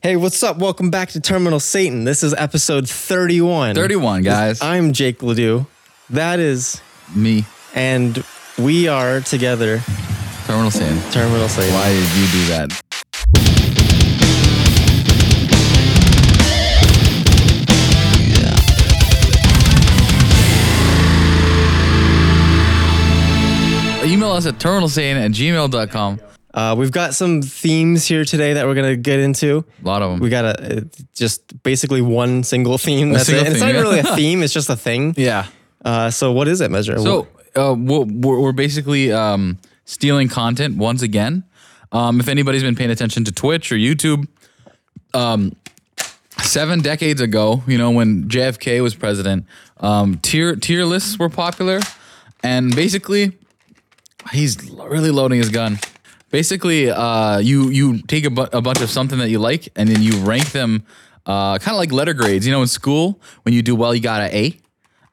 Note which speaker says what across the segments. Speaker 1: Hey, what's up? Welcome back to Terminal Satan. This is episode 31.
Speaker 2: 31, guys.
Speaker 1: I'm Jake Ledoux. That is,
Speaker 2: Me,
Speaker 1: and we are together,
Speaker 2: Terminal Sand.
Speaker 1: Terminal Satan.
Speaker 2: Why did you do that? Email us at terminalsane at gmail.com.
Speaker 1: Uh, we've got some themes here today that we're going to get into.
Speaker 2: A lot of them.
Speaker 1: We got a uh, just basically one single theme. That's
Speaker 2: single
Speaker 1: it. And it's
Speaker 2: theme,
Speaker 1: not even
Speaker 2: yeah.
Speaker 1: really a theme, it's just a thing.
Speaker 2: yeah.
Speaker 1: Uh, so, what is it, Measure?
Speaker 2: So uh, we're, we're we're basically um, stealing content once again. Um, if anybody's been paying attention to Twitch or YouTube, um, seven decades ago, you know when JFK was president, um, tier tier lists were popular, and basically, he's really loading his gun. Basically, uh, you you take a, bu- a bunch of something that you like, and then you rank them, uh, kind of like letter grades. You know, in school, when you do well, you got an A,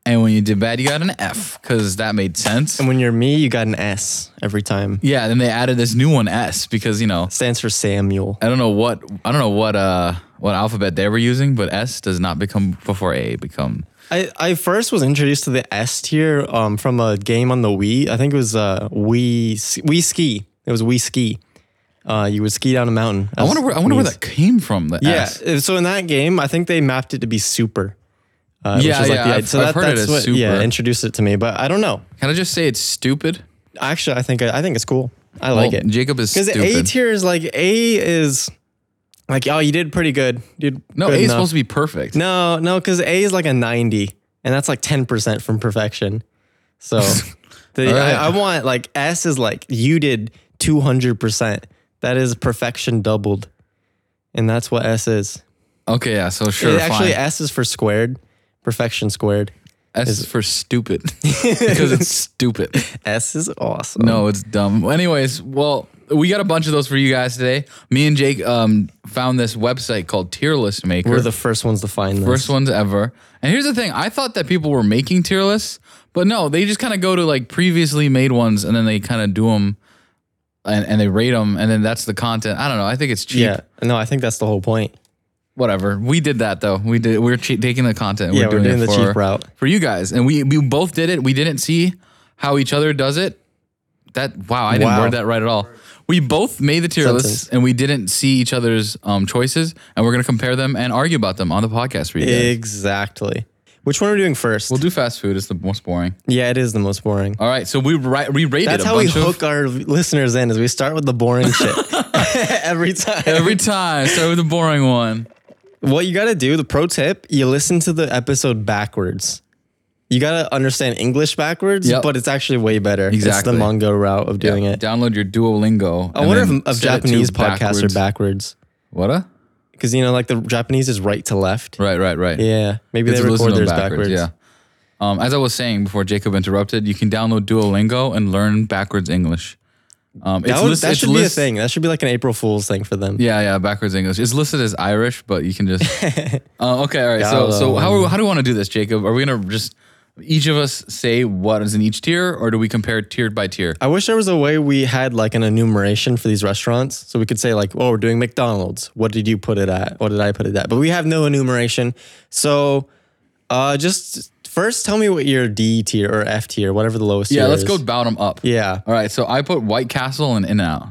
Speaker 2: and when you did bad, you got an F, because that made sense.
Speaker 1: when you're me, you got an S every time.
Speaker 2: Yeah, then they added this new one S because you know
Speaker 1: Stands for Samuel.
Speaker 2: I don't know what I don't know what uh what alphabet they were using, but S does not become before A become.
Speaker 1: I, I first was introduced to the S tier um, from a game on the Wii. I think it was uh, Wii, S- Wii Ski. It was Wii Ski. Uh, you would ski down a mountain.
Speaker 2: I wonder where I wonder where that came from. The
Speaker 1: Yeah.
Speaker 2: S.
Speaker 1: So in that game, I think they mapped it to be super. Uh,
Speaker 2: Yeah, yeah,
Speaker 1: the-
Speaker 2: I've- I've heard it as
Speaker 1: what, Yeah,
Speaker 2: super.
Speaker 1: introduced it to me, but I don't know.
Speaker 2: Can I just say it's stupid?
Speaker 1: Actually, I think I think it's cool. I like
Speaker 2: Well,
Speaker 1: it.
Speaker 2: Jacob is
Speaker 1: Because
Speaker 2: stupid.
Speaker 1: A tier is like A is like oh you did pretty good. You did
Speaker 2: no,
Speaker 1: good
Speaker 2: A is
Speaker 1: enough.
Speaker 2: supposed to be perfect.
Speaker 1: No, no, because A is like a 90, and that's like 10% from perfection. So the,
Speaker 2: All right.
Speaker 1: I, I want like S is like you did 200%. That is perfection doubled. And that's what S is.
Speaker 2: Okay, yeah. So sure,
Speaker 1: actually,
Speaker 2: fine.
Speaker 1: S is for squared, perfection squared.
Speaker 2: S is for stupid because it's stupid.
Speaker 1: S is awesome.
Speaker 2: No, it's dumb. Anyways, well, we got a bunch of those for you guys today. Me and Jake um found this website called Tier List Maker.
Speaker 1: We're the first ones to find this.
Speaker 2: First ones ever. And here's the thing I thought that people were making tier lists, but no, they just kind of go to like previously made ones and then they kind of do them and, and they rate them and then that's the content. I don't know. I think it's cheap.
Speaker 1: Yeah. No, I think that's the whole point.
Speaker 2: Whatever. We did that though. We did. We're che- taking the content.
Speaker 1: Yeah, we're doing
Speaker 2: it
Speaker 1: the
Speaker 2: for,
Speaker 1: cheap route.
Speaker 2: for you guys. And we, we both did it. We didn't see how each other does it. That wow, I didn't
Speaker 1: Wow.
Speaker 2: word that right at all. We both made the tier lists
Speaker 1: Sentence.
Speaker 2: and we didn't see each other's um, choices, and we're gonna compare them and argue about them on the podcast for you guys.
Speaker 1: Exactly. Which one are we doing 1st
Speaker 2: We'll do fast food. It's the most boring.
Speaker 1: yeah, it is the most boring.
Speaker 2: All right, so we ri- we rated
Speaker 1: That's
Speaker 2: a
Speaker 1: how we
Speaker 2: bunch of
Speaker 1: hook our listeners in is we start with the boring shit every time.
Speaker 2: every time. Start with the boring one.
Speaker 1: what you got to do, the pro tip, you listen to the episode backwards. You got to understand English backwards,
Speaker 2: Yep.
Speaker 1: but it's actually way better. It's the
Speaker 2: Exactly.
Speaker 1: Mongo route of doing it.
Speaker 2: Download your Duolingo.
Speaker 1: I wonder if, if Japanese podcasts are backwards.
Speaker 2: What? A?
Speaker 1: Because, you know, like the Japanese is right to left.
Speaker 2: Right, right, right.
Speaker 1: Yeah. Maybe
Speaker 2: It's
Speaker 1: they
Speaker 2: listen
Speaker 1: record
Speaker 2: to them
Speaker 1: theirs backwards.
Speaker 2: Yeah. Um, as I was saying before, Jacob interrupted. You can download Duolingo and learn backwards English. Um, it's
Speaker 1: That, would,
Speaker 2: list-
Speaker 1: that
Speaker 2: it's
Speaker 1: should be a
Speaker 2: list-
Speaker 1: thing. That should be like an April Fool's thing for them.
Speaker 2: Yeah, yeah, backwards English. It's listed as Irish, but you can just. uh, okay, all right. So, so how, how do we want to do this, Jacob? Are we gonna just each of us say what is in each tier, or do we compare tier by tier?
Speaker 1: I wish there was a way we had like an enumeration for these restaurants. So we could say, like, oh, we're doing McDonald's. What did you put it at? What did I put it at? But we have no enumeration. So uh just first tell me what your D tier or F tier, whatever the lowest
Speaker 2: Yeah,
Speaker 1: tier
Speaker 2: let's
Speaker 1: is.
Speaker 2: go bottom up.
Speaker 1: Yeah.
Speaker 2: All right, so I put White Castle and In and Out.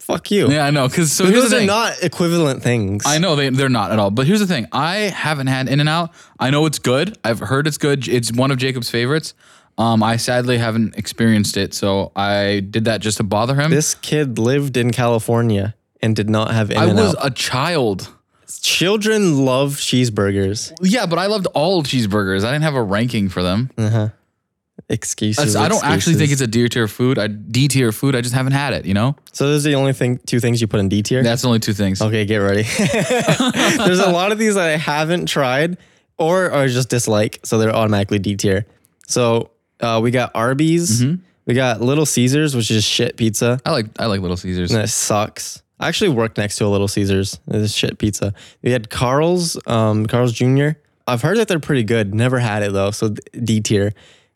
Speaker 1: Fuck you.
Speaker 2: Yeah, I know. Because so here's
Speaker 1: Those
Speaker 2: the
Speaker 1: are
Speaker 2: thing.
Speaker 1: not equivalent things.
Speaker 2: I know they they're not at all. But here's the thing. I haven't had In and Out. I know it's good. I've heard it's good. It's one of Jacob's favorites. Um, I sadly haven't experienced it, so I did that just to bother him.
Speaker 1: This kid lived in California and did not have in
Speaker 2: I
Speaker 1: and
Speaker 2: was
Speaker 1: out.
Speaker 2: a child.
Speaker 1: Children love cheeseburgers.
Speaker 2: Yeah, but I loved all cheeseburgers. I didn't have a ranking for them.
Speaker 1: Mm. Excuses.
Speaker 2: I don't actually
Speaker 1: excuses.
Speaker 2: think it's a D tier food. I D tier food. I just haven't had it. You know,
Speaker 1: so. Those are the only thing, two things you put in D tier.
Speaker 2: that's the only two things.
Speaker 1: Okay, get ready. There's a lot of these that I haven't tried or are just dislike, so they're automatically D tier. So uh, we got Arby's, we got Little Caesars, which is shit pizza.
Speaker 2: I like I like Little Caesars.
Speaker 1: That sucks. I actually worked next to a Little Caesars. This is shit pizza. We had Carl's, um, Carl's Jr. I've heard that they're pretty good. Never had it though, so D tier.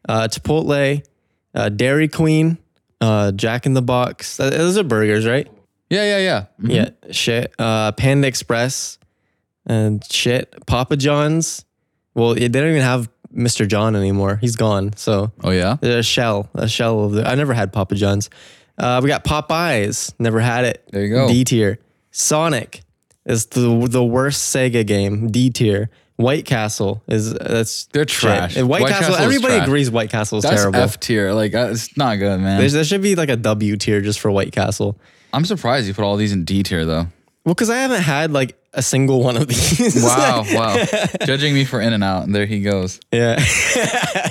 Speaker 1: Uh, Chipotle, uh, Dairy Queen, uh, Jack in the Box. Uh, Those are burgers, right?
Speaker 2: Yeah, yeah, Mm-hmm. yeah.
Speaker 1: Yeah, shit. Uh, Panda Express and shit. Papa John's. Well, it- they don't even have Mr. John anymore. He's gone. So
Speaker 2: Oh yeah.
Speaker 1: a shell, a shell of the. I never had Papa John's. Uh, we got Popeyes. Never had it.
Speaker 2: There you go.
Speaker 1: D tier. Sonic is the the worst Sega game. D tier. White Castle is that's
Speaker 2: They're
Speaker 1: shit.
Speaker 2: trash.
Speaker 1: And White,
Speaker 2: White
Speaker 1: Castle.
Speaker 2: Castle is
Speaker 1: everybody
Speaker 2: trash.
Speaker 1: agrees White Castle is
Speaker 2: That's
Speaker 1: terrible.
Speaker 2: F tier. Like uh, it's not good, man.
Speaker 1: There's, there should be like a W tier just for White Castle.
Speaker 2: I'm surprised you put all these in D tier though.
Speaker 1: Well, because I haven't had like a single one of these.
Speaker 2: Wow, wow. Judging me for In and Out, and there he goes.
Speaker 1: yeah.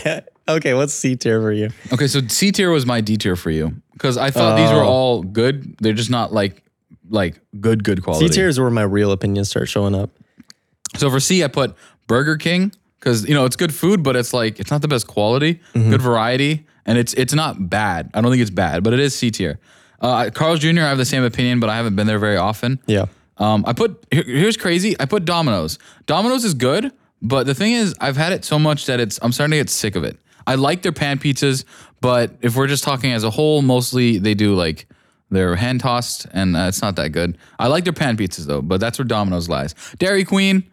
Speaker 1: okay, what's C tier for you?
Speaker 2: Okay, so C tier was my D tier for you because I thought these were
Speaker 1: Oh.
Speaker 2: all good. They're just not like like good good
Speaker 1: C
Speaker 2: quality.
Speaker 1: tier is where my real opinions start showing up.
Speaker 2: So for C, I put Burger King because you know it's good food, but it's like it's not the best quality.
Speaker 1: Mm-hmm.
Speaker 2: Good variety, and it's it's not bad. I don't think it's bad, but it is C tier. Uh, Carl's Jr. I have the same opinion, but I haven't been there very often.
Speaker 1: Yeah.
Speaker 2: Um, I put here, here's crazy. I put Domino's. Domino's is good, but the thing is, I've had it so much that it's I'm starting to get sick of it. I like their pan pizzas, but if we're just talking as a whole, mostly they do like they're hand tossed, and uh, it's not that good. I like their pan pizzas though, but that's where Domino's lies. Dairy Queen,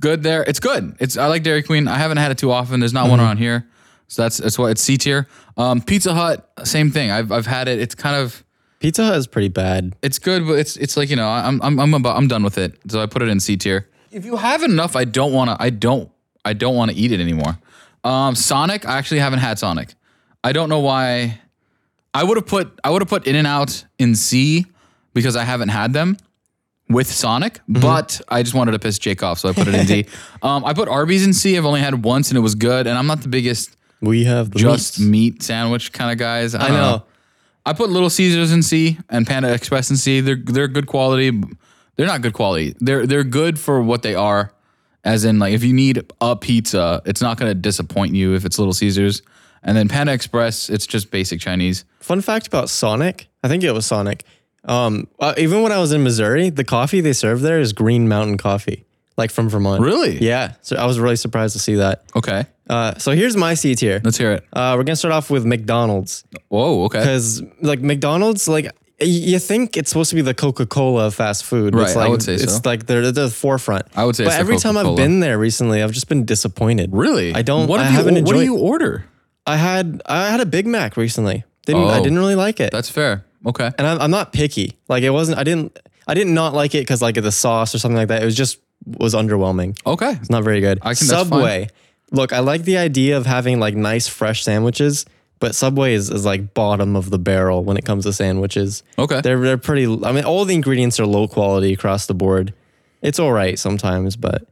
Speaker 2: good there. It's good. It's I like Dairy Queen. I haven't had it too often. There's not one around here, so that's that's why it's C tier. Um, Pizza Hut, same thing. I've I've had it. It's kind of
Speaker 1: Pizza Hut is pretty bad.
Speaker 2: it's good, but it's it's like you know I'm I'm I'm about, I'm done with it, so I put it in C tier. If you have enough, I don't want to I don't I don't want to eat it anymore. Um, Sonic, I actually haven't had Sonic. I don't know why. I would have put I would have put In and Out in C because I haven't had them with Sonic, but I just wanted to piss Jake off, so I put it in D. Um, I put Arby's in C. I've only had once and it was good, and I'm not the biggest
Speaker 1: We have the
Speaker 2: just
Speaker 1: meats.
Speaker 2: meat sandwich kind of guys. I,
Speaker 1: I
Speaker 2: don't know.
Speaker 1: know.
Speaker 2: I put Little Caesars in C and Panda Express in C. They're they're good quality. They're not good quality. They're they're good for what they are. As in, like if you need a pizza, it's not gonna disappoint you if it's Little Caesars. And then Panda Express, it's just basic Chinese.
Speaker 1: Fun fact about Sonic. I think it was Sonic. Um, uh, even when I was in Missouri, the coffee they serve there is Green Mountain coffee, like from Vermont.
Speaker 2: Really?
Speaker 1: Yeah. So I was really surprised to see that.
Speaker 2: Okay,
Speaker 1: Uh, so here's my C tier.
Speaker 2: let's hear it.
Speaker 1: Uh, we're gonna start off with McDonald's.
Speaker 2: Whoa, okay.
Speaker 1: because like McDonald's, like y- you think it's supposed to be the Coca Cola of fast food.
Speaker 2: Right,
Speaker 1: It's
Speaker 2: I
Speaker 1: like,
Speaker 2: would say
Speaker 1: it's
Speaker 2: so.
Speaker 1: like they're at the forefront.
Speaker 2: I would say
Speaker 1: But
Speaker 2: it's the
Speaker 1: every time I've
Speaker 2: Coca-Cola.
Speaker 1: been there recently, I've just been disappointed.
Speaker 2: Really?
Speaker 1: I don't.
Speaker 2: What,
Speaker 1: I
Speaker 2: have you-
Speaker 1: haven't
Speaker 2: what
Speaker 1: enjoyed.
Speaker 2: do you order?
Speaker 1: I had I had a Big Mac recently. Didn't I
Speaker 2: Oh.
Speaker 1: didn't really like it,
Speaker 2: That's fair. Okay.
Speaker 1: and I'm, I'm not picky. Like it wasn't. I didn't. I didn't not like it because like of the sauce or something like that. It was just was underwhelming.
Speaker 2: Okay.
Speaker 1: It's not very good.
Speaker 2: I can- that's fine.
Speaker 1: Subway. Look, I like the idea of having like nice fresh sandwiches, but Subway is, is like bottom of the barrel when it comes to sandwiches.
Speaker 2: Okay.
Speaker 1: They're they're pretty I mean all the ingredients are low quality across the board. It's all right sometimes, but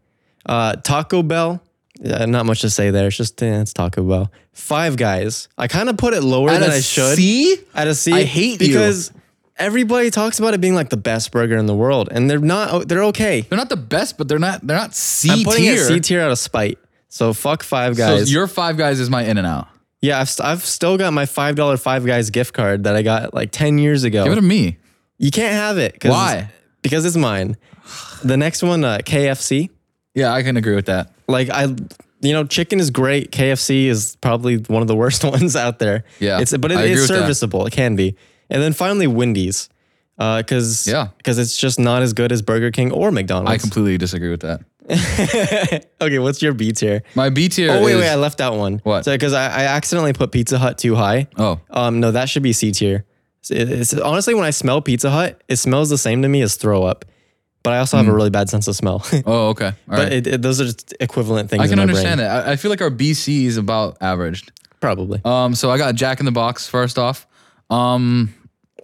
Speaker 1: uh Taco Bell yeah, not much to say there. It's just eh, it's Taco Bell. Five Guys. I kind of put it lower
Speaker 2: At
Speaker 1: than
Speaker 2: a
Speaker 1: I should.
Speaker 2: C?
Speaker 1: At a C.
Speaker 2: I hate you.
Speaker 1: because everybody talks about it being like the best burger in the world, and they're not. They're okay.
Speaker 2: They're not the best, but they're not they're not C
Speaker 1: I'm putting it
Speaker 2: E tier.
Speaker 1: C tier out of spite. So fuck Five Guys.
Speaker 2: So your five guys is my In and Out.
Speaker 1: yeah, I've, st- I've still got my five dollar Five Guys gift card that I got like ten years ago.
Speaker 2: Give it to me.
Speaker 1: you can't have it. 'cause-
Speaker 2: Why?
Speaker 1: Because it's mine. The next one, uh, KFC.
Speaker 2: Yeah, I can agree with that.
Speaker 1: Like I, you know, chicken is great. KFC is probably one of the worst ones out there.
Speaker 2: Yeah,
Speaker 1: it's but it,
Speaker 2: I agree
Speaker 1: it's
Speaker 2: with that.
Speaker 1: serviceable. It can be. And then finally, Wendy's. Because
Speaker 2: Yeah.
Speaker 1: because it's just not as good as Burger King or McDonald's.
Speaker 2: I completely disagree with that.
Speaker 1: okay, what's your B tier?
Speaker 2: My B tier.
Speaker 1: Oh wait, wait, I
Speaker 2: is-
Speaker 1: left out one.
Speaker 2: What?
Speaker 1: Because I, I accidentally put Pizza Hut too high.
Speaker 2: Oh,
Speaker 1: Um, no, that should be C tier. It- It's, honestly when I smell Pizza Hut, it smells the same to me as throw up. But I also
Speaker 2: Hmm.
Speaker 1: have a really bad sense of smell.
Speaker 2: oh, okay. All
Speaker 1: but
Speaker 2: right.
Speaker 1: it, it, those are just equivalent things.
Speaker 2: I can
Speaker 1: in my
Speaker 2: understand
Speaker 1: brain.
Speaker 2: that. I, I feel like our BC is about averaged.
Speaker 1: Probably.
Speaker 2: Um, so I got Jack in the Box first off. Um,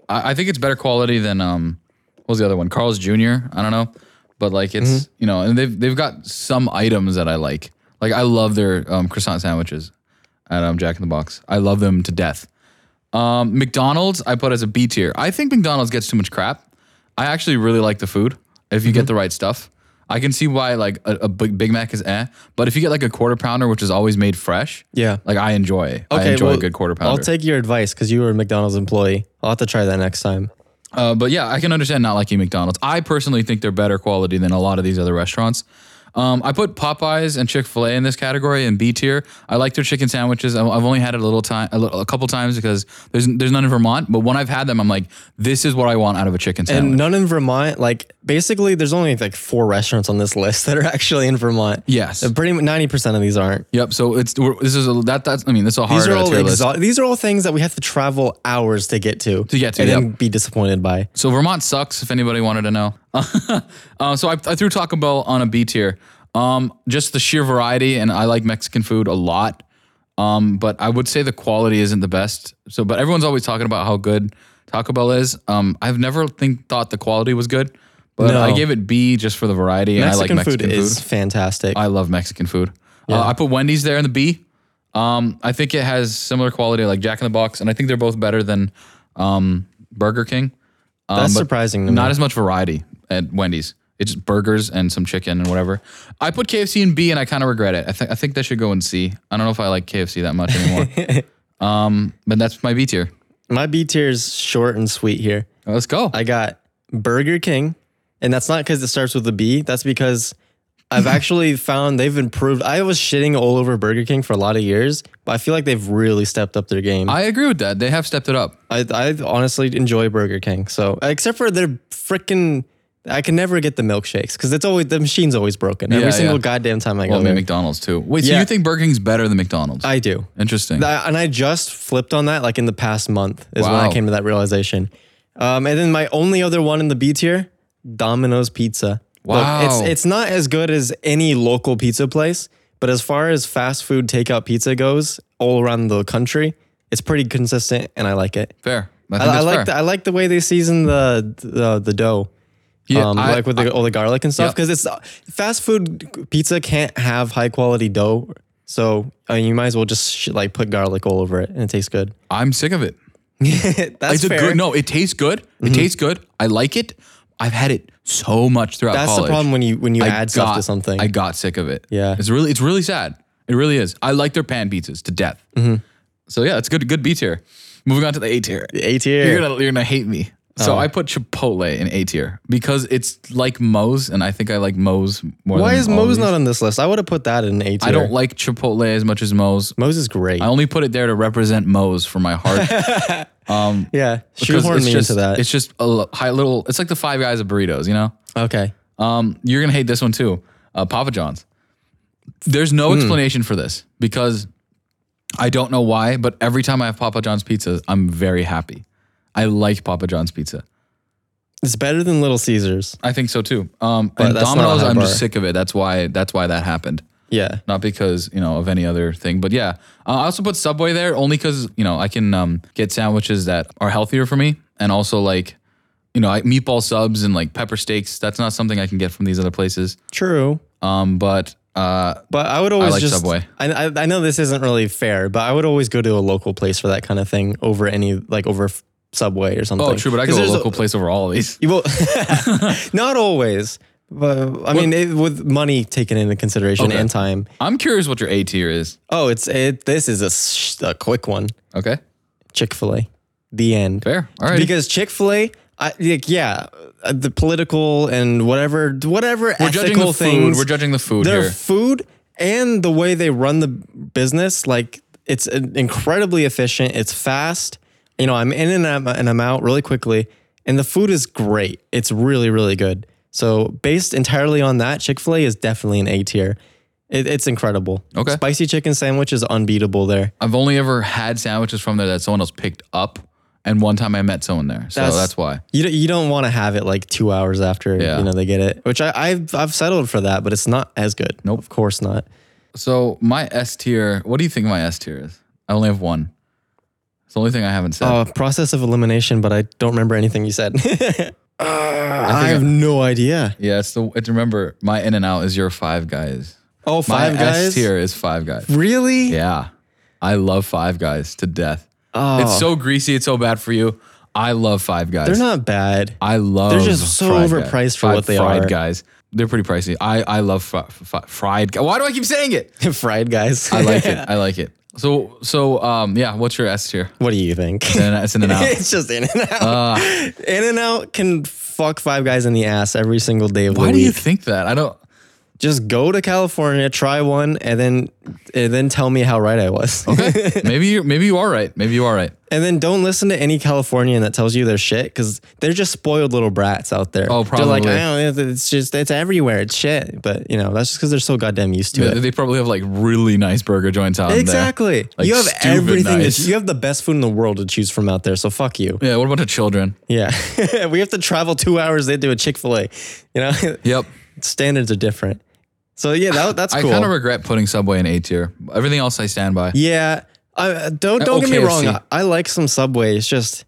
Speaker 2: I, I think it's better quality than um, what was the other one? Carl's Jr. I don't know, but like it's you know, and they've they've got some items that I like. Like I love their um, croissant sandwiches at um, Jack in the Box. I love them to death. Um, McDonald's I put as a B tier. I think McDonald's gets too much crap. I actually really like the food if you get the right stuff. I can see why like a, a Big Big Mac is eh, but if you get like a quarter pounder, which is always made fresh,
Speaker 1: Yeah.
Speaker 2: like I enjoy. I enjoy
Speaker 1: well,
Speaker 2: a good quarter pounder.
Speaker 1: I'll take your advice because you were a McDonald's employee. I'll have to try that next time.
Speaker 2: uh, but yeah, I can understand not liking McDonald's. I personally think they're better quality than a lot of these other restaurants. Um, I put Popeyes and Chick Fil A in this category in B tier. I like their chicken sandwiches. I- I've only had it a little time, a, little, a couple times because there's there's none in Vermont. But when I've had them, I'm like, this is what I want out of a chicken sandwich.
Speaker 1: And none in Vermont. Like basically, there's only like four restaurants on this list that are actually in Vermont.
Speaker 2: Yes.
Speaker 1: Uh, pretty ninety percent of these aren't.
Speaker 2: Yep. So it's we're, this is a, that that's I mean this is a hard
Speaker 1: These are all
Speaker 2: tier list.
Speaker 1: exo- These are all things that we have to travel hours to get to to
Speaker 2: get to,
Speaker 1: and
Speaker 2: yep.
Speaker 1: then be disappointed by.
Speaker 2: So Vermont sucks. If anybody wanted to know, uh, so I, I threw Taco Bell on a B tier. Um, just the sheer variety, and I like Mexican food a lot. Um, but I would say the quality isn't the best. So, but everyone's always talking about how good Taco Bell is. Um, I've never think thought the quality was good, but
Speaker 1: No.
Speaker 2: I gave it B just for the variety. and I like
Speaker 1: Mexican,
Speaker 2: Mexican
Speaker 1: food, is fantastic.
Speaker 2: I love Mexican food. Uh, I put Wendy's there in the B. Um, I think it has similar quality like Jack in the Box, and I think they're both better than um, Burger King. Um,
Speaker 1: That's
Speaker 2: but
Speaker 1: surprising to me.
Speaker 2: Not as much variety at Wendy's. It's just burgers and some chicken and whatever. I put KFC in B, and I kind of regret it. I think I think that should go in C. I don't know if I like KFC that much anymore. um, but that's my B tier.
Speaker 1: My B tier is short and sweet here.
Speaker 2: Let's go.
Speaker 1: I got Burger King, and that's not because it starts with a B. That's because I've actually found they've improved. I was shitting all over Burger King for a lot of years, but I feel like they've really stepped up their game. I,
Speaker 2: I agree with that. They have stepped it up.
Speaker 1: I, honestly enjoy Burger King. So except for their freaking, I can never get the milkshakes because it's always the machine's always broken every
Speaker 2: Yeah,
Speaker 1: single
Speaker 2: yeah.
Speaker 1: goddamn time I go
Speaker 2: Well, I
Speaker 1: there.
Speaker 2: mean McDonald's too. Wait, so
Speaker 1: Oh, Yeah.
Speaker 2: you think Burger King's better than McDonald's?
Speaker 1: I do.
Speaker 2: Interesting.
Speaker 1: I- and I just flipped on that like in the past month is when I
Speaker 2: Wow.
Speaker 1: came to that realization. Um, and then my only other one in the B tier, Domino's Pizza. Look, it's
Speaker 2: Wow.
Speaker 1: it's not as good as any local pizza place, but as far as fast food takeout pizza goes, all around the country, it's pretty consistent, and I like it.
Speaker 2: fair. I,
Speaker 1: I,
Speaker 2: think
Speaker 1: I
Speaker 2: that's
Speaker 1: like
Speaker 2: fair.
Speaker 1: the, I like the way they season the the, the dough.
Speaker 2: Yeah,
Speaker 1: um,
Speaker 2: I-
Speaker 1: like with the, all the garlic and stuff,
Speaker 2: Yep.
Speaker 1: because it's uh, fast food pizza can't have high quality dough, so uh, you might as well just sh- like put garlic all over it, and it tastes good.
Speaker 2: I'm sick of it.
Speaker 1: That's
Speaker 2: It's a
Speaker 1: fair.
Speaker 2: good. No, it tastes good.
Speaker 1: Mm-hmm.
Speaker 2: It tastes good. I like it. I've had it so much throughout
Speaker 1: That's
Speaker 2: college.
Speaker 1: the problem when you when you
Speaker 2: I
Speaker 1: add stuff to
Speaker 2: got-
Speaker 1: something.
Speaker 2: I got sick of it.
Speaker 1: Yeah.
Speaker 2: it's really it's really sad. It really is. I like their pan pizzas to death.
Speaker 1: Mm-hmm.
Speaker 2: So yeah, it's good. Good B tier. Moving on to the A tier.
Speaker 1: A
Speaker 2: You're
Speaker 1: tier.
Speaker 2: gonna you're gonna hate me.
Speaker 1: Oh.
Speaker 2: So I put Chipotle in A tier because it's like Moe's, and I think I like Moe's more.
Speaker 1: Why
Speaker 2: than
Speaker 1: is
Speaker 2: all
Speaker 1: Moe's
Speaker 2: these.
Speaker 1: not on this list? I would have put that in A tier.
Speaker 2: I don't like Chipotle as much as Moe's.
Speaker 1: Moe's is great.
Speaker 2: I only put it there to represent Moe's for my heart.
Speaker 1: yeah,
Speaker 2: Because
Speaker 1: shoehorn
Speaker 2: it's
Speaker 1: me
Speaker 2: just,
Speaker 1: into that.
Speaker 2: It's just a li- high little. It's like the Five Guys of burritos. You know,
Speaker 1: Okay,
Speaker 2: um, you're gonna hate this one too, uh, Papa John's. There's no
Speaker 1: Hmm.
Speaker 2: explanation for this because I don't know why, but every time I have Papa John's pizza, I'm very happy. I like Papa John's pizza.
Speaker 1: it's better than Little Caesars.
Speaker 2: I think so too. Um, and
Speaker 1: that's not a
Speaker 2: Domino's,
Speaker 1: high
Speaker 2: I'm
Speaker 1: bar.
Speaker 2: just sick of it. That's why. That's why that happened.
Speaker 1: Yeah,
Speaker 2: Not because you know of any other thing, but yeah, uh, I also put Subway there only because you know I can um, get sandwiches that are healthier for me, and also like you know I, meatball subs and like pepper steaks. That's not something I can get from these other places.
Speaker 1: true.
Speaker 2: Um, but uh,
Speaker 1: But I would always
Speaker 2: like
Speaker 1: just
Speaker 2: Subway.
Speaker 1: I, I I know this isn't really fair, but I would always go to a local place for that kind of thing over any like over f- Subway or something.
Speaker 2: oh, true. But I
Speaker 1: 'Cause
Speaker 2: go to a
Speaker 1: there's
Speaker 2: local place over all of these.
Speaker 1: you will, not always, but I mean it, with money taken into consideration
Speaker 2: Okay.
Speaker 1: and time.
Speaker 2: I'm curious what your A tier is.
Speaker 1: Oh, it's it. This is a, sh- a quick one.
Speaker 2: Okay,
Speaker 1: Chick Fil A, the end.
Speaker 2: fair. All right.
Speaker 1: Because Chick Fil A, I like, yeah, uh, the political and whatever whatever
Speaker 2: we're judging
Speaker 1: ethical
Speaker 2: the food.
Speaker 1: things.
Speaker 2: We're judging the food
Speaker 1: their
Speaker 2: here.
Speaker 1: food and the way they run the business like it's in- incredibly efficient it's fast you know i'm in and I'm, and I'm out really quickly and the food is great it's really really good so based entirely on that chick-fil-a is definitely an a tier it, it's incredible
Speaker 2: Okay.
Speaker 1: spicy chicken sandwich is unbeatable there
Speaker 2: I've only ever had sandwiches from there that someone else picked up, and one time I met someone there, so
Speaker 1: That's-
Speaker 2: that's why.
Speaker 1: you, don't- you don't want to have it like two hours after
Speaker 2: Yeah.
Speaker 1: you know they get it which I, I've, I've settled for that but it's not as good nope of course not
Speaker 2: So my S tier. What do you think my S tier is? I only have one. It's the only thing I haven't said.
Speaker 1: Uh, process of elimination, but I don't remember anything you said. Uh, I have no idea.
Speaker 2: yeah, it's the. It's, remember, my In and Out is your Five Guys.
Speaker 1: Oh,
Speaker 2: My
Speaker 1: Five Guys.
Speaker 2: S tier is Five Guys.
Speaker 1: Really?
Speaker 2: Yeah, I love Five Guys to death.
Speaker 1: Oh,
Speaker 2: It's so greasy. It's so bad for you. I love Five Guys.
Speaker 1: they're not bad.
Speaker 2: I love.
Speaker 1: They're just so
Speaker 2: fried
Speaker 1: overpriced
Speaker 2: guys.
Speaker 1: for
Speaker 2: Fried-
Speaker 1: what they
Speaker 2: fried
Speaker 1: are.
Speaker 2: guys. They're pretty pricey. I I love fri- fri- fried. gu- Why do I keep saying it?
Speaker 1: Fried Guys.
Speaker 2: I like it. I like it. So so um yeah. What's your S tier?
Speaker 1: what do you think?
Speaker 2: In and out- It's in and out. Uh.
Speaker 1: it's just In and Out. in and Out can fuck Five Guys in the ass every single day of
Speaker 2: Why
Speaker 1: the
Speaker 2: do you
Speaker 1: week.
Speaker 2: think that? I don't.
Speaker 1: Just go to California, try one, and then and then tell me how right I was.
Speaker 2: maybe you maybe you are right. Maybe you are right.
Speaker 1: and then don't listen to any Californian that tells you their shit because they're just spoiled little brats out there.
Speaker 2: Oh,
Speaker 1: They're like,
Speaker 2: probably.
Speaker 1: I don't. It's just it's everywhere. It's shit. But you know that's just because they're so goddamn used to
Speaker 2: They,
Speaker 1: it.
Speaker 2: they probably have like really nice burger joints out
Speaker 1: Exactly.
Speaker 2: Like,
Speaker 1: you have
Speaker 2: stupid
Speaker 1: everything.
Speaker 2: nice.
Speaker 1: To, you have the best food in the world to choose from out there. So fuck you.
Speaker 2: there. Yeah. What about the children?
Speaker 1: Yeah. we have to travel two hours. They do a Chick fil A. You know,
Speaker 2: Yep.
Speaker 1: standards are different. So yeah, that, that's
Speaker 2: I
Speaker 1: cool.
Speaker 2: kind of regret putting Subway in A tier. Everything else I stand by.
Speaker 1: yeah. I, don't don't get me wrong.
Speaker 2: OKFC.
Speaker 1: I, I like some Subway. It's just,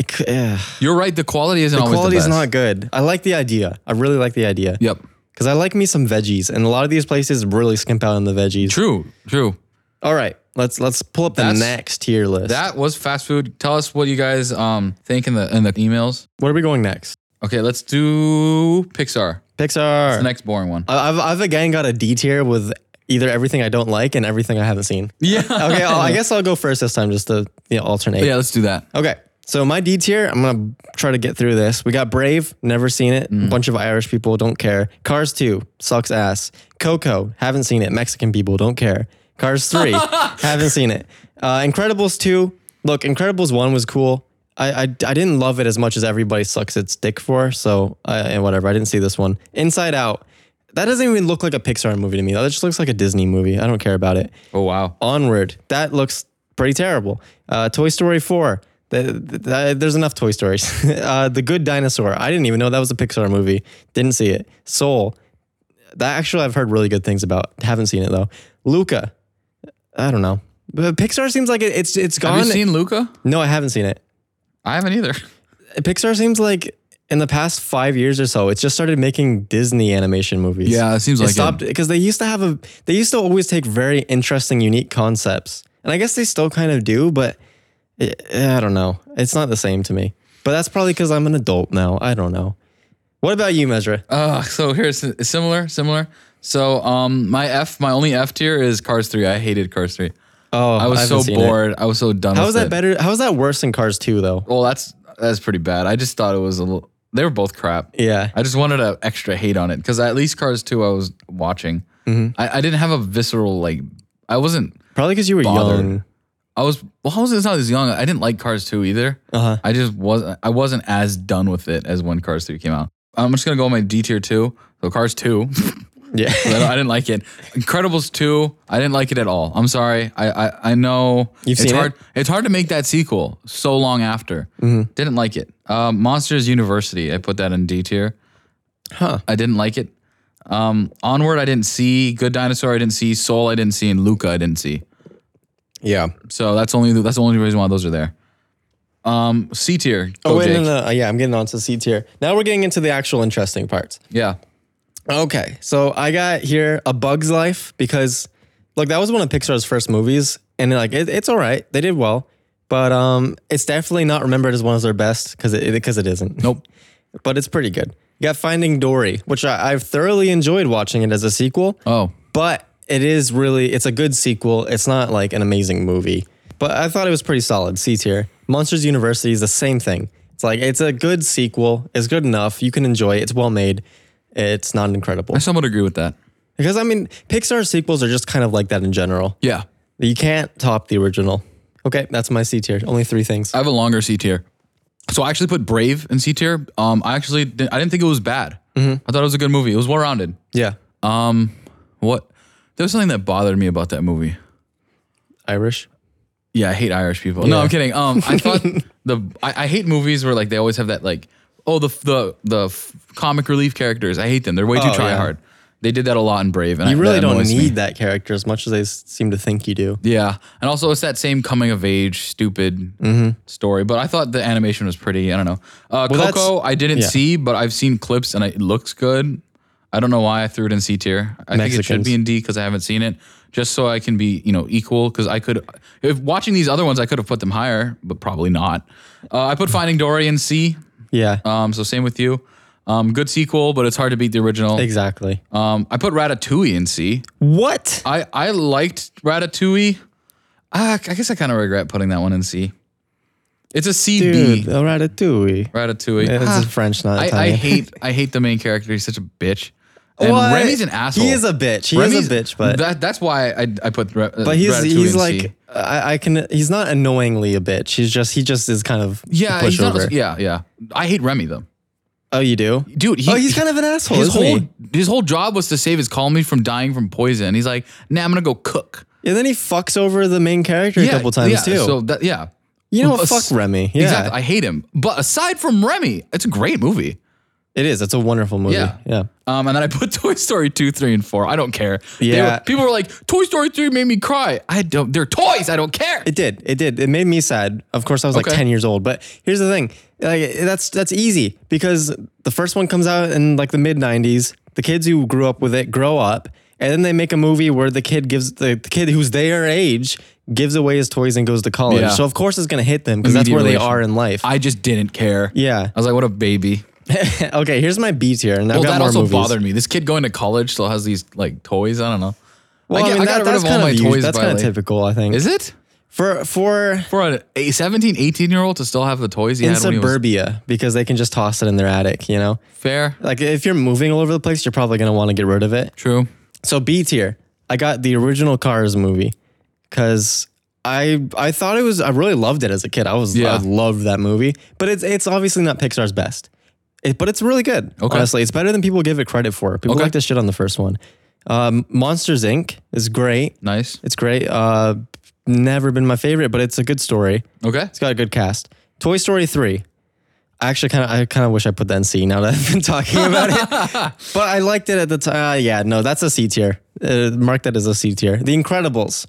Speaker 1: it, c- eh,
Speaker 2: You're right. The quality isn't always
Speaker 1: quality is
Speaker 2: the best.
Speaker 1: not good. I like the idea. I really like the idea.
Speaker 2: Yep.
Speaker 1: Because I like me some veggies, and a lot of these places really skimp out on the veggies.
Speaker 2: True. True.
Speaker 1: All right, let's let's pull up the
Speaker 2: That's-
Speaker 1: next tier list.
Speaker 2: That was fast food. Tell us what you guys um think in the in the emails.
Speaker 1: Where are we going next?
Speaker 2: Okay, let's do Pixar.
Speaker 1: Pixar.
Speaker 2: The next boring one.
Speaker 1: I- I've I've again got a D tier with either everything I don't like and everything I haven't seen.
Speaker 2: Yeah.
Speaker 1: Okay, I'll, I guess I'll go first this time just to you know, alternate.
Speaker 2: yeah, let's do that.
Speaker 1: Okay. So my D tier, I'm gonna try to get through this. We got Brave, never seen it. Bunch of Irish people don't care. Cars 2 sucks ass. Coco, haven't seen it. Mexican people don't care. Cars 3, haven't seen it. Uh, Incredibles 2, look, Incredibles 1 was cool. I, I, I didn't love it as much as everybody sucks its dick for. So uh, and whatever, I didn't see this one. Inside Out, that doesn't even look like a Pixar movie to me. That just looks like a Disney movie. I don't care about it.
Speaker 2: Oh wow.
Speaker 1: Onward. That looks pretty terrible. Uh, Toy Story 4. Th- th- th- there's enough Toy Stories. uh, the Good Dinosaur. I didn't even know that was a Pixar movie. Didn't see it. Soul. That actually I've heard really good things about. Haven't seen it though. Luca. I don't know. But Pixar seems like it, it's it's gone.
Speaker 2: Have you seen Luca?
Speaker 1: no, I haven't seen it.
Speaker 2: I haven't either.
Speaker 1: Pixar seems like in the past five years or so, it's just started making Disney animation movies.
Speaker 2: Yeah, it seems
Speaker 1: It
Speaker 2: like
Speaker 1: stopped because they used to have a they used to always take very interesting unique concepts and i guess they still kind of do but it, i don't know it's not the same to me but that's probably because i'm an adult now i don't know what about you Mesra?
Speaker 2: Uh, so here's similar, similar. So um, my F, my only F tier is Cars Three. I hated Cars Three.
Speaker 1: oh
Speaker 2: I was
Speaker 1: haven't
Speaker 2: so
Speaker 1: seen it.
Speaker 2: bored. I was so done.
Speaker 1: how
Speaker 2: with
Speaker 1: is that
Speaker 2: it.
Speaker 1: better how is that worse than cars 2 though
Speaker 2: Well, that's that's pretty bad. I just thought it was a little. They were both crap.
Speaker 1: yeah
Speaker 2: I just wanted an extra hate on it because at least Cars Two I was watching. I, I didn't have a visceral like. I wasn't.
Speaker 1: Mm-hmm. probably because you were
Speaker 2: Bothered.
Speaker 1: young
Speaker 2: I was. Well, I was not as young. I didn't like Cars Two either.
Speaker 1: uh-huh
Speaker 2: I just wasn't. I wasn't as done with it as when Cars Three came out. I'm just gonna go on my D tier two. So Cars Two. I
Speaker 1: yeah
Speaker 2: don't- I didn't like it. Incredibles 2, I didn't like it at all. I'm sorry. I I, I know
Speaker 1: You've
Speaker 2: it's
Speaker 1: seen
Speaker 2: hard it's hard to make that sequel so long after.
Speaker 1: Mm-hmm.
Speaker 2: Didn't like it. Um, Monsters University, I put that in D tier.
Speaker 1: Huh.
Speaker 2: I didn't like it. Um, Onward, I didn't see. Good Dinosaur, I didn't see. Soul, I didn't see, and Luca, I didn't see.
Speaker 1: yeah
Speaker 2: So that's only that's the only reason why those are there. Um, C tier.
Speaker 1: oh
Speaker 2: Go,
Speaker 1: wait no,
Speaker 2: Jake.
Speaker 1: no no yeah i'm getting on to c tier now we're getting into the actual interesting parts
Speaker 2: Yeah.
Speaker 1: Okay, so I got here A Bug's Life because, look, that was one of Pixar's first movies, and like it, it's all right, they did well, but um, it's definitely not remembered as one of their best because it because it isn't.
Speaker 2: Nope.
Speaker 1: But it's pretty good. You got Finding Dory, which I, I've thoroughly enjoyed watching it as a sequel,
Speaker 2: Oh.
Speaker 1: but it is really it's a good sequel. It's not like an amazing movie, but I thought it was pretty solid. C tier. Monsters University is the same thing. It's like it's a good sequel. It's good enough. You can enjoy it. It's well made. It's not incredible.
Speaker 2: I somewhat agree with that.
Speaker 1: Because I mean, Pixar sequels are just kind of like that in general.
Speaker 2: Yeah.
Speaker 1: You can't top the original. Okay, that's my C tier. Only three things.
Speaker 2: I have a longer C tier. So I actually put Brave in C tier. Um, I actually didn't, I didn't think it was bad.
Speaker 1: Mm-hmm.
Speaker 2: I thought it was a good movie. It was well rounded.
Speaker 1: yeah,
Speaker 2: Um, what? There was something that bothered me about that movie.
Speaker 1: Irish.
Speaker 2: Yeah, I hate Irish people. No, I'm kidding. Um, I thought the I, I hate movies where like they always have that like oh the the the f- comic relief characters. I hate them. They're way too
Speaker 1: Oh,
Speaker 2: try
Speaker 1: yeah.
Speaker 2: hard. They did that a lot in Brave, and
Speaker 1: You
Speaker 2: I,
Speaker 1: really
Speaker 2: that
Speaker 1: don't
Speaker 2: annoys
Speaker 1: need
Speaker 2: me.
Speaker 1: that character as much as they s- seem to think you do.
Speaker 2: Yeah, and also it's that same coming of age stupid
Speaker 1: Mm-hmm.
Speaker 2: story. But I thought the animation was pretty. I don't know. Uh,
Speaker 1: that's-
Speaker 2: Coco, I didn't see, but I've seen clips and it looks good. I don't know why I threw it in C tier. I think it should
Speaker 1: Mexicans.
Speaker 2: be in D because I haven't seen it. Just so I can be, you know, equal. Because I could, if watching these other ones, I could have put them higher, but probably not. Uh, I put
Speaker 1: Mm-hmm.
Speaker 2: Finding Dory in C.
Speaker 1: Yeah,
Speaker 2: Um, so same with you. Um, good sequel, but it's hard to beat the original.
Speaker 1: exactly.
Speaker 2: Um, I put Ratatouille in C.
Speaker 1: What?
Speaker 2: I I liked Ratatouille. Ah, I guess I kind of regret putting that one in C. It's a CB
Speaker 1: Dude, a Ratatouille.
Speaker 2: Ratatouille.
Speaker 1: It's
Speaker 2: Ah,
Speaker 1: French, not
Speaker 2: I,
Speaker 1: Italian.
Speaker 2: I hate I hate the main character. He's such a bitch. And
Speaker 1: What?
Speaker 2: Remy's an asshole.
Speaker 1: He is a bitch. He
Speaker 2: Remy's
Speaker 1: is a bitch, but
Speaker 2: that, that's why I, I put. uh, Re-
Speaker 1: but he's he's like I, I can he's not annoyingly a bitch. He's just he just is kind of
Speaker 2: yeah, he's
Speaker 1: pushover.
Speaker 2: not, yeah, yeah. I hate Remy though,
Speaker 1: Oh, you do,
Speaker 2: dude. He,
Speaker 1: oh, he's kind of an asshole.
Speaker 2: his
Speaker 1: isn't
Speaker 2: whole
Speaker 1: he?
Speaker 2: his whole job was to save his colony from dying from poison. He's like, nah, I'm gonna go cook.
Speaker 1: And then he fucks over the main character a couple times
Speaker 2: yeah,
Speaker 1: too.
Speaker 2: So that, yeah,
Speaker 1: you know what?
Speaker 2: Well,
Speaker 1: Fuck
Speaker 2: s-
Speaker 1: Remy. Yeah,
Speaker 2: exactly. I hate him. But aside from Remy, it's a great movie.
Speaker 1: it is. It's a wonderful movie.
Speaker 2: Yeah.
Speaker 1: Yeah.
Speaker 2: Um, and then I put Toy Story two, three, and four. I don't care. They were-
Speaker 1: Yeah.
Speaker 2: people were like, Toy Story three made me cry. I don't. They're toys. I don't care.
Speaker 1: It did. It did. It made me sad. Of course, I was
Speaker 2: Okay.
Speaker 1: like ten years old. But here's the thing: like that's that's easy because the first one comes out in like the mid '90s. The kids who grew up with it grow up, and then they make a movie where the kid gives the, the kid who's their age gives away his toys and goes to college.
Speaker 2: Yeah.
Speaker 1: So of course it's gonna hit them because that's
Speaker 2: Immediate
Speaker 1: where they
Speaker 2: relation.
Speaker 1: are in life.
Speaker 2: I just didn't care.
Speaker 1: yeah.
Speaker 2: I was like, what a baby.
Speaker 1: okay. Here's my B tier, and I've
Speaker 2: Well,
Speaker 1: got
Speaker 2: that
Speaker 1: more
Speaker 2: also
Speaker 1: movies.
Speaker 2: bothered me. This kid going to college still has these like toys. I don't know.
Speaker 1: Well,
Speaker 2: I,
Speaker 1: I,
Speaker 2: get-
Speaker 1: mean,
Speaker 2: I
Speaker 1: that-
Speaker 2: got rid
Speaker 1: that's
Speaker 2: of all
Speaker 1: kinda
Speaker 2: my
Speaker 1: used-
Speaker 2: toys.
Speaker 1: That's
Speaker 2: by
Speaker 1: kind
Speaker 2: like,
Speaker 1: of typical, I think.
Speaker 2: Is it
Speaker 1: for for
Speaker 2: for a, a 17, 18 year old to still have the toys he
Speaker 1: in
Speaker 2: had when he was
Speaker 1: suburbia because they can just toss it in their attic, you know?
Speaker 2: fair?
Speaker 1: Like if you're moving all over the place, you're probably gonna want to get rid of it.
Speaker 2: True.
Speaker 1: So B tier, I got the original Cars movie because I I thought it was I really loved it as a kid. I was
Speaker 2: Yeah.
Speaker 1: I loved that movie, but it's it's obviously not Pixar's best, it, but it's really good.
Speaker 2: Okay.
Speaker 1: Honestly, it's better than people give it credit for. People
Speaker 2: Okay.
Speaker 1: like to shit on the first one. Um, Monsters Inc. is great.
Speaker 2: Nice.
Speaker 1: It's great. Uh, never been my favorite, but it's a good story.
Speaker 2: Okay.
Speaker 1: It's got a good cast. Toy Story three. I actually kind of I kind of wish I put that in C now that I've been talking about it, but I liked it at the time. Uh, yeah, no, that's a C tier. Uh, mark that as a C tier. The Incredibles.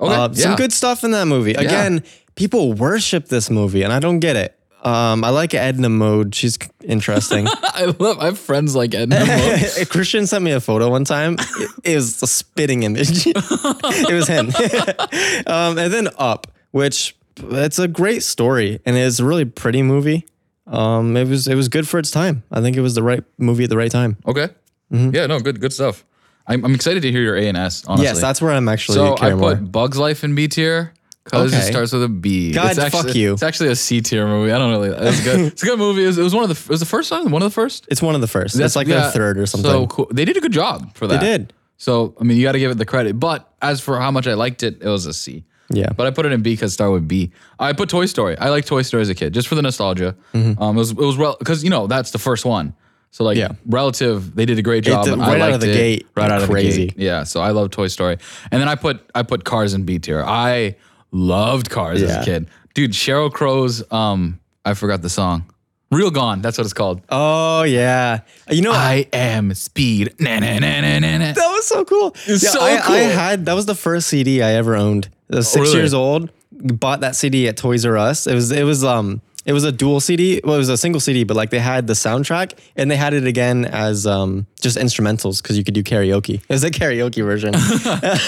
Speaker 2: Okay.
Speaker 1: Uh,
Speaker 2: yeah.
Speaker 1: Some good stuff in that movie. Again, people worship this movie, and I don't get it. Um, I like Edna Mode. She's interesting.
Speaker 2: I love. I have friends like Edna. Mode.
Speaker 1: Christian sent me a photo one time. It, it was a spitting image. it was him. um, and then Up, which it's a great story and it's a really pretty movie. Um, it was it was good for its time. I think it was the right movie at the right time.
Speaker 2: Okay.
Speaker 1: Mm-hmm.
Speaker 2: Yeah. No. Good. Good stuff. I'm, I'm excited to hear your A and S. Honestly.
Speaker 1: Yes, that's where I'm actually
Speaker 2: so. I
Speaker 1: caring
Speaker 2: put
Speaker 1: more.
Speaker 2: Bugs Life in B tier because it
Speaker 1: Okay.
Speaker 2: starts with a B.
Speaker 1: God,
Speaker 2: it's actually,
Speaker 1: fuck you.
Speaker 2: It's actually a C tier movie. I don't really. It's good. it's a good movie. It was, it was one of the. It was the first one. One of the first.
Speaker 1: It's one of the first.
Speaker 2: That's
Speaker 1: It's like
Speaker 2: yeah,
Speaker 1: their third or something.
Speaker 2: So cool. They did a good job for that.
Speaker 1: did.
Speaker 2: So I mean, you got to give it the credit. But as for how much I liked it, it was a C.
Speaker 1: yeah.
Speaker 2: But I put it in B because start with B. I put Toy Story. I like Toy Story as a kid, just for the nostalgia. Um, it was it was because you know that's the first one, so like
Speaker 1: Mm-hmm. Yeah.
Speaker 2: relative, they did a great job.
Speaker 1: did-
Speaker 2: and I
Speaker 1: right out of
Speaker 2: liked
Speaker 1: the
Speaker 2: it.
Speaker 1: gate,
Speaker 2: right out of the
Speaker 1: crazy.
Speaker 2: gate. Yeah, so I love Toy Story, and then I put I put Cars in B tier. I loved Cars as a
Speaker 1: Yeah.
Speaker 2: kid, dude. Cheryl Crow's um, I forgot the song, Real Gone. That's what it's called.
Speaker 1: oh yeah. You know
Speaker 2: I am speed. Na, na, na, na, na, na.
Speaker 1: that was so cool.
Speaker 2: It's so
Speaker 1: I,
Speaker 2: cool. Oh,
Speaker 1: I had that was the first CD I ever owned. I was six
Speaker 2: really?
Speaker 1: years old. Bought that CD at Toys R Us. It was it was um it was a dual CD. Well, it was a single CD, but like they had the soundtrack and they had it again as um just instrumentals because you could do karaoke. It was a karaoke version.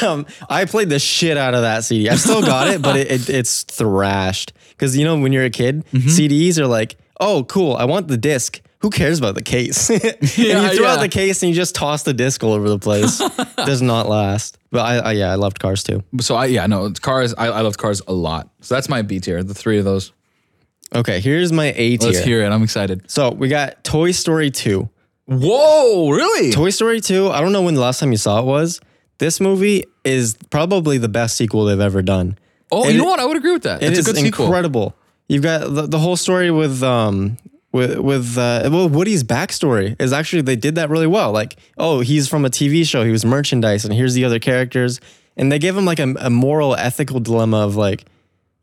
Speaker 1: um, I played the shit out of that CD. I still got it, but it, it it's thrashed because you know when you're a kid,
Speaker 2: Mm-hmm.
Speaker 1: CDs are like, oh cool, I want the disc. Who cares about the case? and
Speaker 2: Yeah,
Speaker 1: you throw
Speaker 2: yeah.
Speaker 1: out the case and you just toss the disc all over the place. Does not last. But I, I yeah, I loved Cars too.
Speaker 2: So I yeah no it's Cars. I, I loved Cars a lot. So that's my B tier. The three of those.
Speaker 1: Okay, here's my A
Speaker 2: Let's
Speaker 1: tier.
Speaker 2: hear it. I'm excited.
Speaker 1: So we got Toy Story 2.
Speaker 2: Whoa, really?
Speaker 1: Toy Story 2, I don't know when the last time you saw it was. This movie is probably the best sequel they've ever done.
Speaker 2: Oh,
Speaker 1: It-
Speaker 2: you know what? I would agree with that.
Speaker 1: It
Speaker 2: It's
Speaker 1: is
Speaker 2: a good sequel.
Speaker 1: incredible. You've got the, the whole story with um with with uh, well Woody's backstory is actually they did that really well. Like oh he's from a TV show, he was merchandise, and here's the other characters, and they give him like a, a moral ethical dilemma of like.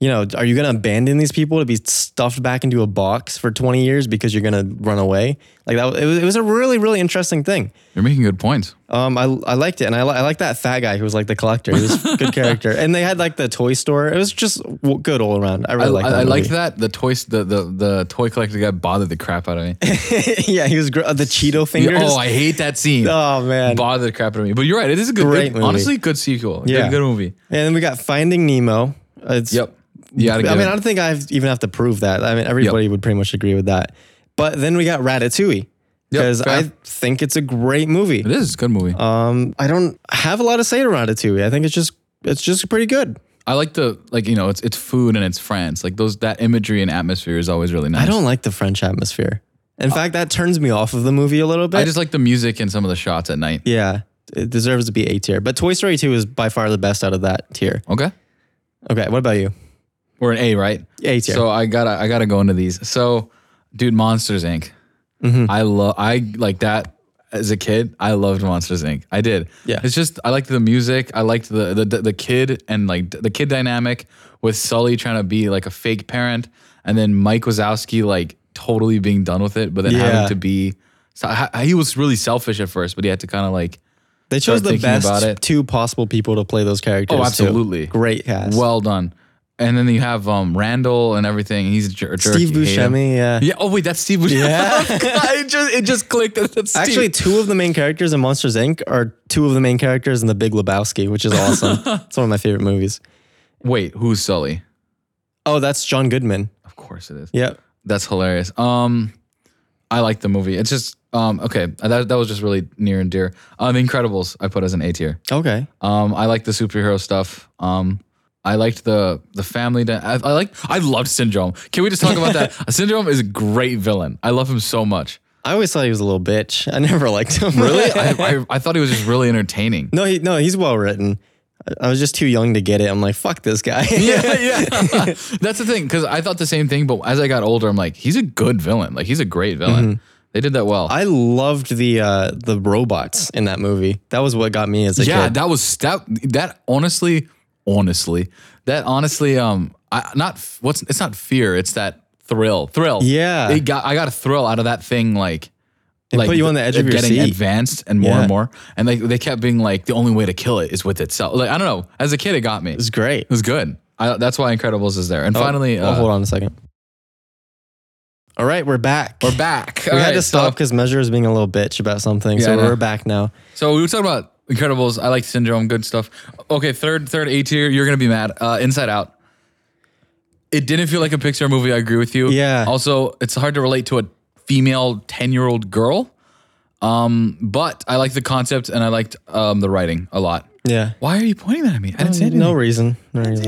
Speaker 1: You know, are you going to abandon these people to be stuffed back into a box for 20 years because you're going to run away? Like that, it was, it was a really, really interesting thing.
Speaker 2: You're making good points.
Speaker 1: Um, I, I liked it, and I, li- I liked that fat guy who was like the collector. He was a good character, and they had like the toy store. It was just w- good all around. I
Speaker 2: I,
Speaker 1: really liked that.
Speaker 2: I, I liked
Speaker 1: movie.
Speaker 2: that the toy the, the the toy collector guy bothered the crap out of me.
Speaker 1: yeah, he was gr- uh, the Cheeto fingers.
Speaker 2: oh, I hate that scene.
Speaker 1: Oh, man.
Speaker 2: bothered the crap out of me. But you're right. It is a good,
Speaker 1: Great
Speaker 2: good-
Speaker 1: movie.
Speaker 2: honestly good sequel.
Speaker 1: Yeah.
Speaker 2: good, good movie.
Speaker 1: and then we got Finding Nemo. Uh, It's,
Speaker 2: Yep. Yeah,
Speaker 1: I mean, I don't think I even have to prove that. I mean, everybody would pretty much agree with that. But then we got Ratatouille because
Speaker 2: fair.
Speaker 1: I think it's a great movie.
Speaker 2: it is a good movie.
Speaker 1: Um, I don't have a lot to say to Ratatouille. I think it's just it's just pretty good.
Speaker 2: I like the like you know it's it's food and it's France. Like those that imagery and atmosphere is always really nice.
Speaker 1: I don't like the French atmosphere. In fact, that turns me off of the movie a little bit.
Speaker 2: Uh, I just like the music and some of the shots at night.
Speaker 1: yeah, it deserves to be A tier. But Toy Story 2 is by far the best out of that tier.
Speaker 2: Okay.
Speaker 1: Okay, what about you?
Speaker 2: We're an A, right?
Speaker 1: A tier.
Speaker 2: So I gotta I gotta go into these. So, dude, Monsters Inc.
Speaker 1: Mm-hmm.
Speaker 2: I love I like that as a kid. I loved Monsters Inc. I did.
Speaker 1: Yeah.
Speaker 2: It's just I liked the music. I liked the the the, the kid and like the kid dynamic with Sully trying to be like a fake parent, and then Mike Wazowski like totally being done with it, but then
Speaker 1: Yeah.
Speaker 2: having to be. So I- he was really selfish at first, but he had to kind of like
Speaker 1: they chose
Speaker 2: start
Speaker 1: the
Speaker 2: thinking about
Speaker 1: best
Speaker 2: it.
Speaker 1: two possible people to play those characters.
Speaker 2: Oh,
Speaker 1: too.
Speaker 2: absolutely.
Speaker 1: Great cast.
Speaker 2: well done. And then you have um, Randall and everything. He's a jer- jerk.
Speaker 1: Steve
Speaker 2: You hate him.
Speaker 1: Buscemi, yeah.
Speaker 2: Yeah. Oh wait, that's Steve Buscemi.
Speaker 1: Yeah.
Speaker 2: it just it just clicked. That- That's Steve.
Speaker 1: Actually, two of the main characters in Monsters Inc. are two of the main characters in The Big Lebowski, which is awesome. it's one of my favorite movies.
Speaker 2: wait, who's Sully?
Speaker 1: Oh, that's John Goodman.
Speaker 2: Of course it is.
Speaker 1: Yep.
Speaker 2: That's hilarious. Um, I like the movie. It's just um okay. That that was just really near and dear. Uh, the Incredibles I put as an A tier.
Speaker 1: Okay.
Speaker 2: Um, I like the superhero stuff. Um. I liked the the family. Di- I, I like. I loved Syndrome. Can we just talk about that? Syndrome is a great villain. I love him so much.
Speaker 1: I always thought he was a little bitch. I never liked him.
Speaker 2: Really, I, I, I thought he was just really entertaining.
Speaker 1: no, he, no, he's well written. I, I was just too young to get it. I'm like, fuck this guy.
Speaker 2: yeah, yeah. That's the thing, because I thought the same thing, but as I got older, I'm like, he's a good villain. Like he's a great villain. They did that well.
Speaker 1: Mm-hmm. I loved the uh, the robots in that movie. That was what got me as a
Speaker 2: yeah,
Speaker 1: kid.
Speaker 2: that was that. That honestly, honestly, that honestly, um, I not f- what's it's not fear. It's that thrill, thrill.
Speaker 1: Yeah.
Speaker 2: It got I got a thrill out of that thing. Like. Like
Speaker 1: put you on the edge of your
Speaker 2: getting
Speaker 1: seat.
Speaker 2: advanced and more
Speaker 1: Yeah.
Speaker 2: and more, and like they kept being like the only way to kill it is with itself. Like I don't know, as a kid it got me. It
Speaker 1: It was
Speaker 2: was,
Speaker 1: great.
Speaker 2: good. I, that's why Incredibles is there. And finally,
Speaker 1: oh,
Speaker 2: uh,
Speaker 1: hold on a second. All right, we're back.
Speaker 2: we're back.
Speaker 1: We had to stop because Measure was being a little bitch about something.
Speaker 2: Yeah, I
Speaker 1: so
Speaker 2: know.
Speaker 1: we're back now.
Speaker 2: So we were talking about Incredibles. I like Syndrome, good stuff. Okay, third, third A tier. You're gonna be mad. Uh, Inside Out. It didn't feel like a Pixar movie. I agree with you.
Speaker 1: Yeah.
Speaker 2: Also, it's hard to relate to a female ten year old girl. Um, but I liked the concept and I liked um the writing a lot.
Speaker 1: Yeah.
Speaker 2: Why are you pointing that at me? I didn't say anything.
Speaker 1: No reason. No reason.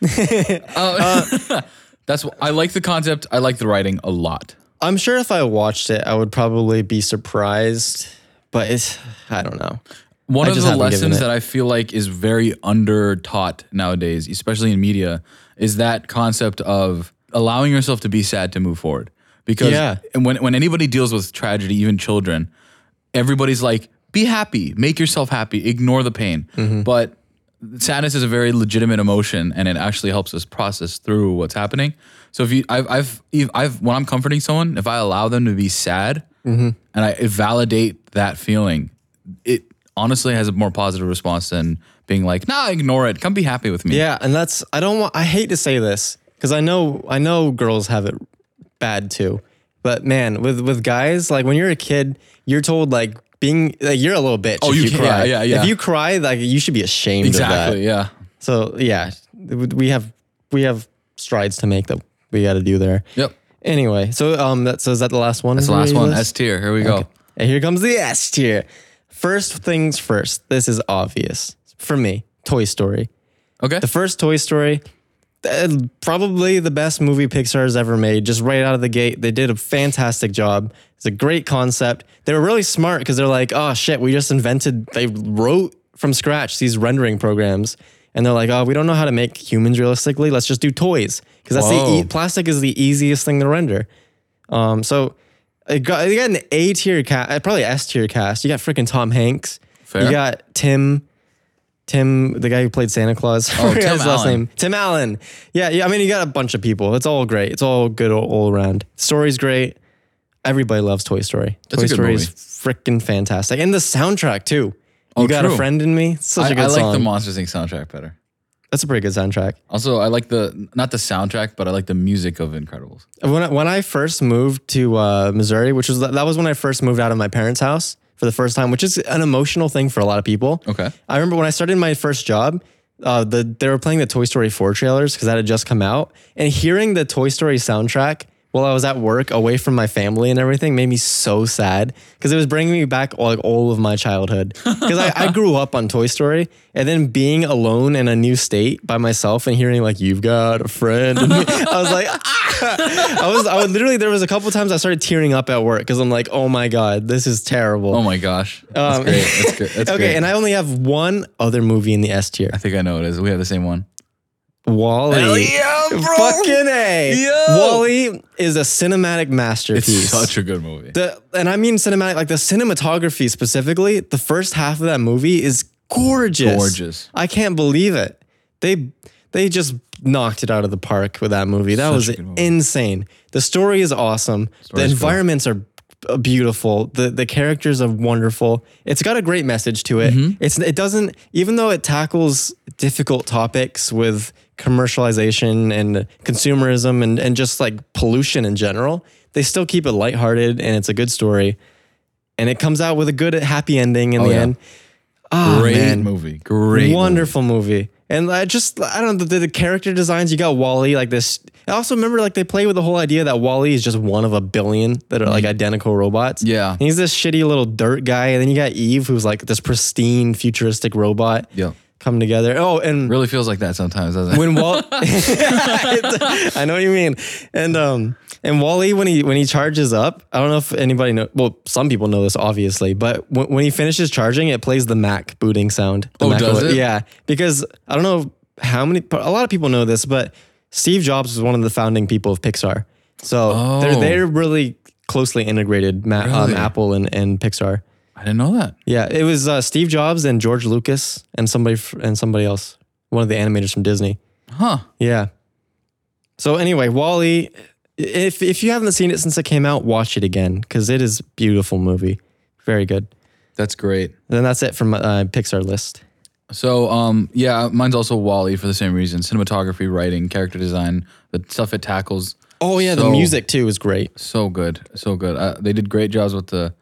Speaker 2: anything. Uh, that's I like the concept. I like the writing a lot.
Speaker 1: I'm sure if I watched it, I would probably be surprised, but it's, I don't know.
Speaker 2: One of
Speaker 1: just
Speaker 2: the
Speaker 1: haven't given
Speaker 2: lessons
Speaker 1: it.
Speaker 2: that I feel like is very under taught nowadays, especially in media, is that concept of allowing yourself to be sad to move forward. Because
Speaker 1: Yeah.
Speaker 2: when, when anybody deals with tragedy, even children, everybody's like, be happy, make yourself happy, ignore the pain.
Speaker 1: Mm-hmm.
Speaker 2: But sadness is a very legitimate emotion and it actually helps us process through what's happening. So if you, I've, I've, if I've, when I'm comforting someone, if I allow them to be sad
Speaker 1: Mm-hmm.
Speaker 2: and I validate that feeling, it honestly has a more positive response than being like, nah, ignore it. Come be happy with me.
Speaker 1: Yeah. And that's, I don't want, I hate to say this because I know, I know girls have it bad too, but man, with, with guys, like when you're a kid, you're told like being, like you're a little bitch. Oh, if
Speaker 2: you
Speaker 1: you,
Speaker 2: can-
Speaker 1: cry.
Speaker 2: yeah, yeah, yeah.
Speaker 1: If you cry, like you should be ashamed of that.
Speaker 2: Exactly. Yeah.
Speaker 1: So yeah, we have, we have strides to make that we got to do there.
Speaker 2: Yep.
Speaker 1: Anyway, so um, that so is that the last one?
Speaker 2: It's the last one. S tier. Here we go.
Speaker 1: And here comes the S tier. First things first. This is obvious for me. Toy Story.
Speaker 2: Okay.
Speaker 1: The first Toy Story, uh, probably the best movie Pixar has ever made. Just right out of the gate, they did a fantastic job. It's a great concept. They were really smart because they're like, oh shit, we just invented. They wrote from scratch these rendering programs, and they're like, oh, we don't know how to make humans realistically. Let's just do toys because that's the
Speaker 2: Whoa.
Speaker 1: e- plastic is the easiest thing to render. Um, so it got, you got an A tier cast, probably S tier cast. You got freaking Tom Hanks.
Speaker 2: Fair.
Speaker 1: You got Tim, Tim, the guy who played Santa Claus. I forgot
Speaker 2: Oh, Tim
Speaker 1: his last
Speaker 2: Allen.
Speaker 1: name. Tim Allen. Yeah, yeah. I mean, you got a bunch of people. It's all great. It's all good all, all around. Story's great. Everybody loves Toy Story.
Speaker 2: a
Speaker 1: Toy
Speaker 2: good
Speaker 1: Story
Speaker 2: movie. Oh,
Speaker 1: is freaking fantastic, and the soundtrack too. You got
Speaker 2: true.
Speaker 1: a friend in me. It's such a
Speaker 2: I,
Speaker 1: good
Speaker 2: I like
Speaker 1: song.
Speaker 2: the Monsters Inc. soundtrack better.
Speaker 1: That's a pretty good soundtrack.
Speaker 2: Also, I like the not the soundtrack, but I like the music of Incredibles.
Speaker 1: When I, when I first moved to uh, Missouri, which was that was when I first moved out of my parents' house for the first time, which is an emotional thing for a lot of people.
Speaker 2: Okay.
Speaker 1: I remember when I started my first job, uh, the they were playing the Toy Story 4 trailers because that had just come out, and hearing the Toy Story soundtrack while I was at work away from my family and everything made me so sad because it was bringing me back oh, like all of my childhood. Because I, I grew up on Toy Story and then being alone in a new state by myself and hearing like you've got a friend, and me," I was like, ah! I was I was literally there was a couple times I started tearing up at work because I'm like, oh my god, this is terrible.
Speaker 2: Oh my gosh. That's
Speaker 1: Um,
Speaker 2: great. That's good. That's
Speaker 1: okay,
Speaker 2: great.
Speaker 1: and I only have one other movie in the S tier.
Speaker 2: I think I know what it is. We have the same one.
Speaker 1: Wally.
Speaker 2: yeah,
Speaker 1: Fucking A.
Speaker 2: Yo.
Speaker 1: Wally is a cinematic
Speaker 2: It's
Speaker 1: masterpiece.
Speaker 2: such a good movie.
Speaker 1: The- and I mean cinematic, like the cinematography specifically, the first half of that movie is gorgeous.
Speaker 2: Gorgeous.
Speaker 1: I can't believe it. They they just knocked it out of the park with that movie. That
Speaker 2: Such
Speaker 1: was
Speaker 2: a good movie.
Speaker 1: insane. The story is awesome. the
Speaker 2: is cool.
Speaker 1: environments are uh, beautiful. The the characters are wonderful. It's got a great message to it.
Speaker 2: Mm-hmm.
Speaker 1: It's it doesn't even though it tackles difficult topics with commercialization and consumerism and and just like pollution in general, they still keep it lighthearted and it's a good story. And it comes out with a good happy ending in the
Speaker 2: Oh, yeah.
Speaker 1: end. Ah,
Speaker 2: great
Speaker 1: man.
Speaker 2: movie. Great.
Speaker 1: Wonderful movie. And I just, I don't know, the, the character designs, you got Wally like this. I also remember like they play with the whole idea that Wally is just one of a billion that are like identical robots.
Speaker 2: Mm. Yeah.
Speaker 1: And he's this shitty little dirt guy. And then you got Eve, who's like this pristine futuristic robot
Speaker 2: Movie. Yeah.
Speaker 1: come together. Oh, and
Speaker 2: Really feels like that sometimes, doesn't it?
Speaker 1: when Wall, I know what you mean, and um, and Wally when he when he charges up, I don't know if anybody know. Well, some people know this obviously, but when, when he finishes charging, it plays the Mac booting sound. The
Speaker 2: Oh,
Speaker 1: Mac
Speaker 2: does it?
Speaker 1: Yeah, because I don't know how many. but A lot of people know this, but Steve Jobs was one of the founding people of Pixar, so they're
Speaker 2: Oh.
Speaker 1: they're really closely integrated. Ma- um,
Speaker 2: Really?
Speaker 1: Apple and and Pixar.
Speaker 2: I didn't know that.
Speaker 1: Yeah, it was uh, Steve Jobs and George Lucas and somebody fr- and somebody else, one of the animators from Disney.
Speaker 2: Huh.
Speaker 1: Yeah. So anyway, Wally, if if you haven't seen it since it came out, watch it again because it is a beautiful movie, very good.
Speaker 2: That's great.
Speaker 1: And then that's it from uh, Pixar list.
Speaker 2: So, um, yeah, mine's also Wally for the same reason. Cinematography, writing, character design, the stuff it tackles,
Speaker 1: Oh yeah,
Speaker 2: So-
Speaker 1: the music too is great.
Speaker 2: so good, so good. Uh, they did great jobs with the,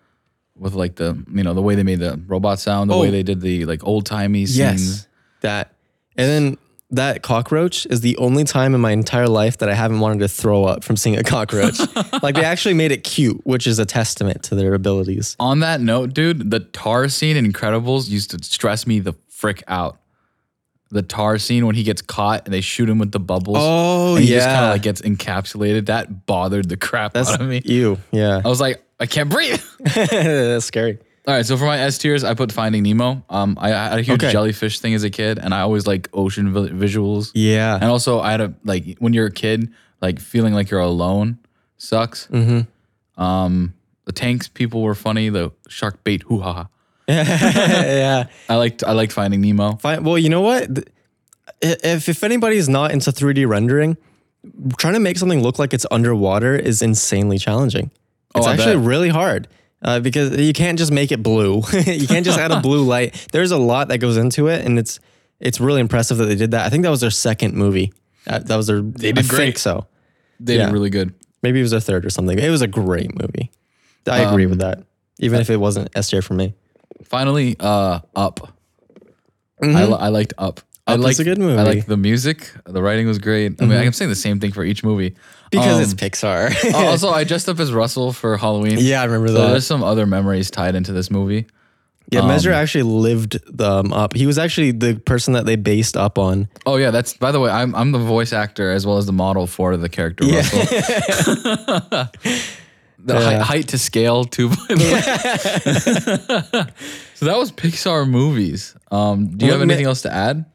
Speaker 2: with like the, you know, the way they made the robot sound, the way
Speaker 1: Oh.
Speaker 2: they did the like old timey scenes.
Speaker 1: Mm. that and then that cockroach is the only time in my entire life that I haven't wanted to throw up from seeing a cockroach. like they actually made it cute, which is a testament to their abilities.
Speaker 2: On that note, dude, the tar scene in Incredibles used to stress me the frick out. The tar scene when he gets caught and they shoot him with the bubbles.
Speaker 1: Oh,
Speaker 2: and he just kind
Speaker 1: yeah.
Speaker 2: of like gets encapsulated. That bothered the crap out of me.
Speaker 1: You, yeah,
Speaker 2: I was like, I can't breathe.
Speaker 1: Oh. that's scary.
Speaker 2: All right, so for my S tiers, I put Finding Nemo. Um, I, I had a huge
Speaker 1: Okay.
Speaker 2: jellyfish thing as a kid, and I always like ocean vi- visuals.
Speaker 1: Yeah,
Speaker 2: And also, I had a like when you're a kid, like feeling like you're alone sucks. Mm-hmm. Um, the tanks people were funny. The shark bait, hoo ha.
Speaker 1: yeah.
Speaker 2: I liked I liked Finding Nemo.
Speaker 1: Fine. Well, you know what? Th- If if anybody's not into 3D rendering, trying to make something look like it's underwater is insanely challenging. It's
Speaker 2: Oh, I
Speaker 1: actually
Speaker 2: bet.
Speaker 1: really hard uh, because you can't just make it blue. you can't just add a blue light. There's a lot that goes into it, and it's it's really impressive that they did that. I think that was their second movie. Uh, That, that was their. They
Speaker 2: did
Speaker 1: I
Speaker 2: great.
Speaker 1: Think so
Speaker 2: They
Speaker 1: Yeah.
Speaker 2: did really good.
Speaker 1: maybe it was their third or something. It was a great movie. I
Speaker 2: Um,
Speaker 1: agree with that. Even if it wasn't S tier for me.
Speaker 2: Finally, uh, Up. I, li- I liked Up. I
Speaker 1: Hmm. Up is
Speaker 2: liked
Speaker 1: a good movie. Mm-hmm.
Speaker 2: I liked the music. The writing was great. I mean, I'm saying the same thing for each movie
Speaker 1: Because
Speaker 2: Um,
Speaker 1: it's Pixar.
Speaker 2: also, I dressed up as Russell for Halloween.
Speaker 1: oh, yeah, I remember
Speaker 2: So
Speaker 1: that.
Speaker 2: there's some other memories tied into this movie.
Speaker 1: Yeah, Measure actually lived um, up. He was actually the person that they based up on.
Speaker 2: Oh yeah, that's by the way, I'm I'm the voice actor as well as the model for the character Russell. the hei-
Speaker 1: Yeah.
Speaker 2: height to scale too, by the way. so that was Pixar movies. Um, do you have
Speaker 1: Let me-
Speaker 2: anything else to add?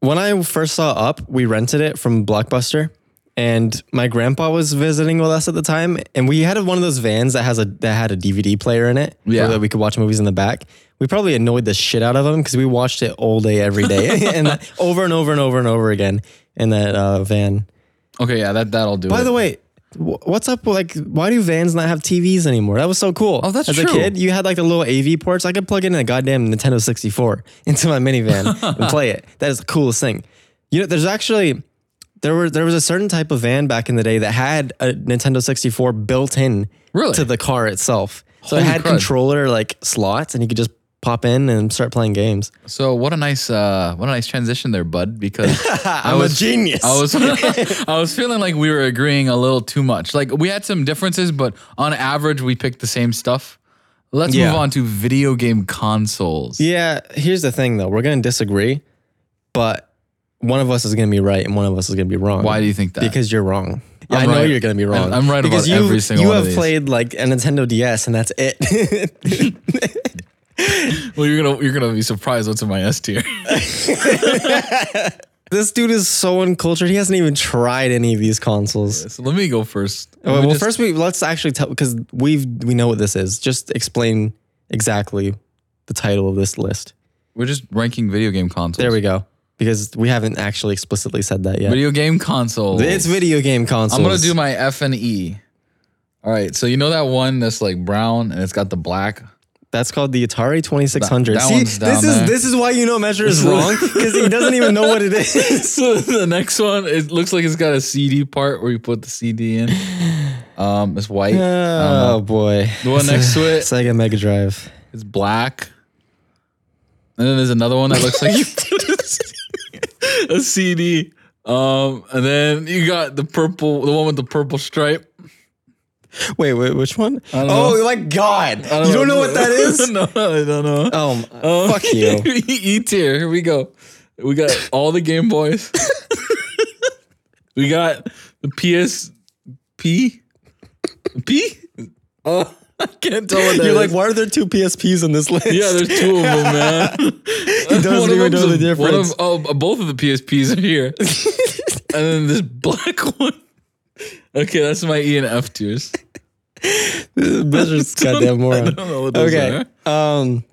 Speaker 1: When I first saw Up, we rented it from Blockbuster, and my grandpa was visiting with us at the time, and we had one of those vans that has a that had a DVD player in it,
Speaker 2: Yeah.
Speaker 1: so that we could watch movies in the back. We probably annoyed the shit out of him because we watched it all day, every day, and that- over and over and over and over again in that uh, van.
Speaker 2: Okay, yeah, that that'll do.
Speaker 1: By the way, wh- what's up? with, Like, why do vans not have TVs anymore? That was so cool.
Speaker 2: Oh, that's
Speaker 1: As
Speaker 2: true.
Speaker 1: a kid, you had like the little AV ports. I could plug in a goddamn Nintendo 64 into my minivan and play it. That is the coolest thing. You know, there's actually there were there was a certain type of van back in the day that had a Nintendo 64 built in
Speaker 2: Really?
Speaker 1: to the car itself. So
Speaker 2: Holy
Speaker 1: it had
Speaker 2: crud.
Speaker 1: controller like slots, and you could just pop in and start playing games.
Speaker 2: So what a nice uh, what a nice transition there, bud. Because
Speaker 1: I'm a genius.
Speaker 2: I was I was feeling like we were agreeing a little too much. Like we had some differences, but on average we picked the same stuff. Let's
Speaker 1: Yeah.
Speaker 2: move on to video game consoles.
Speaker 1: yeah, here's the thing though. We're going to disagree, but one of us is going to be right and one of us is going to be wrong.
Speaker 2: Why do you think that?
Speaker 1: Because you're wrong. Yeah, I
Speaker 2: I'm
Speaker 1: know
Speaker 2: right.
Speaker 1: you're going to be wrong.
Speaker 2: I'm right
Speaker 1: because
Speaker 2: about
Speaker 1: you,
Speaker 2: every single
Speaker 1: You
Speaker 2: one of
Speaker 1: have
Speaker 2: these.
Speaker 1: played like a Nintendo DS and that's it.
Speaker 2: well, you're gonna you're gonna be surprised what's in my S tier.
Speaker 1: this dude is so uncultured. He hasn't even tried any of these consoles.
Speaker 2: so let me go first. Let
Speaker 1: Oh, Well,
Speaker 2: me
Speaker 1: well,
Speaker 2: just-
Speaker 1: first we let's actually tell because we've we know what this is. Just explain exactly the title of this list.
Speaker 2: we're just ranking video game consoles.
Speaker 1: There we go. Because we haven't actually explicitly said that yet.
Speaker 2: Video game consoles.
Speaker 1: it's video game consoles.
Speaker 2: I'm gonna do my F and E. All right, so you know that one that's like brown and it's got the black.
Speaker 1: That's called the Atari 2600.
Speaker 2: That- that
Speaker 1: See,
Speaker 2: one's down
Speaker 1: this is
Speaker 2: there.
Speaker 1: this is why you know measure is wrong because he doesn't even know what it is.
Speaker 2: So the next one, it looks like it's got a CD part where you put the CD in. Um, it's white.
Speaker 1: Oh boy.
Speaker 2: Uh-huh. The one next to it,
Speaker 1: Sega Mega Drive.
Speaker 2: it's black. And then there's another one that looks like you put a, CD. Um, and then you got the purple, the one with the purple stripe.
Speaker 1: Wait, wait, which one?
Speaker 2: don't
Speaker 1: Oh my God!
Speaker 2: I
Speaker 1: you don't know what that is?
Speaker 2: no, I don't know.
Speaker 1: Oh,
Speaker 2: Um,
Speaker 1: fuck you.
Speaker 2: e tier. Here we go. We got all the Game Boys. we got the PSP. P?
Speaker 1: Uh,
Speaker 2: Oh, I can't tell what that
Speaker 1: You're like,
Speaker 2: is.
Speaker 1: why are there two PSPs on this list?
Speaker 2: yeah, there's two of them, man.
Speaker 1: he doesn't
Speaker 2: One of
Speaker 1: even know the
Speaker 2: them's a- one of-
Speaker 1: difference.
Speaker 2: oh, both of the PSPs are here, and then this black one. Okay, that's my E and F tiers.
Speaker 1: Measure's goddamn
Speaker 2: I
Speaker 1: moron.
Speaker 2: don't know what those
Speaker 1: Okay.
Speaker 2: are.
Speaker 1: Um.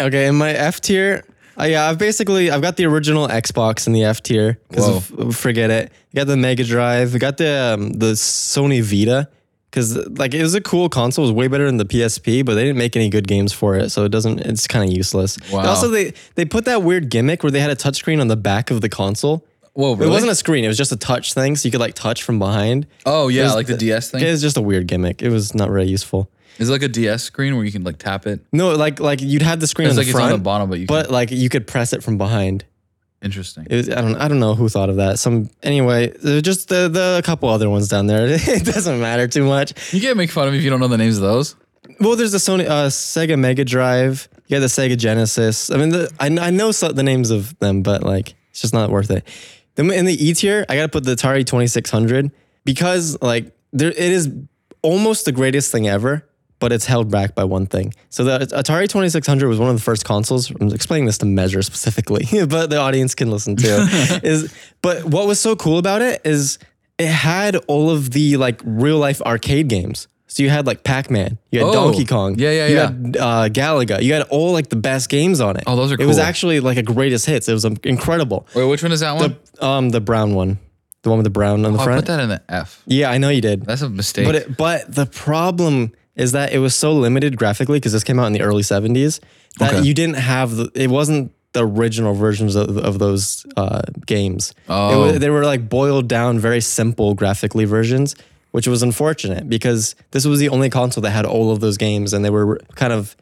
Speaker 1: okay. In my F tier, uh, yeah, I've basically I've got the original Xbox in the F tier because forget it. We got the Mega Drive. We got the um, the Sony Vita because like it was a cool console. It was way better than the PSP, but they didn't make any good games for it, so it doesn't. It's kind of useless. And
Speaker 2: Wow.
Speaker 1: Also, they they put that weird gimmick where they had a touchscreen on the back of the console.
Speaker 2: Whoa,
Speaker 1: It
Speaker 2: really?
Speaker 1: wasn't a screen. It was just a touch thing, so you could like touch from behind.
Speaker 2: oh yeah,
Speaker 1: was
Speaker 2: like the,
Speaker 1: the-
Speaker 2: DS
Speaker 1: It
Speaker 2: thing.
Speaker 1: was just a weird gimmick. It was not really useful.
Speaker 2: Is it like a DS screen where you can like tap it?
Speaker 1: No, like like you'd have the screen on
Speaker 2: It's
Speaker 1: the
Speaker 2: like
Speaker 1: front,
Speaker 2: it's on the bottom, but you
Speaker 1: but like you could press it from behind.
Speaker 2: can. Interesting.
Speaker 1: It was, I don't I don't know who thought of that. Some anyway, uh, just the the a couple other ones down there. It doesn't matter too much.
Speaker 2: You can't make fun of me if you don't know the names of those.
Speaker 1: Well, there's the Sony uh, Sega Mega Drive. You got the Sega Genesis. I mean, the, I I know so, the names of them, but like it's just not worth it. Then in the E tier, I gotta put the Atari 2600 because like there it is almost the greatest thing ever, but it's held back by one thing. So the Atari 2600 was one of the first consoles. I'm explaining this to measure specifically, but the audience can listen too. is but what was so cool about it is it had all of the like real life arcade games. So you had like Pac-Man, you had
Speaker 2: Oh,
Speaker 1: Donkey Kong,
Speaker 2: yeah, yeah,
Speaker 1: you
Speaker 2: yeah.
Speaker 1: had uh, Galaga, you had all like the best games on it.
Speaker 2: Oh, those are
Speaker 1: It was
Speaker 2: cool.
Speaker 1: actually like a greatest hits. It was um, incredible.
Speaker 2: Wait, which one is that one?
Speaker 1: Um, the brown one, the one with the brown on the
Speaker 2: Oh, I
Speaker 1: front.
Speaker 2: put that in the F.
Speaker 1: yeah, I know you did.
Speaker 2: That's a mistake.
Speaker 1: But it, but the problem is that it was so limited graphically because this came out in the early 70s that
Speaker 2: Okay.
Speaker 1: you didn't have the, it wasn't the original versions of, of those uh, games. It wa-
Speaker 2: Oh.
Speaker 1: they were like boiled down, very simple graphically versions, which was unfortunate because this was the only console that had all of those games and they were kind of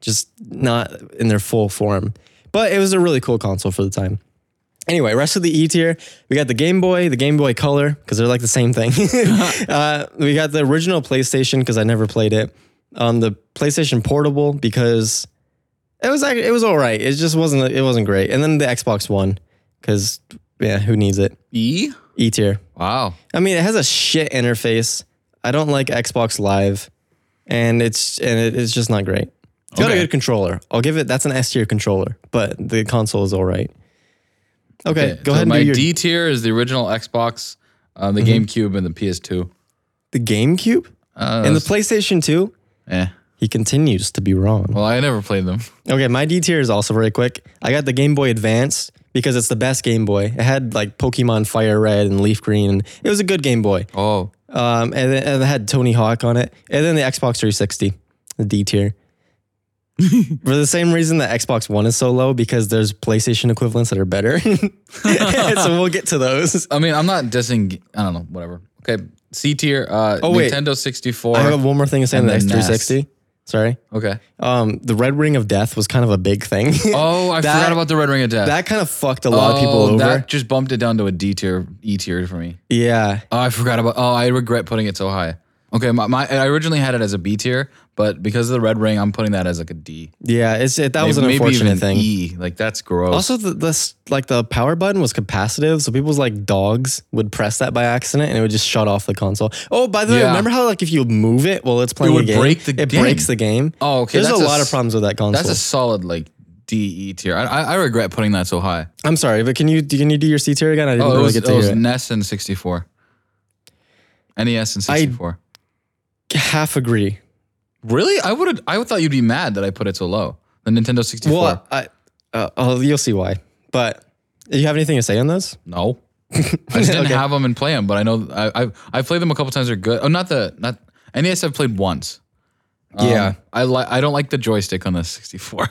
Speaker 1: just not in their full form. But it was a really cool console for the time. Anyway, rest of the E tier, we got the Game Boy, the Game Boy Color, because they're like the same thing. uh, we got the original PlayStation because I never played it. Um, the PlayStation Portable because it was like it was all right. It just wasn't it wasn't great. And then the Xbox One because yeah, who needs it?
Speaker 2: E.
Speaker 1: E tier.
Speaker 2: Wow.
Speaker 1: I mean, it has a shit interface. I don't like Xbox Live, and it's and it, it's just not great. It's got a
Speaker 2: Okay.
Speaker 1: good controller. I'll give it. That's an S tier controller, but the console is all right. Okay, go
Speaker 2: so
Speaker 1: ahead and
Speaker 2: My
Speaker 1: do your Mm-hmm.
Speaker 2: D tier is the original Xbox, um, the GameCube, and the PS2.
Speaker 1: the GameCube
Speaker 2: Uh,
Speaker 1: and the PlayStation Two.
Speaker 2: eh.
Speaker 1: He continues to be wrong.
Speaker 2: Well, I never played them.
Speaker 1: Okay, my D tier is also very quick. I got the Game Boy Advance because it's the best Game Boy. It had like Pokemon Fire Red and Leaf Green, and it was a good Game Boy.
Speaker 2: Oh,
Speaker 1: Um, and, then, and it had Tony Hawk on it. And then the Xbox 360, the D tier. For the same reason that Xbox One is so low because there's PlayStation equivalents that are better. so we'll get to those.
Speaker 2: I mean, I'm not dissing. I don't know. Whatever. Okay. C tier. Uh,
Speaker 1: Oh, wait.
Speaker 2: Nintendo 64.
Speaker 1: I have one more thing to say on
Speaker 2: And
Speaker 1: the
Speaker 2: then
Speaker 1: X360. Sorry.
Speaker 2: Okay.
Speaker 1: Um, the Red Ring of Death was kind of a big thing.
Speaker 2: Oh, I
Speaker 1: That-
Speaker 2: forgot about the Red Ring of Death.
Speaker 1: that kind of fucked a lot of people
Speaker 2: Oh,
Speaker 1: over.
Speaker 2: That just bumped it down to a D tier, E tier for me.
Speaker 1: yeah.
Speaker 2: Oh, I forgot about. Oh, I regret putting it so high. Okay, my, my I originally had it as a B tier, but because of the red ring, I'm putting that as like a D.
Speaker 1: Yeah. It's, it, that was an
Speaker 2: Maybe even
Speaker 1: unfortunate thing.
Speaker 2: E, like that's gross.
Speaker 1: Also, the, the s- like the power button was capacitive, so people's like dogs would press that by accident, and it would just shut off the console. Oh, by the way,
Speaker 2: Yeah.
Speaker 1: remember how like if you move it while it's playing,
Speaker 2: would
Speaker 1: a game,
Speaker 2: break the
Speaker 1: it
Speaker 2: game.
Speaker 1: breaks the game.
Speaker 2: Oh, okay,
Speaker 1: There's a
Speaker 2: that's a
Speaker 1: lot of
Speaker 2: s-
Speaker 1: problems with that console.
Speaker 2: that's a solid like D E tier. I, I I regret putting that so high.
Speaker 1: I'm sorry, but can you can you do your C tier again? I didn't
Speaker 2: Oh, it
Speaker 1: really
Speaker 2: was,
Speaker 1: get
Speaker 2: it
Speaker 1: to
Speaker 2: was
Speaker 1: hear it.
Speaker 2: NES and 64. NES and 64.
Speaker 1: Half agree.
Speaker 2: really? I would have. I thought you'd be mad that I put it so low. The Nintendo 64.
Speaker 1: Well, I, uh, oh, you'll see why. But do you have anything to say on those?
Speaker 2: No. I just didn't
Speaker 1: Okay.
Speaker 2: have them and play them, but I know I, I I've played them a couple times. They're good. Oh, not the not NES. I've played once. Um,
Speaker 1: Yeah.
Speaker 2: I like I don't like the joystick on the 64.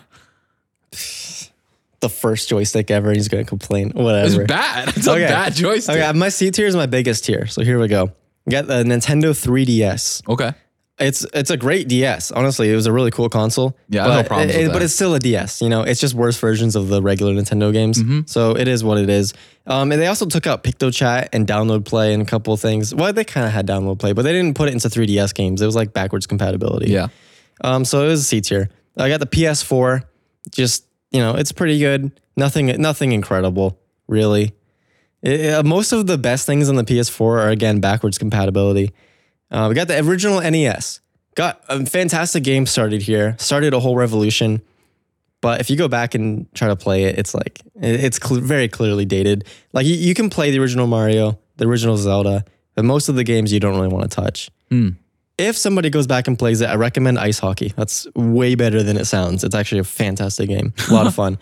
Speaker 1: The first joystick ever. He's gonna complain.
Speaker 2: It's
Speaker 1: Whatever.
Speaker 2: bad. It's
Speaker 1: Okay.
Speaker 2: a bad joystick.
Speaker 1: Okay, my C tier is my biggest tier. So here we go. Get the Nintendo 3DS.
Speaker 2: Okay.
Speaker 1: It's it's a great DS. Honestly, it was a really cool console.
Speaker 2: Yeah, I
Speaker 1: but
Speaker 2: have no problems
Speaker 1: it,
Speaker 2: with
Speaker 1: it- but
Speaker 2: that.
Speaker 1: it's still a DS. You know, it's just worse versions of the regular Nintendo games.
Speaker 2: Mm-hmm.
Speaker 1: So it is what it is. Um, and they also took out PictoChat and Download Play and a couple of things. Well, they kind of had Download Play, but they didn't put it into 3DS games. It was like backwards compatibility.
Speaker 2: Yeah.
Speaker 1: Um, so it was a C tier. I got the PS4. Just you know, it's pretty good. Nothing, nothing incredible, really. It- uh, most of the best things on the PS4 are again backwards compatibility. Uh, we got the original NES. Got a fantastic game started here. Started a whole revolution. But if you go back and try to play it, it's like it- it's cl- very clearly dated. Like you, you can play the original Mario, the original Zelda, but most of the games you don't really want to touch. If somebody goes back and plays it, I recommend Ice Hockey. That's way better than it sounds. It's actually a fantastic game, a lot of fun.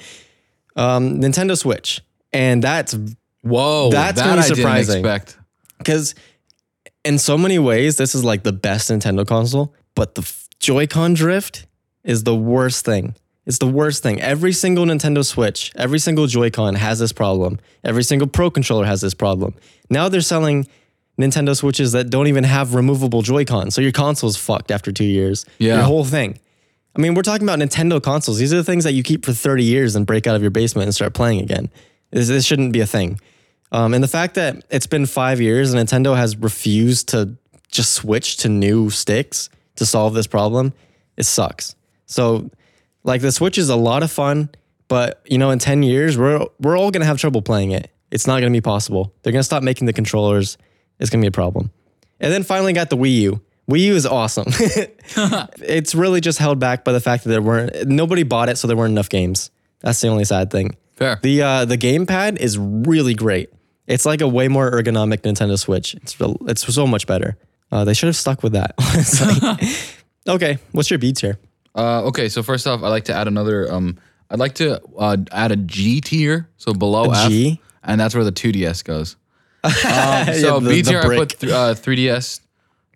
Speaker 1: Um, Nintendo Switch, and that's
Speaker 2: Whoa.
Speaker 1: That's
Speaker 2: that
Speaker 1: gonna be
Speaker 2: I
Speaker 1: surprising.
Speaker 2: didn't expect.
Speaker 1: because in so many ways, this is like the best Nintendo console, but the f- Joy-Con drift is the worst thing. It's the worst thing. Every single Nintendo Switch, every single Joy-Con has this problem. Every single Pro controller has this problem. Now they're selling Nintendo Switches that don't even have removable Joy-Con, so your console's fucked after two years.
Speaker 2: Yeah.
Speaker 1: Your whole thing. I mean, we're talking about Nintendo consoles. These are the things that you keep for 30 years and break out of your basement and start playing again. This, this shouldn't be a thing. Um, and the fact that it's been five years and Nintendo has refused to just switch to new sticks to solve this problem, it sucks. So, like, the Switch is a lot of fun, but you know, in 10 years, we're, we're all gonna have trouble playing it. It's not gonna be possible. They're gonna stop making the controllers, it's gonna be a problem. And then finally got the Wii U. Wii U is awesome. it's really just held back by the fact that there weren't nobody bought it, so there weren't enough games. That's the only sad thing.
Speaker 2: Fair.
Speaker 1: The uh, the gamepad is really great. It's like a way more ergonomic Nintendo Switch. It's real- it's so much better. Uh, they should have stuck with that. It's like- okay, what's your beats here?
Speaker 2: Uh, okay. So first off, I'd like to add another. Um, I'd like to uh, add a G tier. So below F,
Speaker 1: G?
Speaker 2: and that's where the 2DS goes. Um, so
Speaker 1: the-
Speaker 2: B
Speaker 1: the
Speaker 2: tier, I
Speaker 1: brick.
Speaker 2: put th- uh, 3DS.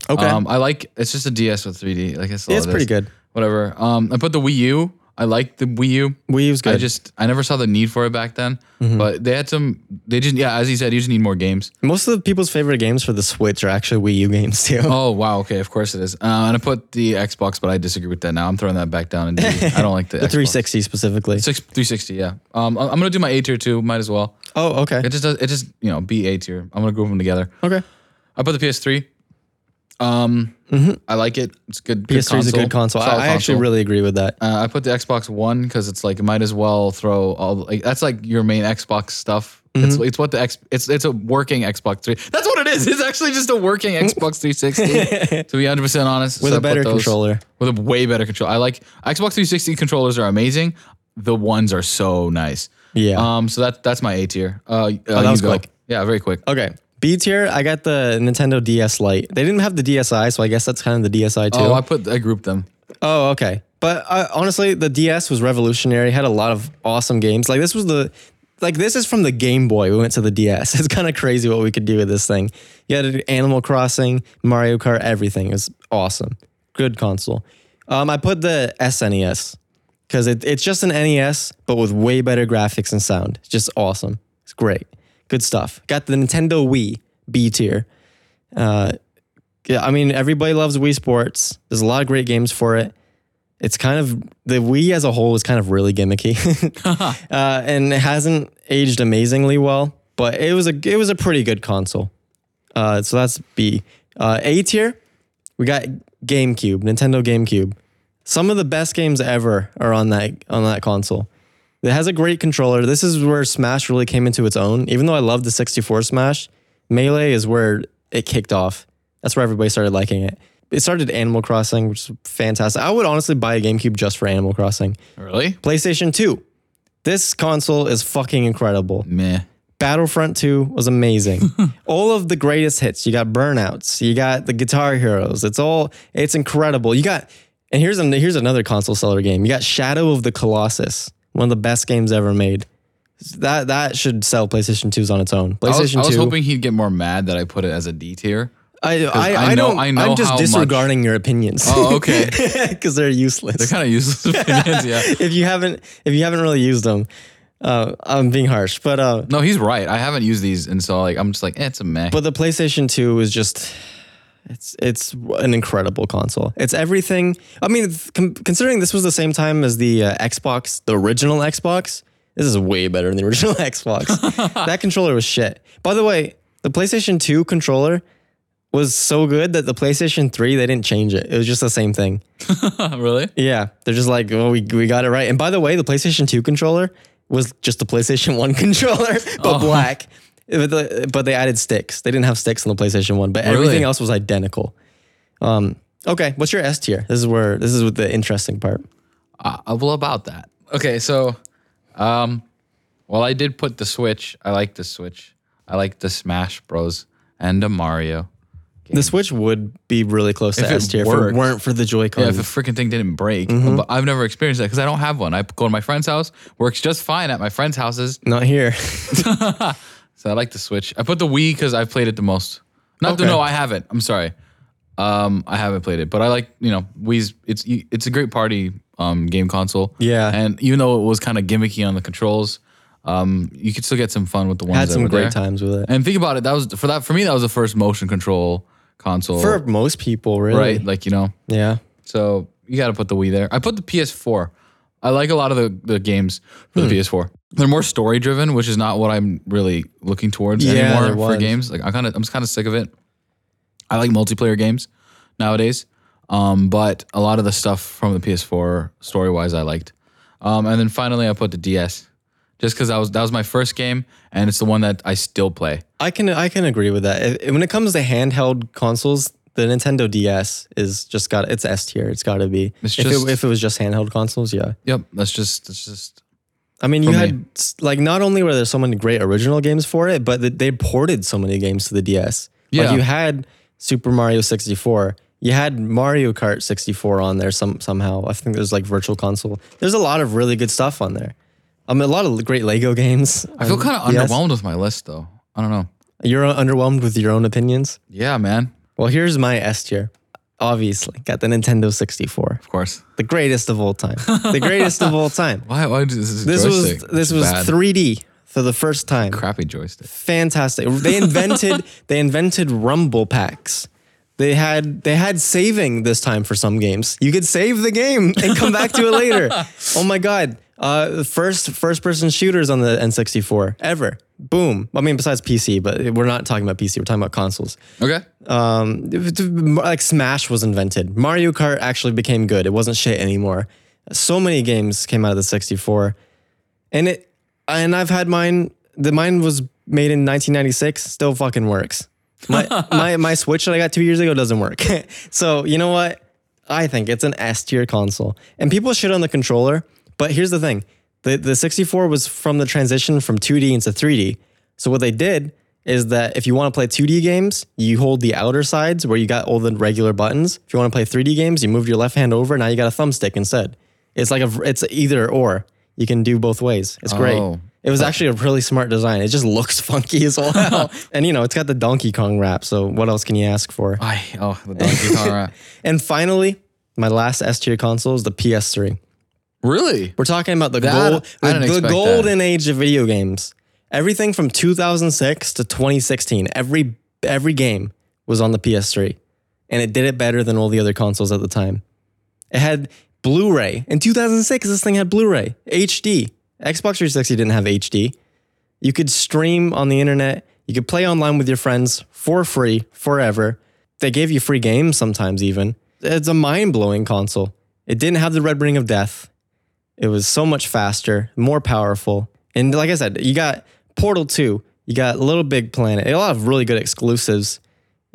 Speaker 1: Okay,
Speaker 2: Um, I like it's just a DS with 3D. Like it's, all
Speaker 1: It's
Speaker 2: it
Speaker 1: pretty
Speaker 2: is.
Speaker 1: good.
Speaker 2: Whatever. Um, I put the Wii U. I like the Wii U. Mm-hmm.
Speaker 1: Wii U's good.
Speaker 2: I just I never saw the need for it back then. But they had some. They just yeah, as you said, you just need more games.
Speaker 1: Most of the people's favorite games for the Switch are actually Wii U games too.
Speaker 2: Oh wow, okay, of course it is. Uh, and I put the Xbox, but I disagree with that now. I'm throwing that back down. And I don't like the,
Speaker 1: the
Speaker 2: Xbox.
Speaker 1: 360 specifically.
Speaker 2: Six, 360, yeah. Um, I- I'm gonna do my A tier too. Might as well.
Speaker 1: Oh, okay,
Speaker 2: It just does. It just you know B A tier. I'm gonna group them together.
Speaker 1: okay.
Speaker 2: I put the PS3. Um, I like it. It's good. good
Speaker 1: PS3 is a good console. I,
Speaker 2: Solid
Speaker 1: I actually
Speaker 2: console.
Speaker 1: really agree with that.
Speaker 2: Uh, I put the Xbox One because it's like might as well throw all like that's like your main Xbox stuff. It's
Speaker 1: Mm-hmm.
Speaker 2: it's what the X it's it's a working Xbox three. That's what it is. It's actually just a working Xbox 360. to be 100 percent honest,
Speaker 1: With
Speaker 2: So I
Speaker 1: a
Speaker 2: put
Speaker 1: better
Speaker 2: those-
Speaker 1: controller.
Speaker 2: With a way better controller. I like Xbox 360 controllers are amazing. The ones are so nice.
Speaker 1: Yeah. Oh,
Speaker 2: Um. So that that's my A tier. Uh, uh, you
Speaker 1: was
Speaker 2: go.
Speaker 1: quick.
Speaker 2: Yeah. Very quick.
Speaker 1: Okay. B tier, I got the Nintendo DS Lite. They didn't have the DSi, so I guess that's kind of the DSi too.
Speaker 2: Oh, I put I grouped them.
Speaker 1: Oh, okay. But uh, honestly, the DS was revolutionary. Had a lot of awesome games. Like this was the like this is from the Game Boy. We went to the DS. It's kind of crazy what we could do with this thing. You had Animal Crossing, Mario Kart, everything. It was awesome. Good console. Um, I put the SNES because it, it's just an NES, but with way better graphics and sound. It's just awesome. It's great. Good stuff. Got the Nintendo Wii B tier. Uh, yeah, I mean, everybody loves Wii Sports. There's a lot of great games for it. it's kind of the Wii as a whole is kind of really gimmicky, uh, and it hasn't aged amazingly well. But it was a it was a pretty good console. Uh, so that's B. Uh, a tier, we got GameCube, Nintendo GameCube. Some of the best games ever are on that on that console. It has a great controller. This is where Smash really came into its own. Even though I loved the 64 Smash, Melee is where it kicked off. That's where everybody started liking it. It started Animal Crossing, which is fantastic. I would honestly buy a GameCube just for Animal Crossing.
Speaker 2: Really?
Speaker 1: PlayStation 2. This console is fucking incredible.
Speaker 2: Meh.
Speaker 1: Battlefront 2 was amazing. all of the greatest hits. You got Burnouts. You got the Guitar Heroes. It's all it's incredible. You got and here's an, here's another console seller game. You got Shadow of the Colossus, one of the best games ever made. That that should sell PlayStation 2s on its own.
Speaker 2: I was,
Speaker 1: PlayStation
Speaker 2: I was
Speaker 1: 2.
Speaker 2: hoping he'd get more mad that I put it as a D tier.
Speaker 1: I, I,
Speaker 2: I
Speaker 1: I
Speaker 2: know-
Speaker 1: don't
Speaker 2: I
Speaker 1: I
Speaker 2: know
Speaker 1: am just
Speaker 2: how much-
Speaker 1: disregarding your opinions.
Speaker 2: Oh, okay.
Speaker 1: Cuz they're useless.
Speaker 2: They're kind of useless opinions, yeah.
Speaker 1: if you haven't if you haven't really used them, uh, I'm being harsh, but uh
Speaker 2: No, he's right. I haven't used these, and so like I'm just like, eh, it's a meh.
Speaker 1: But the PlayStation 2 is just it's it's an incredible console. It's everything. I mean, th- con- considering this was the same time as the uh, Xbox, the original Xbox, this is way better than the original Xbox. that controller was shit. By the way, the PlayStation 2 controller was so good that the PlayStation 3 they didn't change it. It was just the same thing.
Speaker 2: really?
Speaker 1: Yeah, they're just like, "Oh, we we got it right." And by the way, the PlayStation 2 controller was just the PlayStation 1 controller,
Speaker 2: Oh.
Speaker 1: but black. But, the- but they added sticks. They didn't have sticks on the PlayStation 1, but
Speaker 2: Really?
Speaker 1: everything else was identical. Um, okay, what's your S tier? This is where this is with the interesting part.
Speaker 2: Uh, well, about that. Okay, so, um, well, I did put the Switch. I like the Switch. I like the Smash Bros. and the Mario.
Speaker 1: The Switch would be really close
Speaker 2: If
Speaker 1: to
Speaker 2: it
Speaker 1: S tier if it
Speaker 2: worked.
Speaker 1: weren't for the Joy-Con.
Speaker 2: Yeah, if the freaking thing didn't break, but I've never experienced that because I don't have one. I go to my friend's house, works just fine at my friend's houses.
Speaker 1: Not here.
Speaker 2: So I like the Switch. I put the Wii because I've played it the most. Not the,
Speaker 1: Okay.
Speaker 2: no, I haven't. I'm sorry. Um, I haven't played it, but I like you know Wii's. It's it's a great party um game console.
Speaker 1: Yeah.
Speaker 2: and even though it was kind of gimmicky on the controls, um, you could still get some fun with the ones.
Speaker 1: Had
Speaker 2: that
Speaker 1: some
Speaker 2: were
Speaker 1: great
Speaker 2: there.
Speaker 1: times with it.
Speaker 2: And think about it. That was for that for me. That was the first motion control console,
Speaker 1: For most people, really.
Speaker 2: right? Like you know,
Speaker 1: Yeah.
Speaker 2: so you got to put the Wii there. I put the PS4. I like a lot of the, the games for
Speaker 1: Hmm.
Speaker 2: the PS4. They're more story driven, which is not what I'm really looking towards
Speaker 1: Yeah, there
Speaker 2: anymore for
Speaker 1: was.
Speaker 2: games. Like I kind of I'm kind of sick of it. I like multiplayer games nowadays, um, but a lot of the stuff from the PS4 story wise I liked. Um, and then finally I put the DS, just because I was that was my first game and it's the one that I still play.
Speaker 1: I can I can agree with that. If- when it comes to handheld consoles, the Nintendo DS is just got it's S tier. It's got to be.
Speaker 2: It's
Speaker 1: if,
Speaker 2: just-
Speaker 1: it, if it was just handheld consoles, yeah.
Speaker 2: Yep, that's just that's just
Speaker 1: I mean, you
Speaker 2: For me.
Speaker 1: had s- like not only were there so many great original games for it, but th- they ported so many games to the DS.
Speaker 2: Yeah.
Speaker 1: Like you had Super Mario 64. You had Mario Kart 64 on there some somehow. I think there's like Virtual Console. There's a lot of really good stuff on there. I mean, a lot of great Lego games. Um,
Speaker 2: I feel kind of underwhelmed with my list though. I don't know.
Speaker 1: You're underwhelmed with your own opinions.
Speaker 2: Yeah, man.
Speaker 1: Well, here's my S tier. Obviously, got the Nintendo 64,
Speaker 2: Of course.
Speaker 1: the greatest of all time. The greatest of all time.
Speaker 2: Why? Why is this? a
Speaker 1: This was
Speaker 2: joystick?
Speaker 1: this
Speaker 2: It's
Speaker 1: was
Speaker 2: bad.
Speaker 1: 3D for the first time.
Speaker 2: crappy joystick.
Speaker 1: Fantastic. They invented they invented rumble packs. They had they had saving this time for some games. You could save the game and come back to it later. Oh my god. Uh, first first person shooters on the N64 ever. Boom. I mean besides PC, but we're not talking about PC. We're talking about consoles.
Speaker 2: Okay.
Speaker 1: um, like Smash was invented. Mario Kart actually became good. It wasn't shit anymore. So many games came out of the 64, and it and I've had mine. The mine was made in 1996. Still fucking works. My my my Switch that I got two years ago doesn't work. so you know what? I think it's an S tier console, and people shit on the controller. But here's the thing: the the 64 was from the transition from 2D into 3D. So what they did is that if you want to play 2D games, you hold the outer sides where you got all the regular buttons. If you want to play 3D games, you move your left hand over. Now you got a thumbstick instead. It's like a v- it's either or. You can do both ways. It's great.
Speaker 2: Oh.
Speaker 1: It was actually a really smart design. It just looks funky as all hell. and you know, it's got the Donkey Kong wrap. So what else can you ask for?
Speaker 2: I oh the Donkey Kong. rap.
Speaker 1: And finally, my last S tier console is the PS3.
Speaker 2: Really?
Speaker 1: We're talking about the
Speaker 2: That-
Speaker 1: gold,
Speaker 2: I
Speaker 1: the,
Speaker 2: didn't
Speaker 1: the
Speaker 2: expect
Speaker 1: golden age of video games. Everything from 2006 to 2016, every every game was on the PS3, and it did it better than all the other consoles at the time. It had Blu-ray. In 2006, this thing had Blu-ray, HD. Xbox 360 didn't have HD. You could stream on the internet. You could play online with your friends for free forever. They gave you free games sometimes even. It's a mind-blowing console. It didn't have the red ring of death. It was so much faster, more powerful. And like I said, you got Portal 2, you got Little Big Planet, a lot of really good exclusives.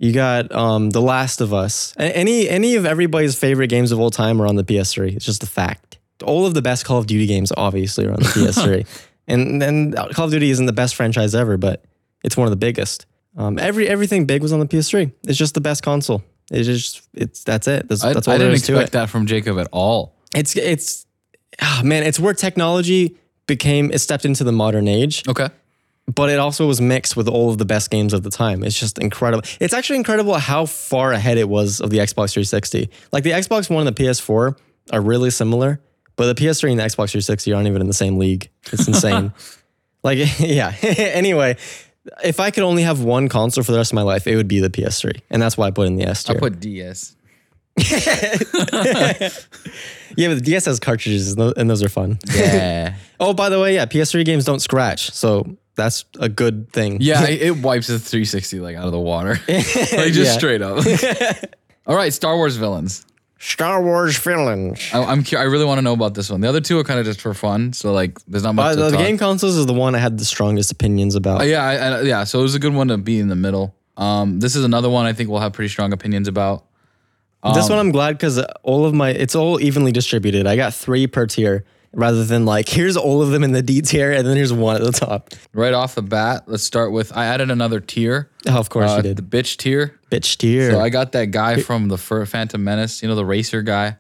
Speaker 1: You got um, The Last of Us. A- Any any of everybody's favorite games of all time are on the PS3. It's just a fact. All of the best Call of Duty games obviously are on the PS3. And and Call of Duty isn't the best franchise ever, but it's one of the biggest. Um, every everything big was on the PS3. It's just the best console. It's just it's that's it. That's,
Speaker 2: I,
Speaker 1: that's all
Speaker 2: I
Speaker 1: there
Speaker 2: didn't
Speaker 1: is to it
Speaker 2: expect that from Jacob at all.
Speaker 1: it's it's ah, man it's where technology became it stepped into the modern age
Speaker 2: Okay.
Speaker 1: but it also was mixed with all of the best games of the time it's just incredible it's actually incredible how far ahead it was of the xbox 360 like the xbox one and the ps4 are really similar but the ps3 and the xbox 360 aren't even in the same league it's insane like yeah anyway if i could only have one console for the rest of my life it would be the ps3 and that's why i put in the s tier
Speaker 2: Put DS.
Speaker 1: yeah but the ds has cartridges and tho- and those are fun
Speaker 2: Yeah.
Speaker 1: Oh, by the way, yeah, PS3 games don't scratch, so that's a good thing.
Speaker 2: yeah, it it wipes the 360 like out of the water. like just straight up. all right, Star Wars villains.
Speaker 1: Star Wars villains.
Speaker 2: I, I'm cu- I really want to know about this one. The other two are kind of just for fun, so like there's not much
Speaker 1: Uh,
Speaker 2: to
Speaker 1: the
Speaker 2: talk.
Speaker 1: game consoles is the one I had the strongest opinions about.
Speaker 2: Uh, yeah, I, I, yeah. So it was a good one to be in the middle. Um, this is another one I think we'll have pretty strong opinions about.
Speaker 1: this
Speaker 2: um,
Speaker 1: one I'm glad because all of my it's all evenly distributed. I got three per tier rather than like here's all of them in the D tier and then here's one at the top.
Speaker 2: Right off the bat, let's start with I added another tier.
Speaker 1: Oh, of course
Speaker 2: Uh,
Speaker 1: you
Speaker 2: the
Speaker 1: did.
Speaker 2: bitch tier.
Speaker 1: Bitch tier.
Speaker 2: So I got that guy from the fir- Phantom Menace, you know, the racer guy.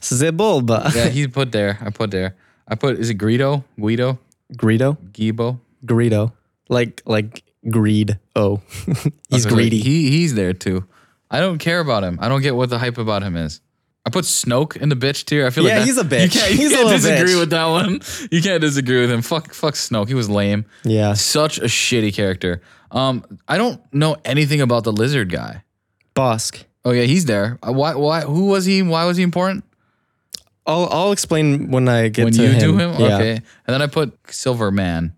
Speaker 1: Zibulba.
Speaker 2: Yeah, he put there. I put there. I put is it Greedo? Guido?
Speaker 1: Greedo.
Speaker 2: Gibo?
Speaker 1: Greedo. Like like greed. Oh. He's
Speaker 2: I was like,
Speaker 1: greedy.
Speaker 2: he he's there too. I don't care about him. I don't get what the hype about him is. I put Snoke in the bitch tier. I feel
Speaker 1: Yeah,
Speaker 2: like that-
Speaker 1: he's a
Speaker 2: You
Speaker 1: bitch.
Speaker 2: can't, you
Speaker 1: He's a
Speaker 2: can't
Speaker 1: little
Speaker 2: disagree
Speaker 1: bitch.
Speaker 2: with that one. You can't disagree with him. Fuck fuck Snoke. He was lame.
Speaker 1: yeah.
Speaker 2: Such a shitty character. Um, I don't know anything about the lizard guy.
Speaker 1: Bosk.
Speaker 2: Oh yeah, he's there. Uh, Why? Why? Who was he? Why was he important?
Speaker 1: I'll I'll explain when I get
Speaker 2: When
Speaker 1: to
Speaker 2: you
Speaker 1: him.
Speaker 2: do him,
Speaker 1: Yeah.
Speaker 2: okay. And then I put Silver Man,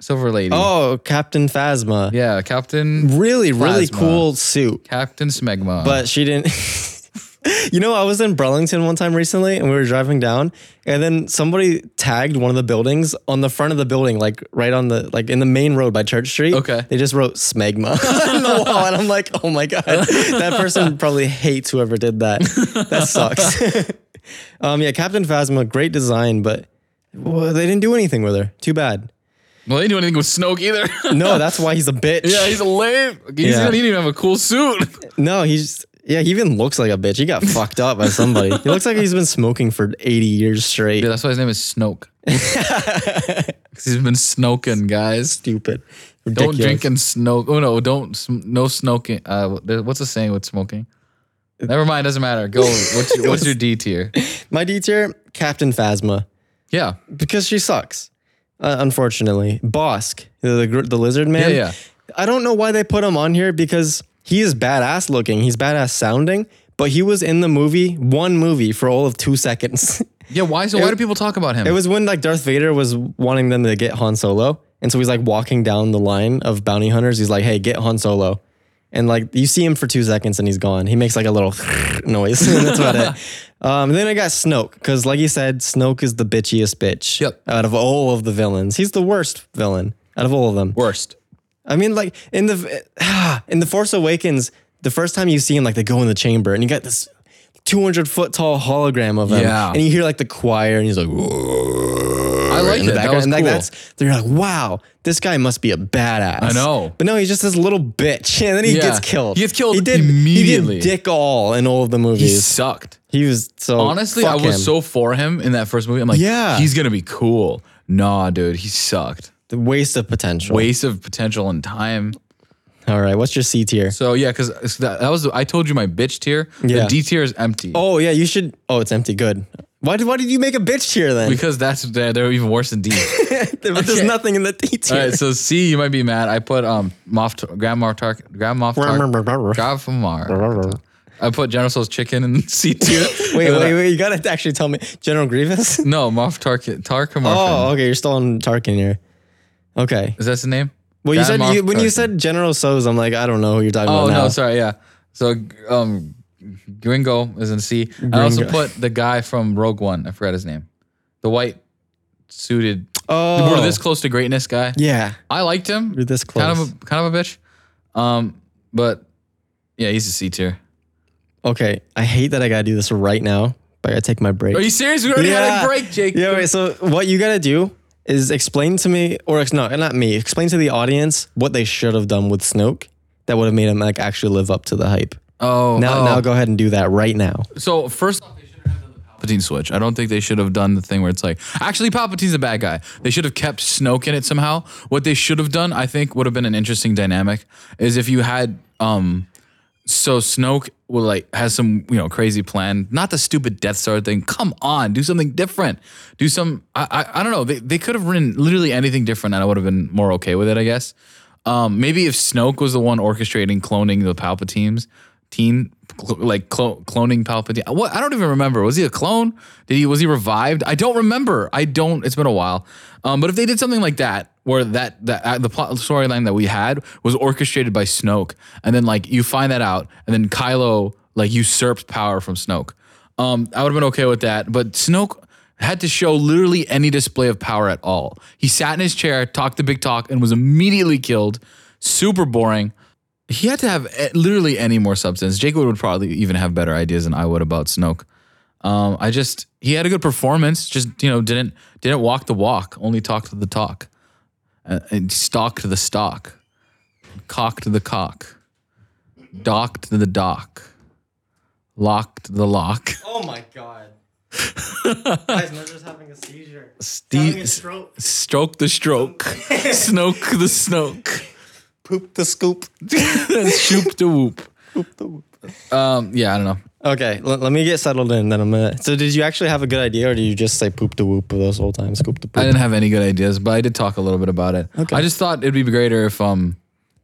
Speaker 2: Silver Lady.
Speaker 1: Oh, Captain Phasma.
Speaker 2: yeah, Captain
Speaker 1: Really, really
Speaker 2: Phasma.
Speaker 1: cool suit.
Speaker 2: Captain Smegma.
Speaker 1: But she didn't. you know, I was in Burlington one time recently and we were driving down, and then somebody tagged one of the buildings on the front of the building, like right on the, like in the main road by Church Street.
Speaker 2: Okay.
Speaker 1: They just wrote smegma on the wall. And I'm like, oh my God, that person probably hates whoever did that. That sucks. um, yeah, Captain Phasma, great design, but well, they didn't do anything with her. Too bad.
Speaker 2: well, they didn't do anything with Snoke either.
Speaker 1: No, that's why he's a bitch.
Speaker 2: yeah, he's a lame. He's
Speaker 1: Yeah.
Speaker 2: He didn't even have a cool suit.
Speaker 1: No, he's yeah. He even looks like a bitch. He got fucked up by somebody. He looks like he's been smoking for eighty years straight.
Speaker 2: Yeah, that's why his name is Snoke. Because he's been snoking, guys.
Speaker 1: Stupid.
Speaker 2: Don't
Speaker 1: Ridiculous.
Speaker 2: drink and snoke. Oh no, don't sm- no snoking. Uh, wh- what's the saying with smoking? Never mind, doesn't matter. Go. What's your, what's your D tier?
Speaker 1: My D tier, Captain Phasma,
Speaker 2: Yeah,
Speaker 1: because she sucks. Uh, unfortunately, Bosk, the, the gr- the lizard man.
Speaker 2: Yeah, yeah.
Speaker 1: I don't know why they put him on here because he is badass looking. He's badass sounding, but he was in the movie one movie for all of two seconds.
Speaker 2: yeah. Why? So why do people talk about him?
Speaker 1: It was when like Darth Vader was wanting them to get Han Solo, and so he's like walking down the line of bounty hunters. He's like, "Hey, get Han Solo," and like you see him for two seconds, and he's gone. He makes like a little noise. and That's about it. Um, then I got Snoke because, like you said, Snoke is the bitchiest bitch
Speaker 2: Yep.
Speaker 1: out of all of the villains. He's the worst villain out of all of them.
Speaker 2: worst.
Speaker 1: I mean, like in the in the Force Awakens, the first time you see him, like they go in the chamber, and you got this. 200 foot tall hologram of him.
Speaker 2: Yeah.
Speaker 1: And you hear like the choir, and he's like,
Speaker 2: I like
Speaker 1: in the
Speaker 2: that. That
Speaker 1: background.
Speaker 2: was
Speaker 1: and like
Speaker 2: cool.
Speaker 1: that's they're like, wow, this guy must be a badass.
Speaker 2: I know.
Speaker 1: But no, he's just this little bitch. And then he
Speaker 2: Yeah.
Speaker 1: gets killed.
Speaker 2: He gets killed
Speaker 1: he did,
Speaker 2: immediately.
Speaker 1: He did dick all in all of the
Speaker 2: he
Speaker 1: movies.
Speaker 2: sucked.
Speaker 1: he was so
Speaker 2: Honestly, I
Speaker 1: fuck
Speaker 2: was
Speaker 1: him.
Speaker 2: so for him in that first movie. I'm like,
Speaker 1: Yeah.
Speaker 2: he's gonna be cool. Nah, dude, he sucked.
Speaker 1: the waste of potential.
Speaker 2: Waste of potential and time.
Speaker 1: All right, what's your C tier?
Speaker 2: So yeah, because that, that was I told you my bitch tier. The
Speaker 1: Yeah.
Speaker 2: D tier is empty.
Speaker 1: Oh yeah, you should oh it's empty. Good. Why did why did you make a bitch tier then?
Speaker 2: Because that's they're, they're even worse than D.
Speaker 1: There- There's
Speaker 2: okay.
Speaker 1: nothing in the D tier.
Speaker 2: All right, so C, you might be mad. I put um Moff, Tar- Grand Moff Tark, Grand Moff Tark, Grand Moff Tark. I put General Tso's chicken in C tier.
Speaker 1: Wait,
Speaker 2: And then
Speaker 1: wait,
Speaker 2: I-
Speaker 1: wait. You gotta actually tell me. General Grievous?
Speaker 2: No, Moff Tarkin. Tarkin.
Speaker 1: Oh, okay. You're still on Tarkin here. Okay.
Speaker 2: Is that his name?
Speaker 1: Well, you
Speaker 2: Dan
Speaker 1: said
Speaker 2: Moff
Speaker 1: you, when you
Speaker 2: Tarkin.
Speaker 1: said General So's, I'm like, I don't know who you're talking
Speaker 2: Oh
Speaker 1: about now.
Speaker 2: no, sorry, yeah. So um Gringo is in C. I also
Speaker 1: Gringo.
Speaker 2: put the guy from Rogue One. I forgot his name. The white suited
Speaker 1: Oh,
Speaker 2: we're this close to greatness guy.
Speaker 1: yeah,
Speaker 2: I liked him.
Speaker 1: we're this close.
Speaker 2: Kind of a kind of a bitch. Um but yeah, he's a C tier.
Speaker 1: okay, I hate that I gotta do this right now, but I gotta take my break.
Speaker 2: Are you serious? We already had a break, Jake.
Speaker 1: Yeah, wait. So what you gotta do is explain to me, or ex- no, not me. Explain to the audience what they should have done with Snoke that would have made him like actually live up to the hype.
Speaker 2: Oh,
Speaker 1: Now,
Speaker 2: oh.
Speaker 1: now go ahead and do that right now.
Speaker 2: So first off, they shouldn't have done the Palpatine switch. I don't think they should have done the thing where it's like, actually, Palpatine's a bad guy. They should have kept Snoke in it somehow. What they should have done, I think, would have been an interesting dynamic. Is if you had, um, so Snoke will like has some you know crazy plan, not the stupid Death Star thing. Come on, do something different. Do some. I I, I don't know. They they could have written literally anything different, and I would have been more okay with it. I guess. Um, maybe if Snoke was the one orchestrating cloning the Palpatines, teen cl- like clo- cloning Palpatine. What I don't even remember. Was he a clone? Did he was he revived? I don't remember. I don't. It's been a while. Um, but if they did something like that, where that that uh, the plot storyline that we had was orchestrated by Snoke, and then like you find that out, and then Kylo like usurps power from Snoke. Um, I would have been okay with that. But Snoke had to show literally any display of power at all. He sat in his chair, talked the big talk, and was immediately killed. Super boring. He had to have eh, literally any more substance. Jake Wood would probably even have better ideas than I would about Snoke. Um, I just he had a good performance. Just you know didn't didn't walk the walk, only talked the talk, uh, and stalked the stock, cocked the cock, docked the dock, locked the lock.
Speaker 1: Oh my god. Guys, Ned's having a seizure.
Speaker 2: Steve, stroke the stroke, snoke the snoke,
Speaker 1: Poop the scoop.
Speaker 2: shoop the whoop. Um, yeah, I don't know.
Speaker 1: Okay, l- let me get settled in. Then I'm gonna. So, did you actually have a good idea, or did you just say poop the whoop those whole time? Scoop the
Speaker 2: I
Speaker 1: poop.
Speaker 2: didn't have any good ideas, but I did talk a little bit about it.
Speaker 1: Okay.
Speaker 2: I just thought it'd be greater if um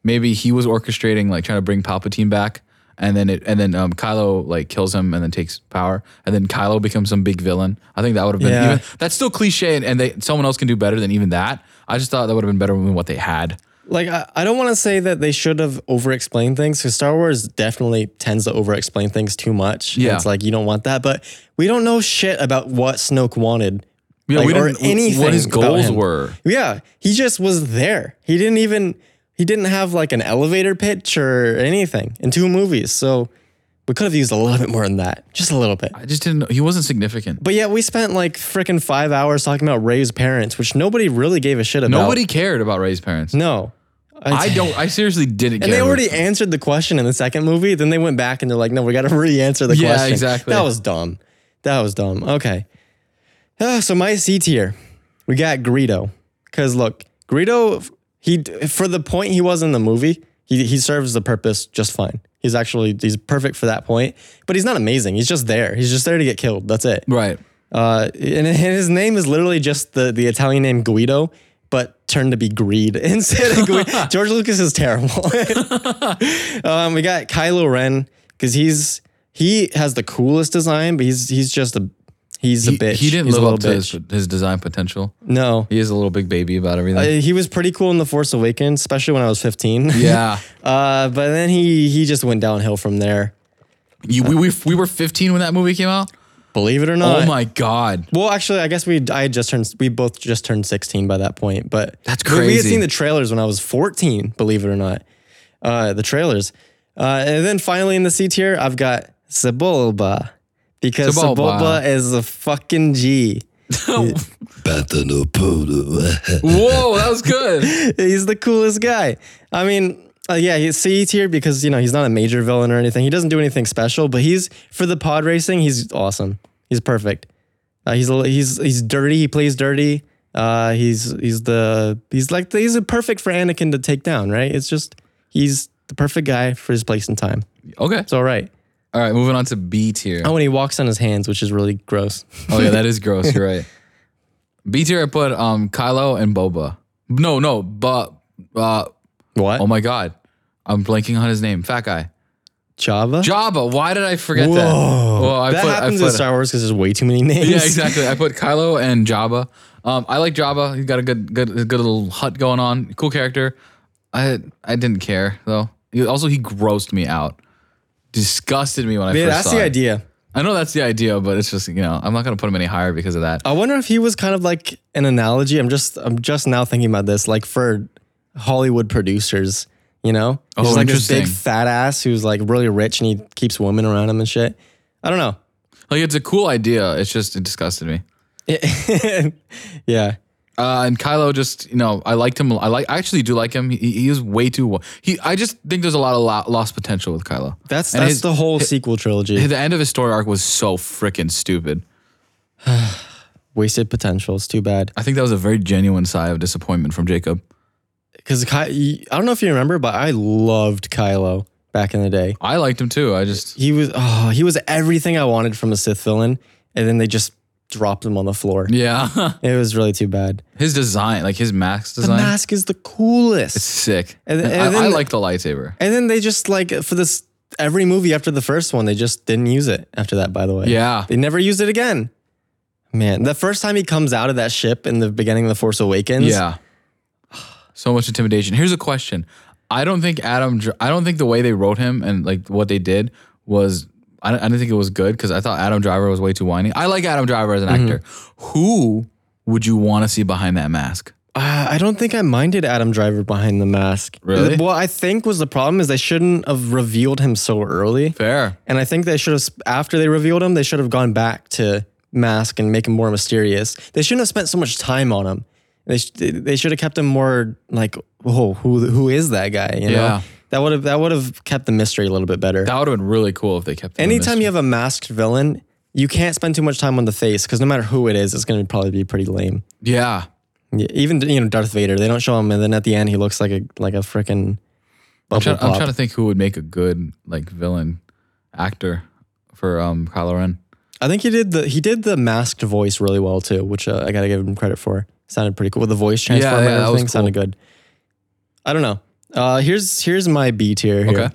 Speaker 2: maybe he was orchestrating like trying to bring Palpatine back, and then it and then um Kylo like kills him and then takes power, and then Kylo becomes some big villain. I think that would have been
Speaker 1: Yeah.
Speaker 2: even, that's still cliche, and, and they someone else can do better than even that. I just thought that would have been better than what they had.
Speaker 1: Like, I, I don't want to say that they should have over-explained things because Star Wars definitely tends to over-explain things too much. and
Speaker 2: Yeah.
Speaker 1: it's like you don't want that, but we don't know shit about what Snoke wanted.
Speaker 2: Yeah,
Speaker 1: like,
Speaker 2: we
Speaker 1: or
Speaker 2: didn't- what
Speaker 1: anything.
Speaker 2: his
Speaker 1: about
Speaker 2: goals
Speaker 1: him.
Speaker 2: were.
Speaker 1: Yeah, he just was there. He didn't even. He didn't have like an elevator pitch or anything in two movies, so we could have used a little bit more than that, just a little bit.
Speaker 2: I just didn't. know. He wasn't significant.
Speaker 1: But yet we spent like freaking five hours talking about Ray's parents, which nobody really gave a shit about.
Speaker 2: Nobody cared about Ray's parents.
Speaker 1: No.
Speaker 2: I don't. I seriously didn't.
Speaker 1: And
Speaker 2: care.
Speaker 1: they already answered the question in the second movie. Then they went back and they're like, no, we got to re answer the
Speaker 2: Yeah,
Speaker 1: question.
Speaker 2: exactly.
Speaker 1: That was dumb. That was dumb. Okay. Ah, so my C tier, we got Greedo. Because look, Greedo, he for the point he was in the movie, he, he serves the purpose just fine. He's actually he's perfect for that point, but he's not amazing. He's just there. He's just there to get killed. That's it.
Speaker 2: right.
Speaker 1: Uh, and, and his name is literally just the, the Italian name Guido, but turned to be Greed instead of Guido. George Lucas is terrible. um, we got Kylo Ren because he's he has the coolest design, but he's he's just a he's a
Speaker 2: He,
Speaker 1: bitch.
Speaker 2: he didn't
Speaker 1: He's a
Speaker 2: live
Speaker 1: little
Speaker 2: up to his,
Speaker 1: bitch.
Speaker 2: his design potential.
Speaker 1: No,
Speaker 2: He is a little big baby about everything.
Speaker 1: Uh, he was pretty cool in the Force Awakens, especially when I was fifteen.
Speaker 2: yeah,
Speaker 1: Uh, but then he he just went downhill from there.
Speaker 2: you, we, we we were 15 when that movie came out.
Speaker 1: Believe it or not.
Speaker 2: oh my god,
Speaker 1: Well, actually, I guess we I had just turned we both just turned 16 by that point, but
Speaker 2: That's
Speaker 1: but we had
Speaker 2: crazy.
Speaker 1: seen the trailers when I was 14, believe it or not. Uh, the trailers, uh, and then finally in the C tier, I've got Sebulba because
Speaker 2: Sebulba. Oh.
Speaker 1: Sebulba is a fucking G.
Speaker 2: whoa, that was good.
Speaker 1: He's the coolest guy. I mean, uh, yeah, he's C tier because you know he's not a major villain or anything. He doesn't do anything special, but he's for the pod racing. He's awesome. He's perfect. Uh, he's a li- he's he's dirty. He plays dirty. Uh, he's he's the he's like the, he's a perfect for Anakin to take down. Right? It's just he's the perfect guy for his place and time.
Speaker 2: Okay,
Speaker 1: It's all right.
Speaker 2: all right, moving on to B tier.
Speaker 1: Oh, and he walks on his hands, which is really gross.
Speaker 2: Oh yeah, that is gross. You're right. B tier, I put um Kylo and Boba. No, no, but uh,
Speaker 1: What?
Speaker 2: Um, oh my god, I'm blanking on his name. Fat guy.
Speaker 1: Java.
Speaker 2: Jabba. Why did I forget that?
Speaker 1: Whoa.
Speaker 2: Well, I
Speaker 1: that
Speaker 2: put, I
Speaker 1: happens in
Speaker 2: put-
Speaker 1: Star Wars because there's way too many names.
Speaker 2: Yeah, exactly. I put Kylo and Jabba. Um, I like Jabba. He's got a good, good, good little hut going on. Cool character. I, I didn't care though. He- also, he grossed me out. Disgusted me when I
Speaker 1: Yeah,
Speaker 2: first
Speaker 1: that's
Speaker 2: saw
Speaker 1: the
Speaker 2: it.
Speaker 1: idea.
Speaker 2: I know that's the idea, but it's just you know I'm not gonna put him any higher because of that.
Speaker 1: I wonder if he was kind of like an analogy. I'm just I'm just now thinking about this, like for Hollywood producers, you know? He's
Speaker 2: Oh,
Speaker 1: like this big
Speaker 2: interesting.
Speaker 1: fat ass who's like really rich and he keeps women around him and shit. I don't know.
Speaker 2: Like it's a cool idea. It's just it disgusted me.
Speaker 1: Yeah. yeah.
Speaker 2: Uh, and Kylo just, you know, I liked him. I like, I actually do like him. He, he is way too. He, I just think there's a lot of lo- lost potential with Kylo.
Speaker 1: That's
Speaker 2: And
Speaker 1: that's
Speaker 2: his-
Speaker 1: the whole sequel trilogy.
Speaker 2: The end of his story arc was so freaking stupid.
Speaker 1: Wasted potential. It's too bad.
Speaker 2: I think that was a very genuine sigh of disappointment from Jacob.
Speaker 1: Because I don't know if you remember, but I loved Kylo back in the day.
Speaker 2: I liked him too. I just,
Speaker 1: He was oh, he was everything I wanted from a Sith villain, and then they just dropped him on the floor.
Speaker 2: yeah,
Speaker 1: It was really too bad.
Speaker 2: his design, like his mask
Speaker 1: The
Speaker 2: design,
Speaker 1: mask is the coolest.
Speaker 2: sick.
Speaker 1: And-
Speaker 2: And
Speaker 1: and
Speaker 2: I, I
Speaker 1: then-
Speaker 2: like the lightsaber.
Speaker 1: And then they just like for this every movie after the first one, they just didn't use it after that, by the way.
Speaker 2: Yeah,
Speaker 1: They never used it again. Man, the first time he comes out of that ship in the beginning of The Force Awakens,
Speaker 2: yeah. So much intimidation. Here's a question. I don't think Adam. Dr- I don't think the way they wrote him and like what they did was. I don't, I didn't think it was good because I thought Adam Driver was way too whiny. I like Adam Driver as an
Speaker 1: Mm-hmm.
Speaker 2: actor. Who would you want to see behind that mask?
Speaker 1: uh, I don't think I minded Adam Driver behind the mask.
Speaker 2: Really?
Speaker 1: What I think was the problem is they shouldn't have revealed him so early.
Speaker 2: Fair.
Speaker 1: And I think they should have, after they revealed him, they should have gone back to Mask and make him more mysterious. They shouldn't have spent so much time on him. They sh- they should have kept him more like, oh, who who is that guy? You know,
Speaker 2: Yeah.
Speaker 1: that would have that would have kept the mystery a little bit better.
Speaker 2: That would have been really cool if they kept. him in this.
Speaker 1: Anytime you have a masked villain, you can't spend too much time on the face because no matter who it is, it's going to probably be pretty lame.
Speaker 2: Yeah.
Speaker 1: Yeah, even you know Darth Vader, they don't show him, and then at the end he looks like a like a freaking
Speaker 2: I'm
Speaker 1: bubble
Speaker 2: trying, I'm
Speaker 1: pop.
Speaker 2: trying to think who would make a good like villain actor for um Kylo Ren.
Speaker 1: I think he did the he did the masked voice really well too, which uh, I gotta give him credit for. Sounded pretty cool. The voice transformer
Speaker 2: yeah,
Speaker 1: and
Speaker 2: that was
Speaker 1: everything
Speaker 2: cool.
Speaker 1: sounded good. I don't know. Uh, here's here's my B tier. Here.
Speaker 2: Okay.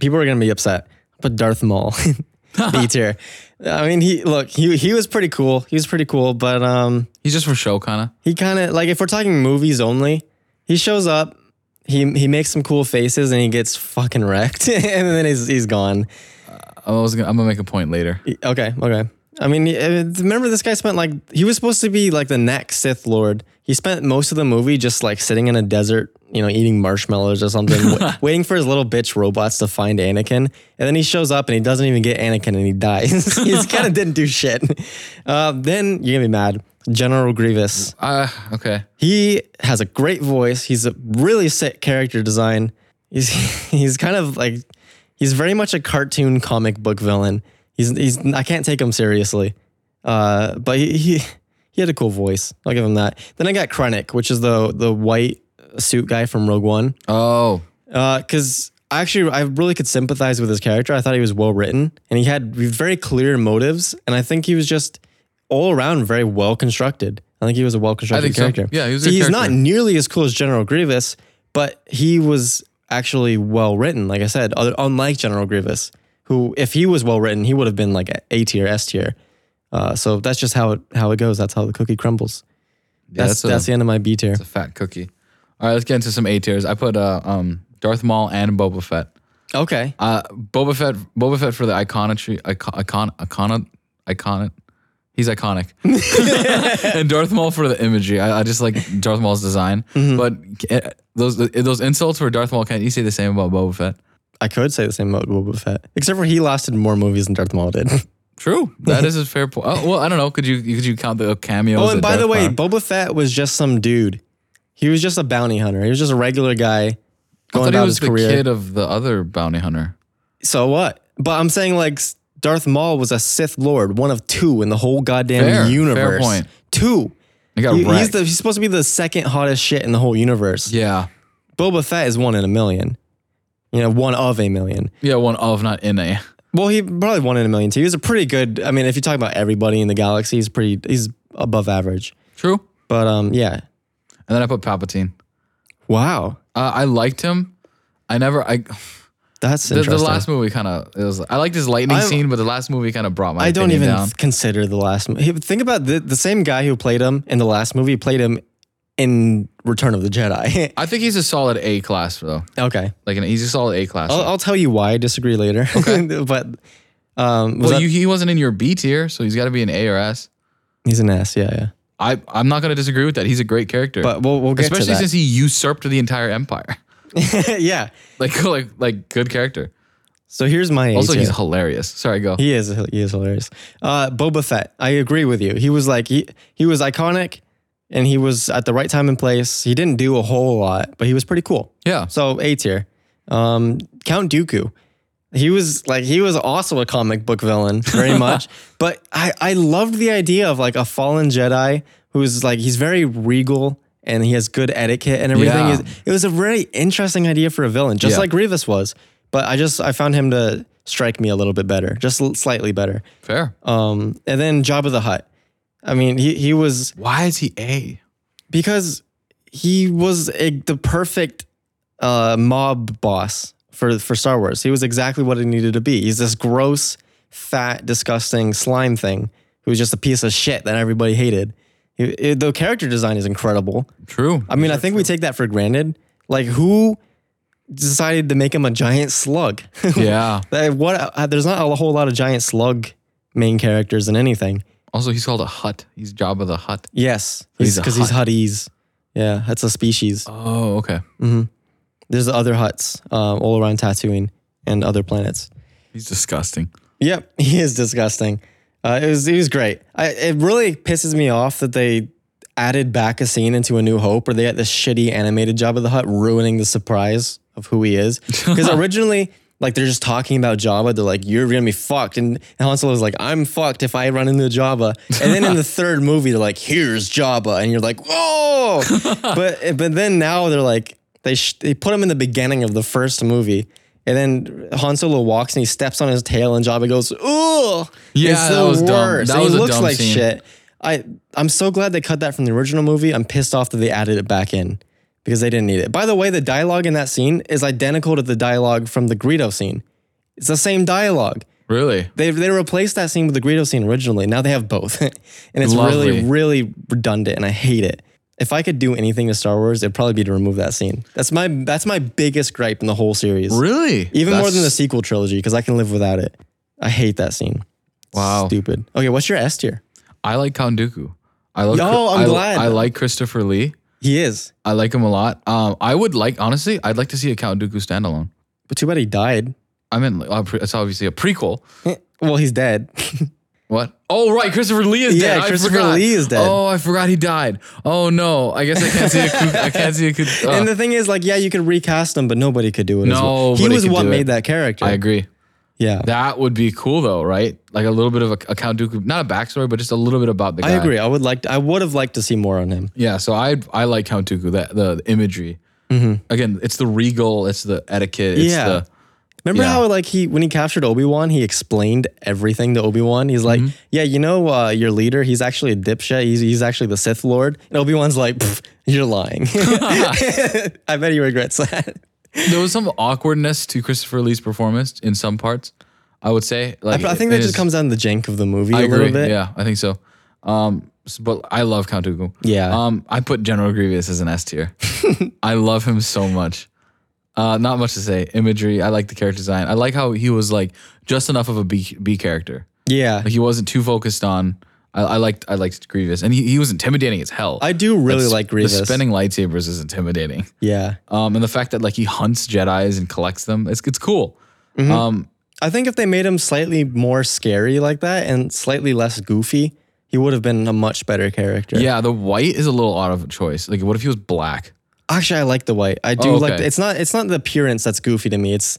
Speaker 1: People are gonna be upset, but Darth Maul B tier. I mean, he look he he was pretty cool. He was pretty cool, but um,
Speaker 2: He's just for show kind of.
Speaker 1: he kind of like if we're talking movies only, he shows up. He, he makes some cool faces and he gets fucking wrecked and then he's, he's gone.
Speaker 2: I was gonna, I'm gonna make a point later.
Speaker 1: Okay, okay. I mean, eh, remember this guy spent like he was supposed to be like the next Sith Lord. He spent most of the movie just like sitting in a desert, you know, eating marshmallows or something, wa- waiting for his little bitch robots to find Anakin. And then he shows up and he doesn't even get Anakin and he dies. he kind of didn't do shit. Uh, then you're gonna be mad. General Grievous.
Speaker 2: Uh, okay.
Speaker 1: He has a great voice. He's a really sick character design. He's he's kind of like he's very much a cartoon comic book villain. He's he's I can't take him seriously. Uh, but he, he he had a cool voice. I'll give him that. Then I got Krennic, which is the the white suit guy from Rogue One.
Speaker 2: Oh,
Speaker 1: Because actually, Uh, I really could sympathize with his character. I thought he was well written and he had very clear motives. And I think he was just all around very well constructed. I think he was a well constructed
Speaker 2: think so.
Speaker 1: character.
Speaker 2: Yeah, he was a
Speaker 1: so
Speaker 2: good
Speaker 1: he's not
Speaker 2: character.
Speaker 1: nearly as cool as General Grievous, but he was actually well written. Like I said, other, unlike General Grievous, who if he was well written, he would have been like A tier, S tier. Uh, so that's just how it how it goes. That's how the cookie crumbles. that's
Speaker 2: that's a-
Speaker 1: that's the end of my B tier.
Speaker 2: it's a fat cookie. All right, let's get into some A tiers. I put uh, um Darth Maul and Boba Fett.
Speaker 1: Okay.
Speaker 2: Uh, Boba Fett, Boba Fett for the iconitry, icon, icon, icon, iconic. He's iconic, and Darth Maul for the imagery. I, I just like Darth Maul's design, but eh, those those insults for Darth Maul. Can't you say the same about Boba Fett?
Speaker 1: I could say the same about Boba Fett, except for he lasted more movies than Darth Maul did.
Speaker 2: True, that is a fair point. Oh, well, I don't know. Could you could you count the cameos?
Speaker 1: oh, and
Speaker 2: that
Speaker 1: by the
Speaker 2: Darth
Speaker 1: way,
Speaker 2: Maul-
Speaker 1: Boba Fett was just some dude. He was just a bounty hunter. He was just a regular guy
Speaker 2: I
Speaker 1: going
Speaker 2: thought he
Speaker 1: about
Speaker 2: was
Speaker 1: his
Speaker 2: the
Speaker 1: career.
Speaker 2: kid of the other bounty hunter.
Speaker 1: So what? But I'm saying like s- Darth Maul was a Sith Lord, one of two in the whole goddamn
Speaker 2: Fair, fair
Speaker 1: universe.
Speaker 2: point.
Speaker 1: Two.
Speaker 2: He got
Speaker 1: He- he's
Speaker 2: wrecked.
Speaker 1: the he's supposed to be the second hottest shit in the whole universe.
Speaker 2: yeah,
Speaker 1: Boba Fett is one in a million. You know, one of a million.
Speaker 2: yeah, one of not in a.
Speaker 1: Well, he probably one in a million too. He's a pretty good. I mean, if you talk about everybody in the galaxy, he's pretty. He's above average.
Speaker 2: True.
Speaker 1: But um, yeah.
Speaker 2: And then I put Palpatine.
Speaker 1: Wow.
Speaker 2: Uh, I liked him. I never I
Speaker 1: That's
Speaker 2: The,
Speaker 1: interesting.
Speaker 2: the last movie kind of was. I liked his lightning
Speaker 1: I'm-
Speaker 2: scene, but the last movie kind of brought my.
Speaker 1: I don't
Speaker 2: opinion
Speaker 1: even
Speaker 2: down.
Speaker 1: consider the last. mo- Hey, but Think about the, the same guy who played him in the last movie played him in Return of the Jedi.
Speaker 2: I think he's a solid A class though.
Speaker 1: okay,
Speaker 2: Like an he's a solid A class.
Speaker 1: I'll, I'll tell you why I disagree later. but um, was
Speaker 2: well,
Speaker 1: that-
Speaker 2: you, he wasn't in your B tier, so he's got to be an A or S.
Speaker 1: he's an ass. Yeah, yeah.
Speaker 2: I I'm not gonna disagree with that. He's a great character,
Speaker 1: But we'll we'll get
Speaker 2: especially
Speaker 1: to
Speaker 2: since he usurped the entire empire.
Speaker 1: that. yeah.
Speaker 2: like like like good character.
Speaker 1: So here's my
Speaker 2: Also,
Speaker 1: AJ.
Speaker 2: he's hilarious. Sorry, go.
Speaker 1: He is he is hilarious. Uh, Boba Fett, I agree with you. He was like he he was iconic, and he was at the right time and place. He didn't do a whole lot, but he was pretty cool.
Speaker 2: yeah,
Speaker 1: So A tier. Um, Count Dooku. He was like he was also a comic book villain very much, but I I loved the idea of like a fallen Jedi who's like he's very regal and he has good etiquette and everything.
Speaker 2: Yeah.
Speaker 1: It was a very interesting idea for a villain, just
Speaker 2: Yeah.
Speaker 1: like Grievous was. But I just I found him to strike me a little bit better, just l- slightly better.
Speaker 2: fair.
Speaker 1: Um, and then Jabba the Hutt. I mean, he he was
Speaker 2: Why is he A?
Speaker 1: because he was a, the perfect uh, mob boss for for Star Wars. He was exactly what it needed to be. He's this gross, fat, disgusting slime thing who was just a piece of shit that everybody hated. He- it- the character design is incredible.
Speaker 2: True.
Speaker 1: I mean, I think we take that for granted. Like, who decided to make him a giant slug?
Speaker 2: yeah.
Speaker 1: Like, what? uh, there's not a whole lot of giant slug main characters in anything.
Speaker 2: Also, he's called a hut. He's Jabba the Hut.
Speaker 1: Yes,
Speaker 2: He's
Speaker 1: because
Speaker 2: a
Speaker 1: he's, he's Hutties. Yeah, that's a species.
Speaker 2: Oh, okay.
Speaker 1: There's other huts um, all around Tatooine and other planets.
Speaker 2: He's disgusting.
Speaker 1: Yep, he is disgusting. Uh, it was it was great. I, it really pisses me off that they added back a scene into A New Hope where they had this shitty animated job of the Hut ruining the surprise of who he is. Because originally, like they're just talking about Jabba, they're like, "You're gonna be fucked," and Han Solo's like, "I'm fucked if I run into Jabba." And then in the third movie, they're like, "Here's Jabba," and you're like, "Whoa!" but but then now they're like, they sh- they put him in the beginning of the first movie. And then Han Solo walks and he steps on his tail and Jabba goes, "Ooh,
Speaker 2: Yeah,
Speaker 1: it's the
Speaker 2: that was dumb.
Speaker 1: worst."
Speaker 2: That
Speaker 1: And
Speaker 2: was a
Speaker 1: he looks
Speaker 2: dumb
Speaker 1: like
Speaker 2: scene.
Speaker 1: shit it. I I'm so glad they cut that from the original movie. I'm pissed off that they added it back in because they didn't need it. By the way, the dialogue in that scene is identical to the dialogue from the Greedo scene. It's the same dialogue.
Speaker 2: Really?
Speaker 1: They they replaced that scene with the Greedo scene originally. Now they have both, and it's
Speaker 2: Lovely.
Speaker 1: really really redundant, and I hate it. If I could do anything to Star Wars, it'd probably be to remove that scene. That's my that's my biggest gripe in the whole series.
Speaker 2: Really?
Speaker 1: Even more than the
Speaker 2: That's-
Speaker 1: sequel trilogy, because I can live without it. I hate that scene.
Speaker 2: Wow.
Speaker 1: Stupid. Okay, what's your S tier?
Speaker 2: I like Count Dooku. I like.
Speaker 1: Yo, I'm
Speaker 2: I,
Speaker 1: glad.
Speaker 2: I like Christopher Lee.
Speaker 1: He is.
Speaker 2: I like him a lot. Um, I would like honestly. I'd like to see a Count Dooku standalone.
Speaker 1: But too bad he died.
Speaker 2: I mean, like, uh, pre- it's obviously a prequel.
Speaker 1: Well, he's dead.
Speaker 2: What? Oh, right. Christopher Lee is
Speaker 1: Yeah,
Speaker 2: dead. I
Speaker 1: Christopher
Speaker 2: forgot.
Speaker 1: Lee is dead.
Speaker 2: Oh, I forgot he died. Oh no. I guess I can't see a. Coup- I can't see a. Coup- uh,
Speaker 1: and the thing is, like, yeah, you could recast him, but nobody could do it. as well. he
Speaker 2: Nobody
Speaker 1: was
Speaker 2: could
Speaker 1: what
Speaker 2: do it.
Speaker 1: made that character.
Speaker 2: I agree.
Speaker 1: yeah,
Speaker 2: That would be cool though, right? Like a little bit of a, a Count Dooku, not a backstory, but just a little bit about the
Speaker 1: I
Speaker 2: guy.
Speaker 1: agree. I would like. To, I would have liked to see more on him.
Speaker 2: Yeah, so I I like Count Dooku. That the, the imagery. Again, it's the regal. It's the etiquette. It's
Speaker 1: Mm-hmm. Yeah.
Speaker 2: the
Speaker 1: Remember
Speaker 2: Yeah.
Speaker 1: how like he when he captured Obi Wan, he explained everything to Obi Wan. He's
Speaker 2: Mm-hmm.
Speaker 1: like, yeah, you know, uh, your leader, he's actually a dipshit. He's he's actually the Sith Lord. And Obi Wan's like, "Pff, you're lying. I bet he regrets that.
Speaker 2: there was some awkwardness to Christopher Lee's performance in some parts. I would say. Like
Speaker 1: I think
Speaker 2: it
Speaker 1: that just
Speaker 2: is-
Speaker 1: comes down to the jank of the movie a
Speaker 2: I
Speaker 1: little
Speaker 2: agree.
Speaker 1: bit.
Speaker 2: Yeah, I think so. Um, s- but I love Count Dooku.
Speaker 1: Yeah.
Speaker 2: Um, I put General Grievous as an S tier. I love him so much. Uh, not much to say. Imagery. I like the character design. I like how he was like just enough of a B B character.
Speaker 1: yeah.
Speaker 2: Like he wasn't too focused on. I, I liked I liked Grievous, and he, he was intimidating as hell.
Speaker 1: I do really like Grievous.
Speaker 2: The spinning lightsabers is intimidating.
Speaker 1: yeah.
Speaker 2: Um, and the fact that like he hunts Jedi's and collects them, it's it's cool.
Speaker 1: Mm-hmm.
Speaker 2: Um,
Speaker 1: I think if they made him slightly more scary like that and slightly less goofy, he would have been a much better character.
Speaker 2: yeah, the white is a little out of choice. Like, what if he was black?
Speaker 1: Actually, I like the white. I do
Speaker 2: Oh,
Speaker 1: like
Speaker 2: okay.
Speaker 1: the, it's not it's not the appearance that's goofy to me. It's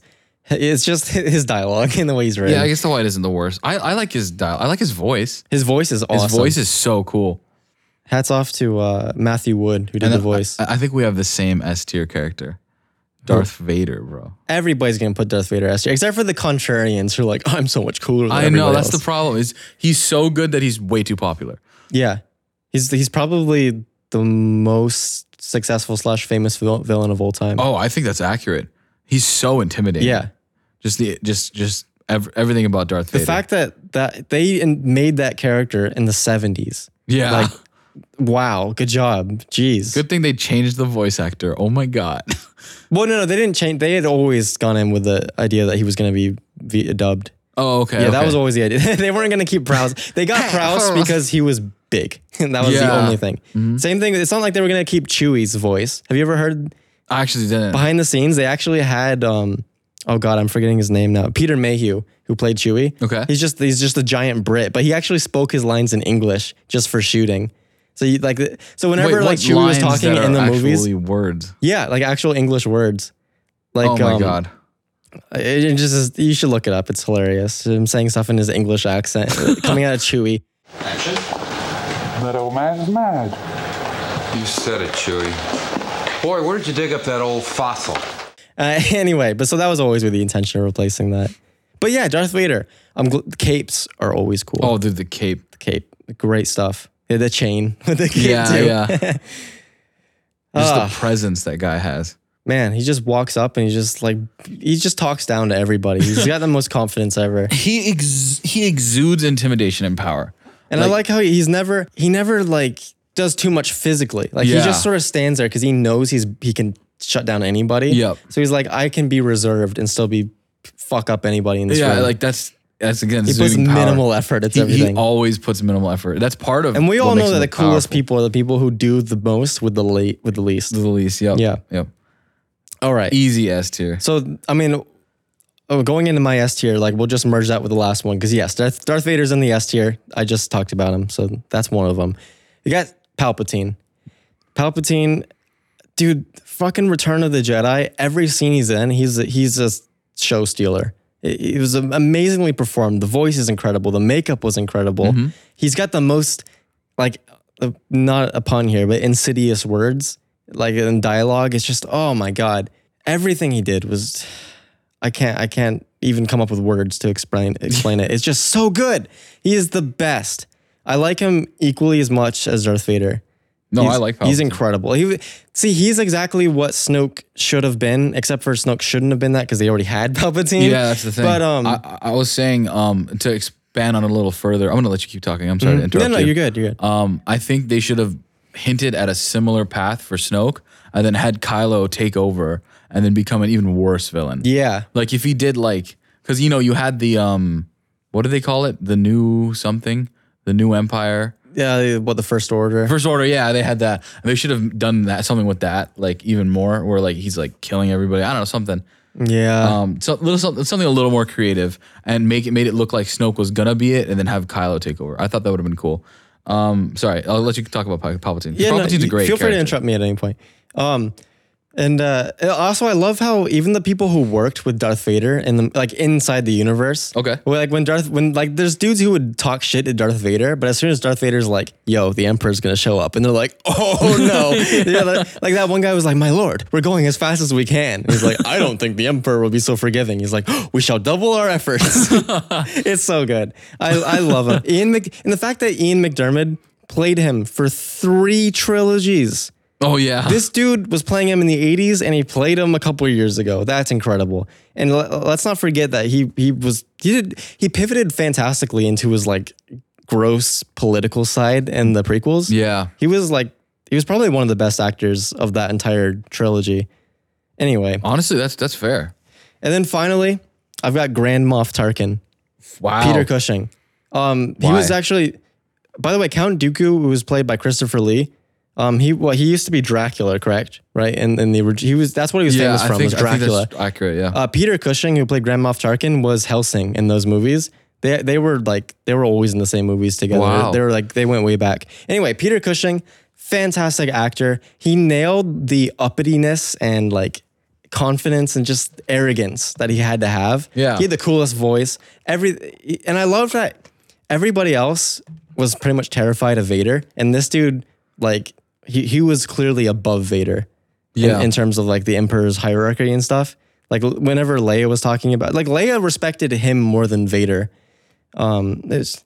Speaker 1: it's just his dialogue and the way he's written.
Speaker 2: Yeah, I guess the white isn't the worst. I, I like his dial. I like his voice.
Speaker 1: his voice is
Speaker 2: His
Speaker 1: awesome.
Speaker 2: voice is so cool.
Speaker 1: Hats off to uh, Matthew Wood who did the
Speaker 2: I-
Speaker 1: voice.
Speaker 2: I, I think we have the same S tier character, Darth Vader, bro.
Speaker 1: Everybody's gonna put Darth Vader as except for the contrarians who are like I'm so much cooler. Than
Speaker 2: I know
Speaker 1: everybody
Speaker 2: that's the
Speaker 1: else."
Speaker 2: problem. Is he's so good that he's way too popular.
Speaker 1: yeah. He's he's probably the most successful slash famous vil- villain of all time.
Speaker 2: Oh, I think that's accurate. He's so intimidating.
Speaker 1: Yeah.
Speaker 2: Just the just just ev- everything about Darth Vader.
Speaker 1: The fact that that they in- made that character in the 70s.
Speaker 2: yeah.
Speaker 1: like- Wow, good job. Jeez.
Speaker 2: Good thing they changed the voice actor. Oh my god.
Speaker 1: Well, no, no, they didn't change. They had always gone in with the idea that he was going to be v- dubbed.
Speaker 2: Oh okay.
Speaker 1: Yeah, that
Speaker 2: okay.
Speaker 1: was always the idea. they weren't going to keep Prowse. They got Prowse because he was big. And that was the
Speaker 2: Yeah. Mm-hmm.
Speaker 1: only thing. Same thing. It's not like they were going to keep Chewie's voice. Have you ever heard
Speaker 2: I actually didn't.
Speaker 1: behind the scenes? They actually had, um, oh God, I'm forgetting his name now. Peter Mayhew, who played Chewie.
Speaker 2: Okay.
Speaker 1: He's just, he's just a giant Brit, but he actually spoke his lines in English just for shooting. So you like, so whenever
Speaker 2: what
Speaker 1: like Chewie was
Speaker 2: lines
Speaker 1: talking
Speaker 2: that
Speaker 1: in
Speaker 2: are
Speaker 1: the movies,
Speaker 2: actually words.
Speaker 1: yeah, like actual English words. Like,
Speaker 2: oh my
Speaker 1: um,
Speaker 2: god.
Speaker 1: It it just is, you should look it up. It's hilarious. Him saying stuff in his English accent uh, coming out of Chewy.
Speaker 3: That old man's mad.
Speaker 4: You said it, Chewie. Boy, where did you dig up that old fossil?
Speaker 1: Uh, anyway, but so that was always with the intention of replacing that. But yeah, Darth Vader. I'm gl- the capes are always cool.
Speaker 2: Oh, dude, the cape.
Speaker 1: the cape, great stuff. Yeah, the chain with the cape
Speaker 2: Yeah,
Speaker 1: too.
Speaker 2: yeah. Just
Speaker 1: Ah.
Speaker 2: the presence that guy has.
Speaker 1: Man, he just walks up and he just like he just talks down to everybody. He's got the most confidence ever.
Speaker 2: He ex- he exudes intimidation and power.
Speaker 1: And I like how he's never he never like does too much physically. Like he
Speaker 2: Yeah.
Speaker 1: just sort of stands there because he knows he's he can shut down anybody.
Speaker 2: Yep.
Speaker 1: So he's like, I can be reserved and still be fuck up anybody in this
Speaker 2: yeah,
Speaker 1: room.
Speaker 2: like that's that's again.
Speaker 1: he puts minimal effort. It's
Speaker 2: He, he
Speaker 1: everything.
Speaker 2: always puts minimal effort. That's part of.
Speaker 1: and we
Speaker 2: what
Speaker 1: all
Speaker 2: makes
Speaker 1: know
Speaker 2: him
Speaker 1: that the
Speaker 2: look powerful.
Speaker 1: coolest people are the people who do the most with the late with the least.
Speaker 2: The least. Yep.
Speaker 1: Yeah.
Speaker 2: Yep.
Speaker 1: All right.
Speaker 2: Easy S tier.
Speaker 1: So I mean, oh, going into my S tier, like we'll just merge that with the last one because yes, Darth, Darth Vader's in the S tier. I just talked about him, so that's one of them. You got Palpatine. Palpatine, dude, fucking Return of the Jedi. Every scene he's in, he's a, he's a show stealer. It, it was amazingly performed. The voice is incredible. The makeup was incredible. He's got the most like uh, not a pun here, but insidious words, like in dialogue. It's just, oh my god, everything he did was, I can't, I can't even come up with words to explain explain it. It's just so good. He is the best. I like him equally as much as Darth Vader.
Speaker 2: No,
Speaker 1: He's-
Speaker 2: Oh, I like.
Speaker 1: He's
Speaker 2: Palpatine.
Speaker 1: incredible. He see, he's exactly what Snoke should have been, except for Snoke shouldn't have been that because they already had Palpatine.
Speaker 2: Yeah, that's the thing.
Speaker 1: But um,
Speaker 2: I, I- I was saying um to expand on it a little further. I'm gonna let you keep talking. I'm sorry to
Speaker 1: no,
Speaker 2: interrupt
Speaker 1: Mm-hmm. no,
Speaker 2: you.
Speaker 1: you're good. You're good.
Speaker 2: Um, I think they should have hinted at a similar path for Snoke, and then had Kylo take over and then become an even worse villain.
Speaker 1: yeah,
Speaker 2: Like if he did like, because you know you had the um, what do they call it? The new something, the new empire.
Speaker 1: yeah. What the First Order?
Speaker 2: First Order, yeah, they had that. And they should have done that something with that, like even more, where like he's like killing everybody. I don't know something,
Speaker 1: yeah.
Speaker 2: um, so little something, something a little more creative, and make it made it look like Snoke was gonna be it, and then have Kylo take over. I thought that would have been cool. Um, sorry, I'll let you talk about Pal- Palpatine.
Speaker 1: Yeah, no,
Speaker 2: Palpatine's a
Speaker 1: you-
Speaker 2: great.
Speaker 1: Feel free to
Speaker 2: character.
Speaker 1: interrupt me at any point. Um, and uh, also, I love how even the people who worked with Darth Vader and the, like inside the universe.
Speaker 2: Okay.
Speaker 1: well, like when Darth, when like there's dudes who would talk shit to Darth Vader, but as soon as Darth Vader's like, "Yo, the Emperor's gonna show up," and they're like, "Oh no!" yeah, like, like that one guy was like, "My lord, we're going as fast as we can." And he's like, "I don't think the Emperor will be so forgiving." He's like, "We shall double our efforts." It's so good. I, I love him. Ian Mc, and the fact that Ian McDermott played him for three trilogies.
Speaker 2: Oh yeah,
Speaker 1: This dude was playing him in the 80s and he played him a couple of years ago. That's incredible. And le- let's not forget that he he was he did he pivoted fantastically into his like gross political side in the prequels.
Speaker 2: yeah.
Speaker 1: He was like he was probably one of the best actors of that entire trilogy. Anyway,
Speaker 2: Honestly, that's that's fair.
Speaker 1: and then finally, I've got Grand Moff Tarkin.
Speaker 2: Wow,
Speaker 1: Peter Cushing. Um, he
Speaker 2: Why?
Speaker 1: was actually, by the way, Count Dooku, who was played by Christopher Lee. Um, he well, he used to be Dracula, correct? Right, and and the orig- he was that's what he was
Speaker 2: yeah,
Speaker 1: famous
Speaker 2: I
Speaker 1: from
Speaker 2: think,
Speaker 1: was
Speaker 2: I think
Speaker 1: Dracula.
Speaker 2: that's accurate. Yeah,
Speaker 1: Uh, Peter Cushing, who played Grand Moff Tarkin, was Helsing in those movies. They they were like they were always in the same movies together.
Speaker 2: Wow.
Speaker 1: They were like they went way back. Anyway, Peter Cushing, fantastic actor. He nailed the uppityness and like confidence and just arrogance that he had to have.
Speaker 2: Yeah.
Speaker 1: he had the coolest voice. Every and I love that everybody else was pretty much terrified of Vader, and this dude like he he was clearly above Vader in-
Speaker 2: Yeah.
Speaker 1: in, terms of like the emperor's hierarchy and stuff. Like l- whenever Leia was talking about, like Leia respected him more than Vader. Um, it's,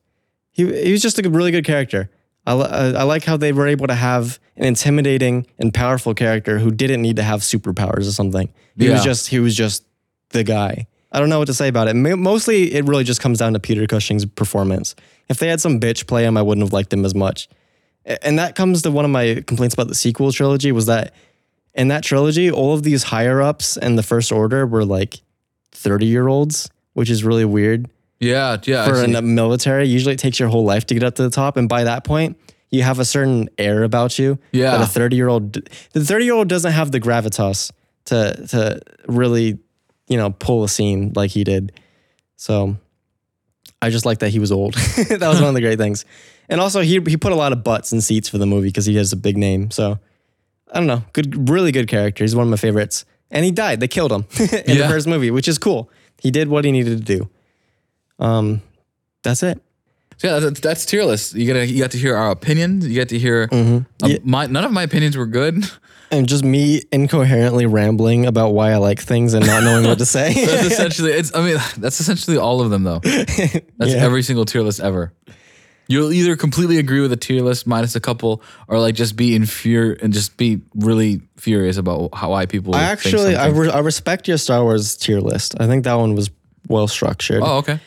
Speaker 1: he he was just a good- really good character. I, li- I I like how they were able to have an intimidating and powerful character who didn't need to have superpowers or something. He was
Speaker 2: Yeah.
Speaker 1: just he was just the guy. I don't know what to say about it. Mo- Mostly, it really just comes down to Peter Cushing's performance. If they had some bitch play him, I wouldn't have liked him as much. A- And that comes to one of my complaints about the sequel trilogy was that in that trilogy, all of these higher ups and the First Order were like 30 year olds, which is really weird
Speaker 2: Yeah, yeah. I
Speaker 1: for
Speaker 2: see.
Speaker 1: in the military, usually it takes your whole life to get up to the top, and by that point, you have a certain air about you.
Speaker 2: Yeah.
Speaker 1: That a thirty-year-old, the thirty-year-old doesn't have the gravitas to to really, you know, pull a scene like he did. So, I just like that he was old. that was one of the great things, and also he he put a lot of butts in seats for the movie because he has a big name. So, I don't know, good, really good character. He's one of my favorites, and he died. They killed him in
Speaker 2: Yeah.
Speaker 1: the first movie, which is cool. He did what he needed to do. Um, that's it.
Speaker 2: So yeah, that's, that's tier list. You gotta you got to hear our opinions. You got to hear uh,
Speaker 1: Mm-hmm. Yeah.
Speaker 2: my none of my opinions were good.
Speaker 1: And just me incoherently rambling about why I like things and not knowing what to say.
Speaker 2: That's essentially it's. I mean, that's essentially all of them though. That's every single tier list ever. You'll either completely agree with a tier list minus a couple, or like just be in fear and just be really furious about how why people.
Speaker 1: I
Speaker 2: think
Speaker 1: actually, I,
Speaker 2: something.
Speaker 1: re- I respect your Star Wars tier list. I think that one was well structured.
Speaker 2: oh okay.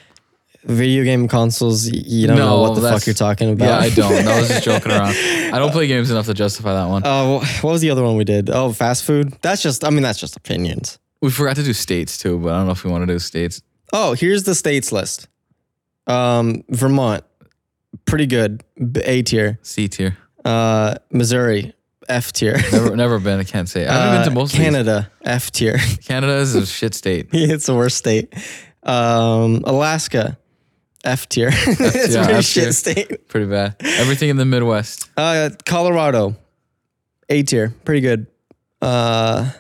Speaker 1: Video game consoles, y- you don't know
Speaker 2: No,
Speaker 1: what the fuck
Speaker 2: that's-
Speaker 1: you're talking about.
Speaker 2: Yeah, I don't. I was just joking around. I don't play games enough to justify that one.
Speaker 1: Uh, wh- what was the other one we did? Oh, fast food. That's just, I mean, that's just opinions.
Speaker 2: we forgot to do states too, but I don't know if we want to do states.
Speaker 1: Oh, here's the states list. Um, Vermont, pretty good, B- A tier.
Speaker 2: C tier.
Speaker 1: Uh, Missouri, F tier.
Speaker 2: Never, never been. I can't say. I haven't been to
Speaker 1: Uh,
Speaker 2: most. Canada.
Speaker 1: Canada, F tier.
Speaker 2: Canada is a shit state.
Speaker 1: it's the worst state. Um, Alaska, F tier. it's a
Speaker 2: yeah,
Speaker 1: pretty
Speaker 2: F tier.
Speaker 1: shit state.
Speaker 2: Pretty bad. Everything in the Midwest.
Speaker 1: Uh, Colorado, A tier, pretty good. Uh,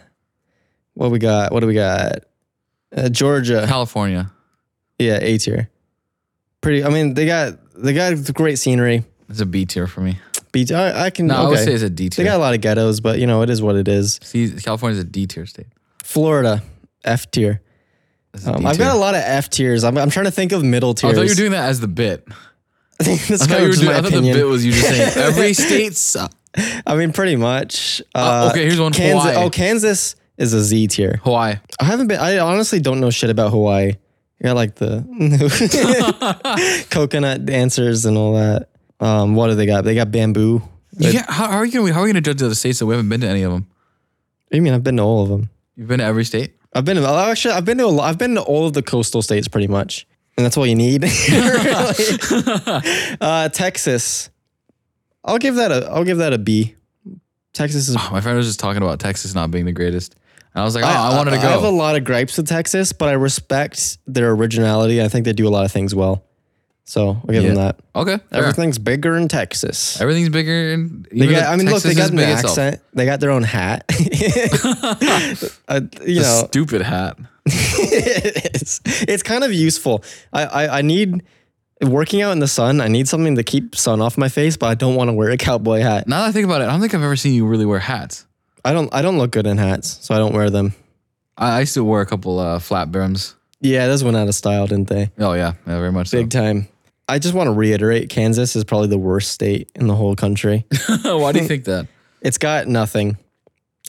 Speaker 1: what we got? What do we got? Uh, Georgia,
Speaker 2: California.
Speaker 1: yeah, A tier. Pretty. I mean, they got they got great scenery.
Speaker 2: It's a B tier for me.
Speaker 1: Be- I, I can.
Speaker 2: No, I would
Speaker 1: okay.
Speaker 2: say it's a D
Speaker 1: they got a
Speaker 2: tier.
Speaker 1: lot of ghettos, but you know it is what it is.
Speaker 2: See, California's a D tier state.
Speaker 1: Florida, F tier.
Speaker 2: It's a
Speaker 1: Um,
Speaker 2: D
Speaker 1: I've
Speaker 2: tier. Oh,
Speaker 1: got a lot of F tiers. I'm, I'm trying to think of middle
Speaker 2: I
Speaker 1: tiers.
Speaker 2: thought you were doing that as the bit.
Speaker 1: this
Speaker 2: I thought, you were
Speaker 1: was
Speaker 2: doing,
Speaker 1: my
Speaker 2: I thought the bit
Speaker 1: opinion.
Speaker 2: was you just saying every state sucks.
Speaker 1: I mean, pretty much.
Speaker 2: Uh, okay, here's one,
Speaker 1: Kansas.
Speaker 2: Hawaii.
Speaker 1: Oh, Kansas is a Z tier.
Speaker 2: Hawaii.
Speaker 1: I haven't been. I honestly don't know shit about Hawaii. You got like the coconut dancers and all that. Um, what do they got? They got bamboo.
Speaker 2: You can't- how, how are you gonna how are you gonna judge the states that we haven't been to any of them?
Speaker 1: I mean, I've been to all of them.
Speaker 2: You've been to every state.
Speaker 1: I've been. To, actually, I've been to. A lot, I've been to all of the coastal states pretty much, and that's all you need. really. uh, Texas. I'll give that a. I'll give that a B. Texas is
Speaker 2: Oh, My friend was just talking about Texas not being the greatest, and I was like, oh, I, wanted to
Speaker 1: I have a
Speaker 2: go.
Speaker 1: lot of gripes with Texas, but I respect their originality. I think they do a lot of things well. So I'll give them
Speaker 2: Yeah.
Speaker 1: that.
Speaker 2: okay, fair.
Speaker 1: Everything's bigger in Texas.
Speaker 2: everything's bigger. And
Speaker 1: They got, I mean, look, they got an accent. They got their own hat. Uh, you know,
Speaker 2: Stupid hat.
Speaker 1: it's, it's kind of useful. I, I, I need working out in the sun. I need something to keep sun off my face, but I don't want to wear a cowboy hat.
Speaker 2: Now that I think about it, I don't think I've ever seen you really wear hats.
Speaker 1: I don't. I don't look good in hats, so I don't wear them.
Speaker 2: I, I used to wear a couple uh, flat brims.
Speaker 1: Yeah, those went out of style, didn't they?
Speaker 2: Oh yeah, yeah very much so.
Speaker 1: Big time. I just want to reiterate Kansas is probably the worst state in the whole country.
Speaker 2: Why do you think that?
Speaker 1: it's got nothing.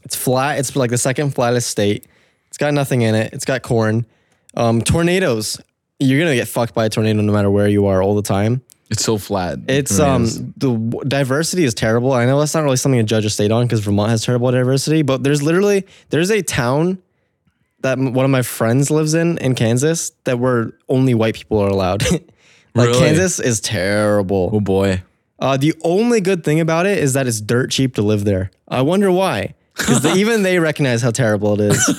Speaker 1: It's flat. It's like the second flattest state. It's got nothing in it. It's got corn. Um, tornadoes. You're going to get fucked by a tornado no matter where you are all the time.
Speaker 2: It's so flat.
Speaker 1: It's
Speaker 2: Tornadoes.
Speaker 1: um the w- diversity is terrible. I know that's not really something to judge a state on because Vermont has terrible diversity, but there's literally there's a town that m- one of my friends lives in in Kansas that where only white people are allowed. like
Speaker 2: Really?
Speaker 1: Kansas is terrible.
Speaker 2: oh boy.
Speaker 1: Uh, the only good thing about it is that it's dirt cheap to live there. I wonder why, because even they recognize how terrible it is.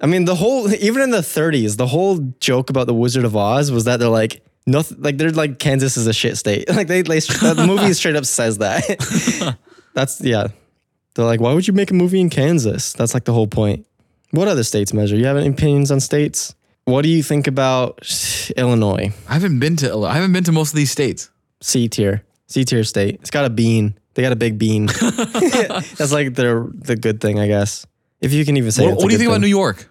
Speaker 1: I mean, the whole even in the 30s, the whole joke about the Wizard of Oz was that they're like nothing, like they're like Kansas is a shit state. Like they, they the movie straight up says that. That's yeah. They're like, why would you make a movie in Kansas? That's like the whole point. What other states measure? You have any opinions on states? What do you think about Illinois?
Speaker 2: I haven't been to. I haven't been to most of these states.
Speaker 1: C tier, C tier state. It's got a bean. They got a big bean. That's like the the good thing, I guess. If you can even say.
Speaker 2: What,
Speaker 1: it's a
Speaker 2: what do you
Speaker 1: good
Speaker 2: think about
Speaker 1: thing.
Speaker 2: New York?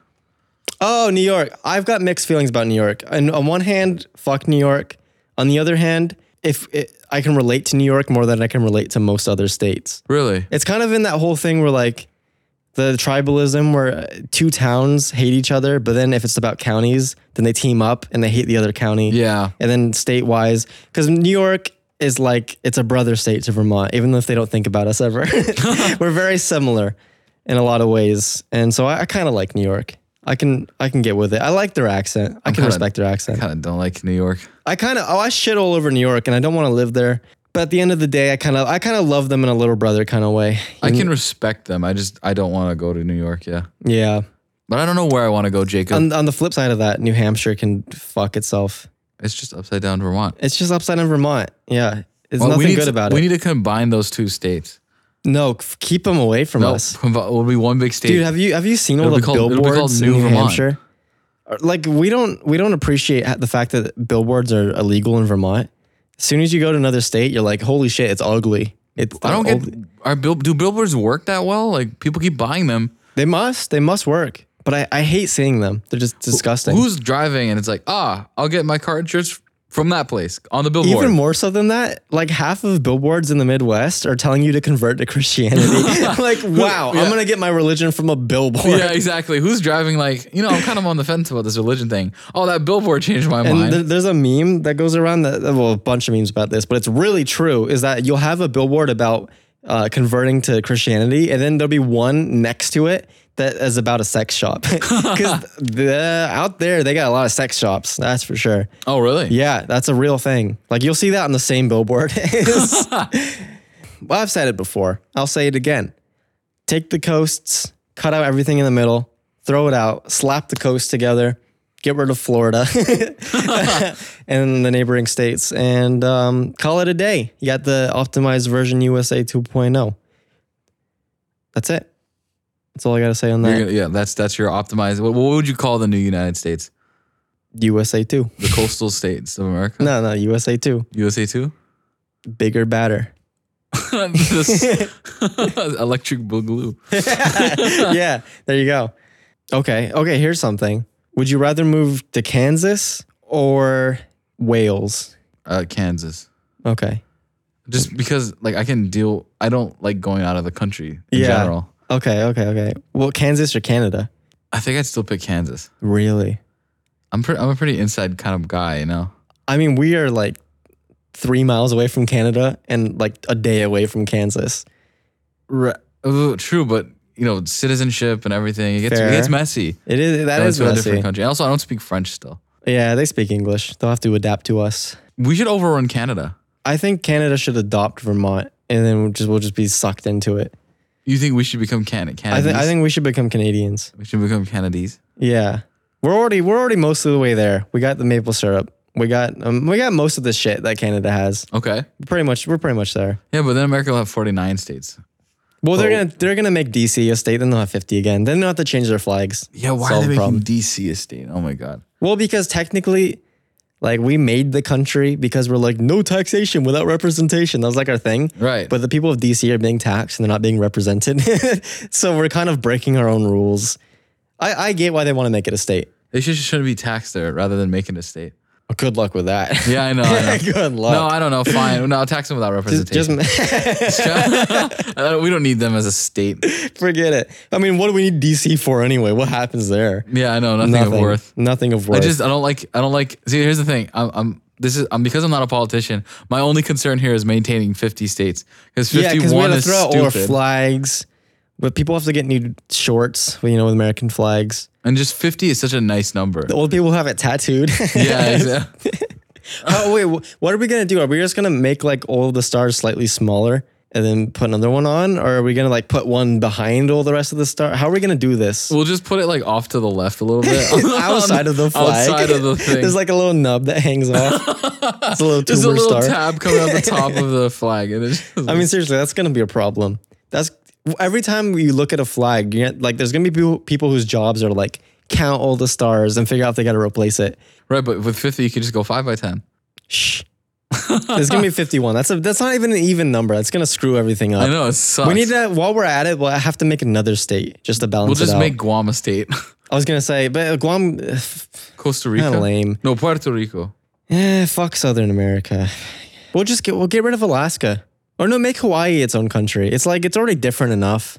Speaker 1: Oh, New York. I've got mixed feelings about New York. And on one hand, fuck New York. On the other hand, if it, I can relate to New York more than I can relate to most other states,
Speaker 2: Really?
Speaker 1: it's kind of in that whole thing where like the tribalism where uh, two towns hate each other, but then if it's about counties, then they team up and they hate the other county.
Speaker 2: Yeah.
Speaker 1: And then state wise, because New York is like, it's a brother state to Vermont, even if they don't think about us ever. We're very similar in a lot of ways. And so I, I kind of like New York. I can I can get with it. I like their accent. I can
Speaker 2: kinda-
Speaker 1: respect their accent.
Speaker 2: Kind of don't like New York.
Speaker 1: I kind of oh I shit all over New York and I don't want to live there. But at the end of the day, I kind of I kind of love them in a little brother kind of way.
Speaker 2: I can respect them. I just I don't want to go to New York. Yeah,
Speaker 1: Yeah.
Speaker 2: but I don't know where I want to go, Jacob.
Speaker 1: On on the flip side of that, New Hampshire can fuck itself.
Speaker 2: it's just upside down Vermont.
Speaker 1: It's just upside in Vermont. Yeah. There's
Speaker 2: Well, we
Speaker 1: nothing
Speaker 2: need
Speaker 1: good
Speaker 2: to-
Speaker 1: about
Speaker 2: We
Speaker 1: it.
Speaker 2: need to combine those two states.
Speaker 1: no, f- keep them away from
Speaker 2: No,
Speaker 1: us.
Speaker 2: will be one big state.
Speaker 1: Dude, have you have you seen all
Speaker 2: It'll
Speaker 1: the
Speaker 2: be called- it'll be called
Speaker 1: billboards in
Speaker 2: New
Speaker 1: New
Speaker 2: Vermont.
Speaker 1: Hampshire? Or, Like we don't we don't appreciate ha- the fact that billboards are illegal in Vermont. As soon as you go to another state, you're like, holy shit, it's ugly. It's
Speaker 2: I don't
Speaker 1: ugly.
Speaker 2: get. Are bill, do billboards work that well? Like people keep buying them.
Speaker 1: They must. They must work. But I, I hate seeing them. They're just disgusting.
Speaker 2: Who's driving and it's like ah, I'll get my car insurance from that place on the billboard.
Speaker 1: even more so than that, like half of billboards in the Midwest are telling you to convert to Christianity. like, wow, I'm gonna get my religion from a billboard.
Speaker 2: yeah, exactly. Who's driving? Like, you know, I'm kind of on the fence about this religion thing. Oh, that billboard changed my
Speaker 1: And
Speaker 2: mind.
Speaker 1: there- there's a meme that goes around that well, a bunch of memes about this, but it's really true. Is that you'll have a billboard about uh, converting to Christianity, and then there'll be one next to it that is about a sex shop. Because out there, they got a lot of sex shops. That's for sure.
Speaker 2: oh, really?
Speaker 1: Yeah, that's a real thing. Like you'll see that on the same billboard. well, I've said it before. I'll say it again. Take the coasts, cut out everything in the middle, throw it out, slap the coast together, get rid of Florida and the neighboring states, and um, call it a day. You got the optimized version USA 2.0. oh. That's it. That's all I got to say on
Speaker 2: You're
Speaker 1: that.
Speaker 2: gonna- yeah, that's that's your optimized. What, what would you call the new United States?
Speaker 1: USA 2.
Speaker 2: The coastal states of America.
Speaker 1: No, no, USA 2.
Speaker 2: USA two.
Speaker 1: Bigger, badder.
Speaker 2: This- electric boogaloo.
Speaker 1: yeah, there you go. Okay, okay, here's something. Would you rather move to Kansas or Wales?
Speaker 2: Uh, Kansas.
Speaker 1: Okay.
Speaker 2: Just because, like, I can deal. I don't like going out of the country in
Speaker 1: Yeah.
Speaker 2: general.
Speaker 1: Okay, okay, okay. Well, Kansas or Canada?
Speaker 2: I think I'd still pick Kansas.
Speaker 1: Really?
Speaker 2: I'm pretty. I'm a pretty inside kind of guy, you know.
Speaker 1: I mean, we are like 3 miles away from Canada and like a day away from Kansas.
Speaker 2: Right. True, but you know, citizenship and everything. It gets
Speaker 1: Fair.
Speaker 2: it gets messy.
Speaker 1: It is that
Speaker 2: Going
Speaker 1: is
Speaker 2: to a different
Speaker 1: messy.
Speaker 2: country. Also, I don't speak French still.
Speaker 1: Yeah, they speak English. They'll have to adapt to us.
Speaker 2: We should overrun Canada.
Speaker 1: I think Canada should adopt Vermont and then we'll just we'll just be sucked into it.
Speaker 2: You think we should become Canada?
Speaker 1: I
Speaker 2: Canadians?
Speaker 1: think I think we should become Canadians.
Speaker 2: we should become Canadies.
Speaker 1: Yeah, we're already we're already most of the way there. We got the maple syrup. We got um, we got most of the shit that Canada has.
Speaker 2: Okay.
Speaker 1: Pretty much, we're pretty much there.
Speaker 2: Yeah, but then America will have 49 states.
Speaker 1: Well, they're
Speaker 2: Well-
Speaker 1: gonna they're gonna make DC a state. Then they'll have fifty again. Then they'll have to change their flags.
Speaker 2: Yeah, why
Speaker 1: Solve
Speaker 2: are they
Speaker 1: the
Speaker 2: making
Speaker 1: problem.
Speaker 2: DC a state? Oh my god.
Speaker 1: Well, because technically, like we made the country because we're like no taxation without representation. That was like our thing.
Speaker 2: Right.
Speaker 1: But the people of DC are being taxed and they're not being represented. so we're kind of breaking our own rules. I, I get why they want to make it a state.
Speaker 2: They should shouldn't be taxed there rather than making a state.
Speaker 1: Good luck with that.
Speaker 2: Yeah, I know. I know.
Speaker 1: Good luck.
Speaker 2: no, I don't know. Fine. No, I'll tax them without
Speaker 1: just
Speaker 2: representation. I don't- we don't need them as a state.
Speaker 1: forget it. I mean, what do we need DC for anyway? What happens there?
Speaker 2: Yeah, I know. Nothing, of worth.
Speaker 1: Nothing of worth.
Speaker 2: I just I don't like I don't like. See, here's the thing. I'm, I'm this is I'm because I'm not a politician. My only concern here is maintaining 50 states because
Speaker 1: yeah,
Speaker 2: 51
Speaker 1: because we had to
Speaker 2: is
Speaker 1: throw out all our
Speaker 2: stupid.
Speaker 1: flags, but people have to get new shorts. You know, with American flags.
Speaker 2: and just 50 is such a nice number.
Speaker 1: Old people have it tattooed.
Speaker 2: Yeah, exactly.
Speaker 1: oh wait, wh- what are we gonna do? Are we just gonna make like all the stars slightly smaller and then put another one on, or are we gonna like put one behind all the rest of the star? How are we gonna do this?
Speaker 2: we'll just put it like off to the left a little bit.
Speaker 1: Outside of the flag,
Speaker 2: Outside of the thing.
Speaker 1: there's like a little nub that hangs off. it's a little tuber
Speaker 2: There's a
Speaker 1: star.
Speaker 2: little tab coming out the top of the flag. And it's just,
Speaker 1: I mean, seriously, that's gonna be a problem. That's every time you look at a flag, you're, like there's gonna be people, people whose jobs are like count all the stars and figure out if they gotta replace it.
Speaker 2: right, but with 50, you could just go 5 by 10.
Speaker 1: Shh. there's gonna be 51. That's a that's not even an even number. That's gonna screw everything up.
Speaker 2: I know, it sucks.
Speaker 1: We need to while we're at it. We'll have to make another state just to balance
Speaker 2: We'll
Speaker 1: it
Speaker 2: just
Speaker 1: out.
Speaker 2: make Guam a state.
Speaker 1: I was gonna say, but Guam,
Speaker 2: Costa Rica.
Speaker 1: lame.
Speaker 2: No, Puerto Rico.
Speaker 1: eh, fuck Southern America. We'll just get we'll get rid of Alaska or no, make Hawaii its own country. It's like it's already different enough.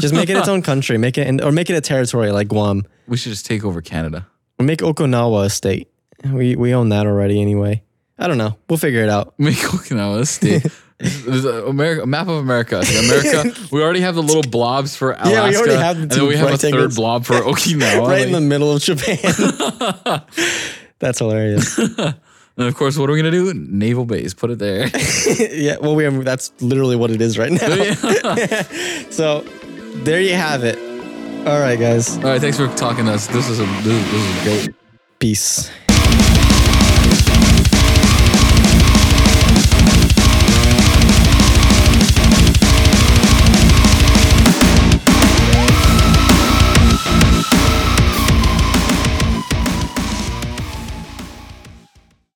Speaker 1: Just make it its own country. Make it in, or make it a territory like Guam.
Speaker 2: We should just take over Canada.
Speaker 1: Or make Okinawa a state. We we own that already anyway. I don't know. We'll figure it out.
Speaker 2: Make Okinawa a state. There's a, America, a map of America. It's like America. we already have the little blobs for Alaska.
Speaker 1: we already have the
Speaker 2: and
Speaker 1: two
Speaker 2: then we have a third
Speaker 1: rectangles.
Speaker 2: blob for Okinawa.
Speaker 1: right in the
Speaker 2: Like-
Speaker 1: middle of Japan. That's hilarious.
Speaker 2: and of course, what are we gonna do? Naval base. Put it there.
Speaker 1: yeah, well, we have, that's literally what it is right now. So there you have it. All right, guys.
Speaker 2: All right. Thanks for talking to us. This is a this is, this is great.
Speaker 1: Peace.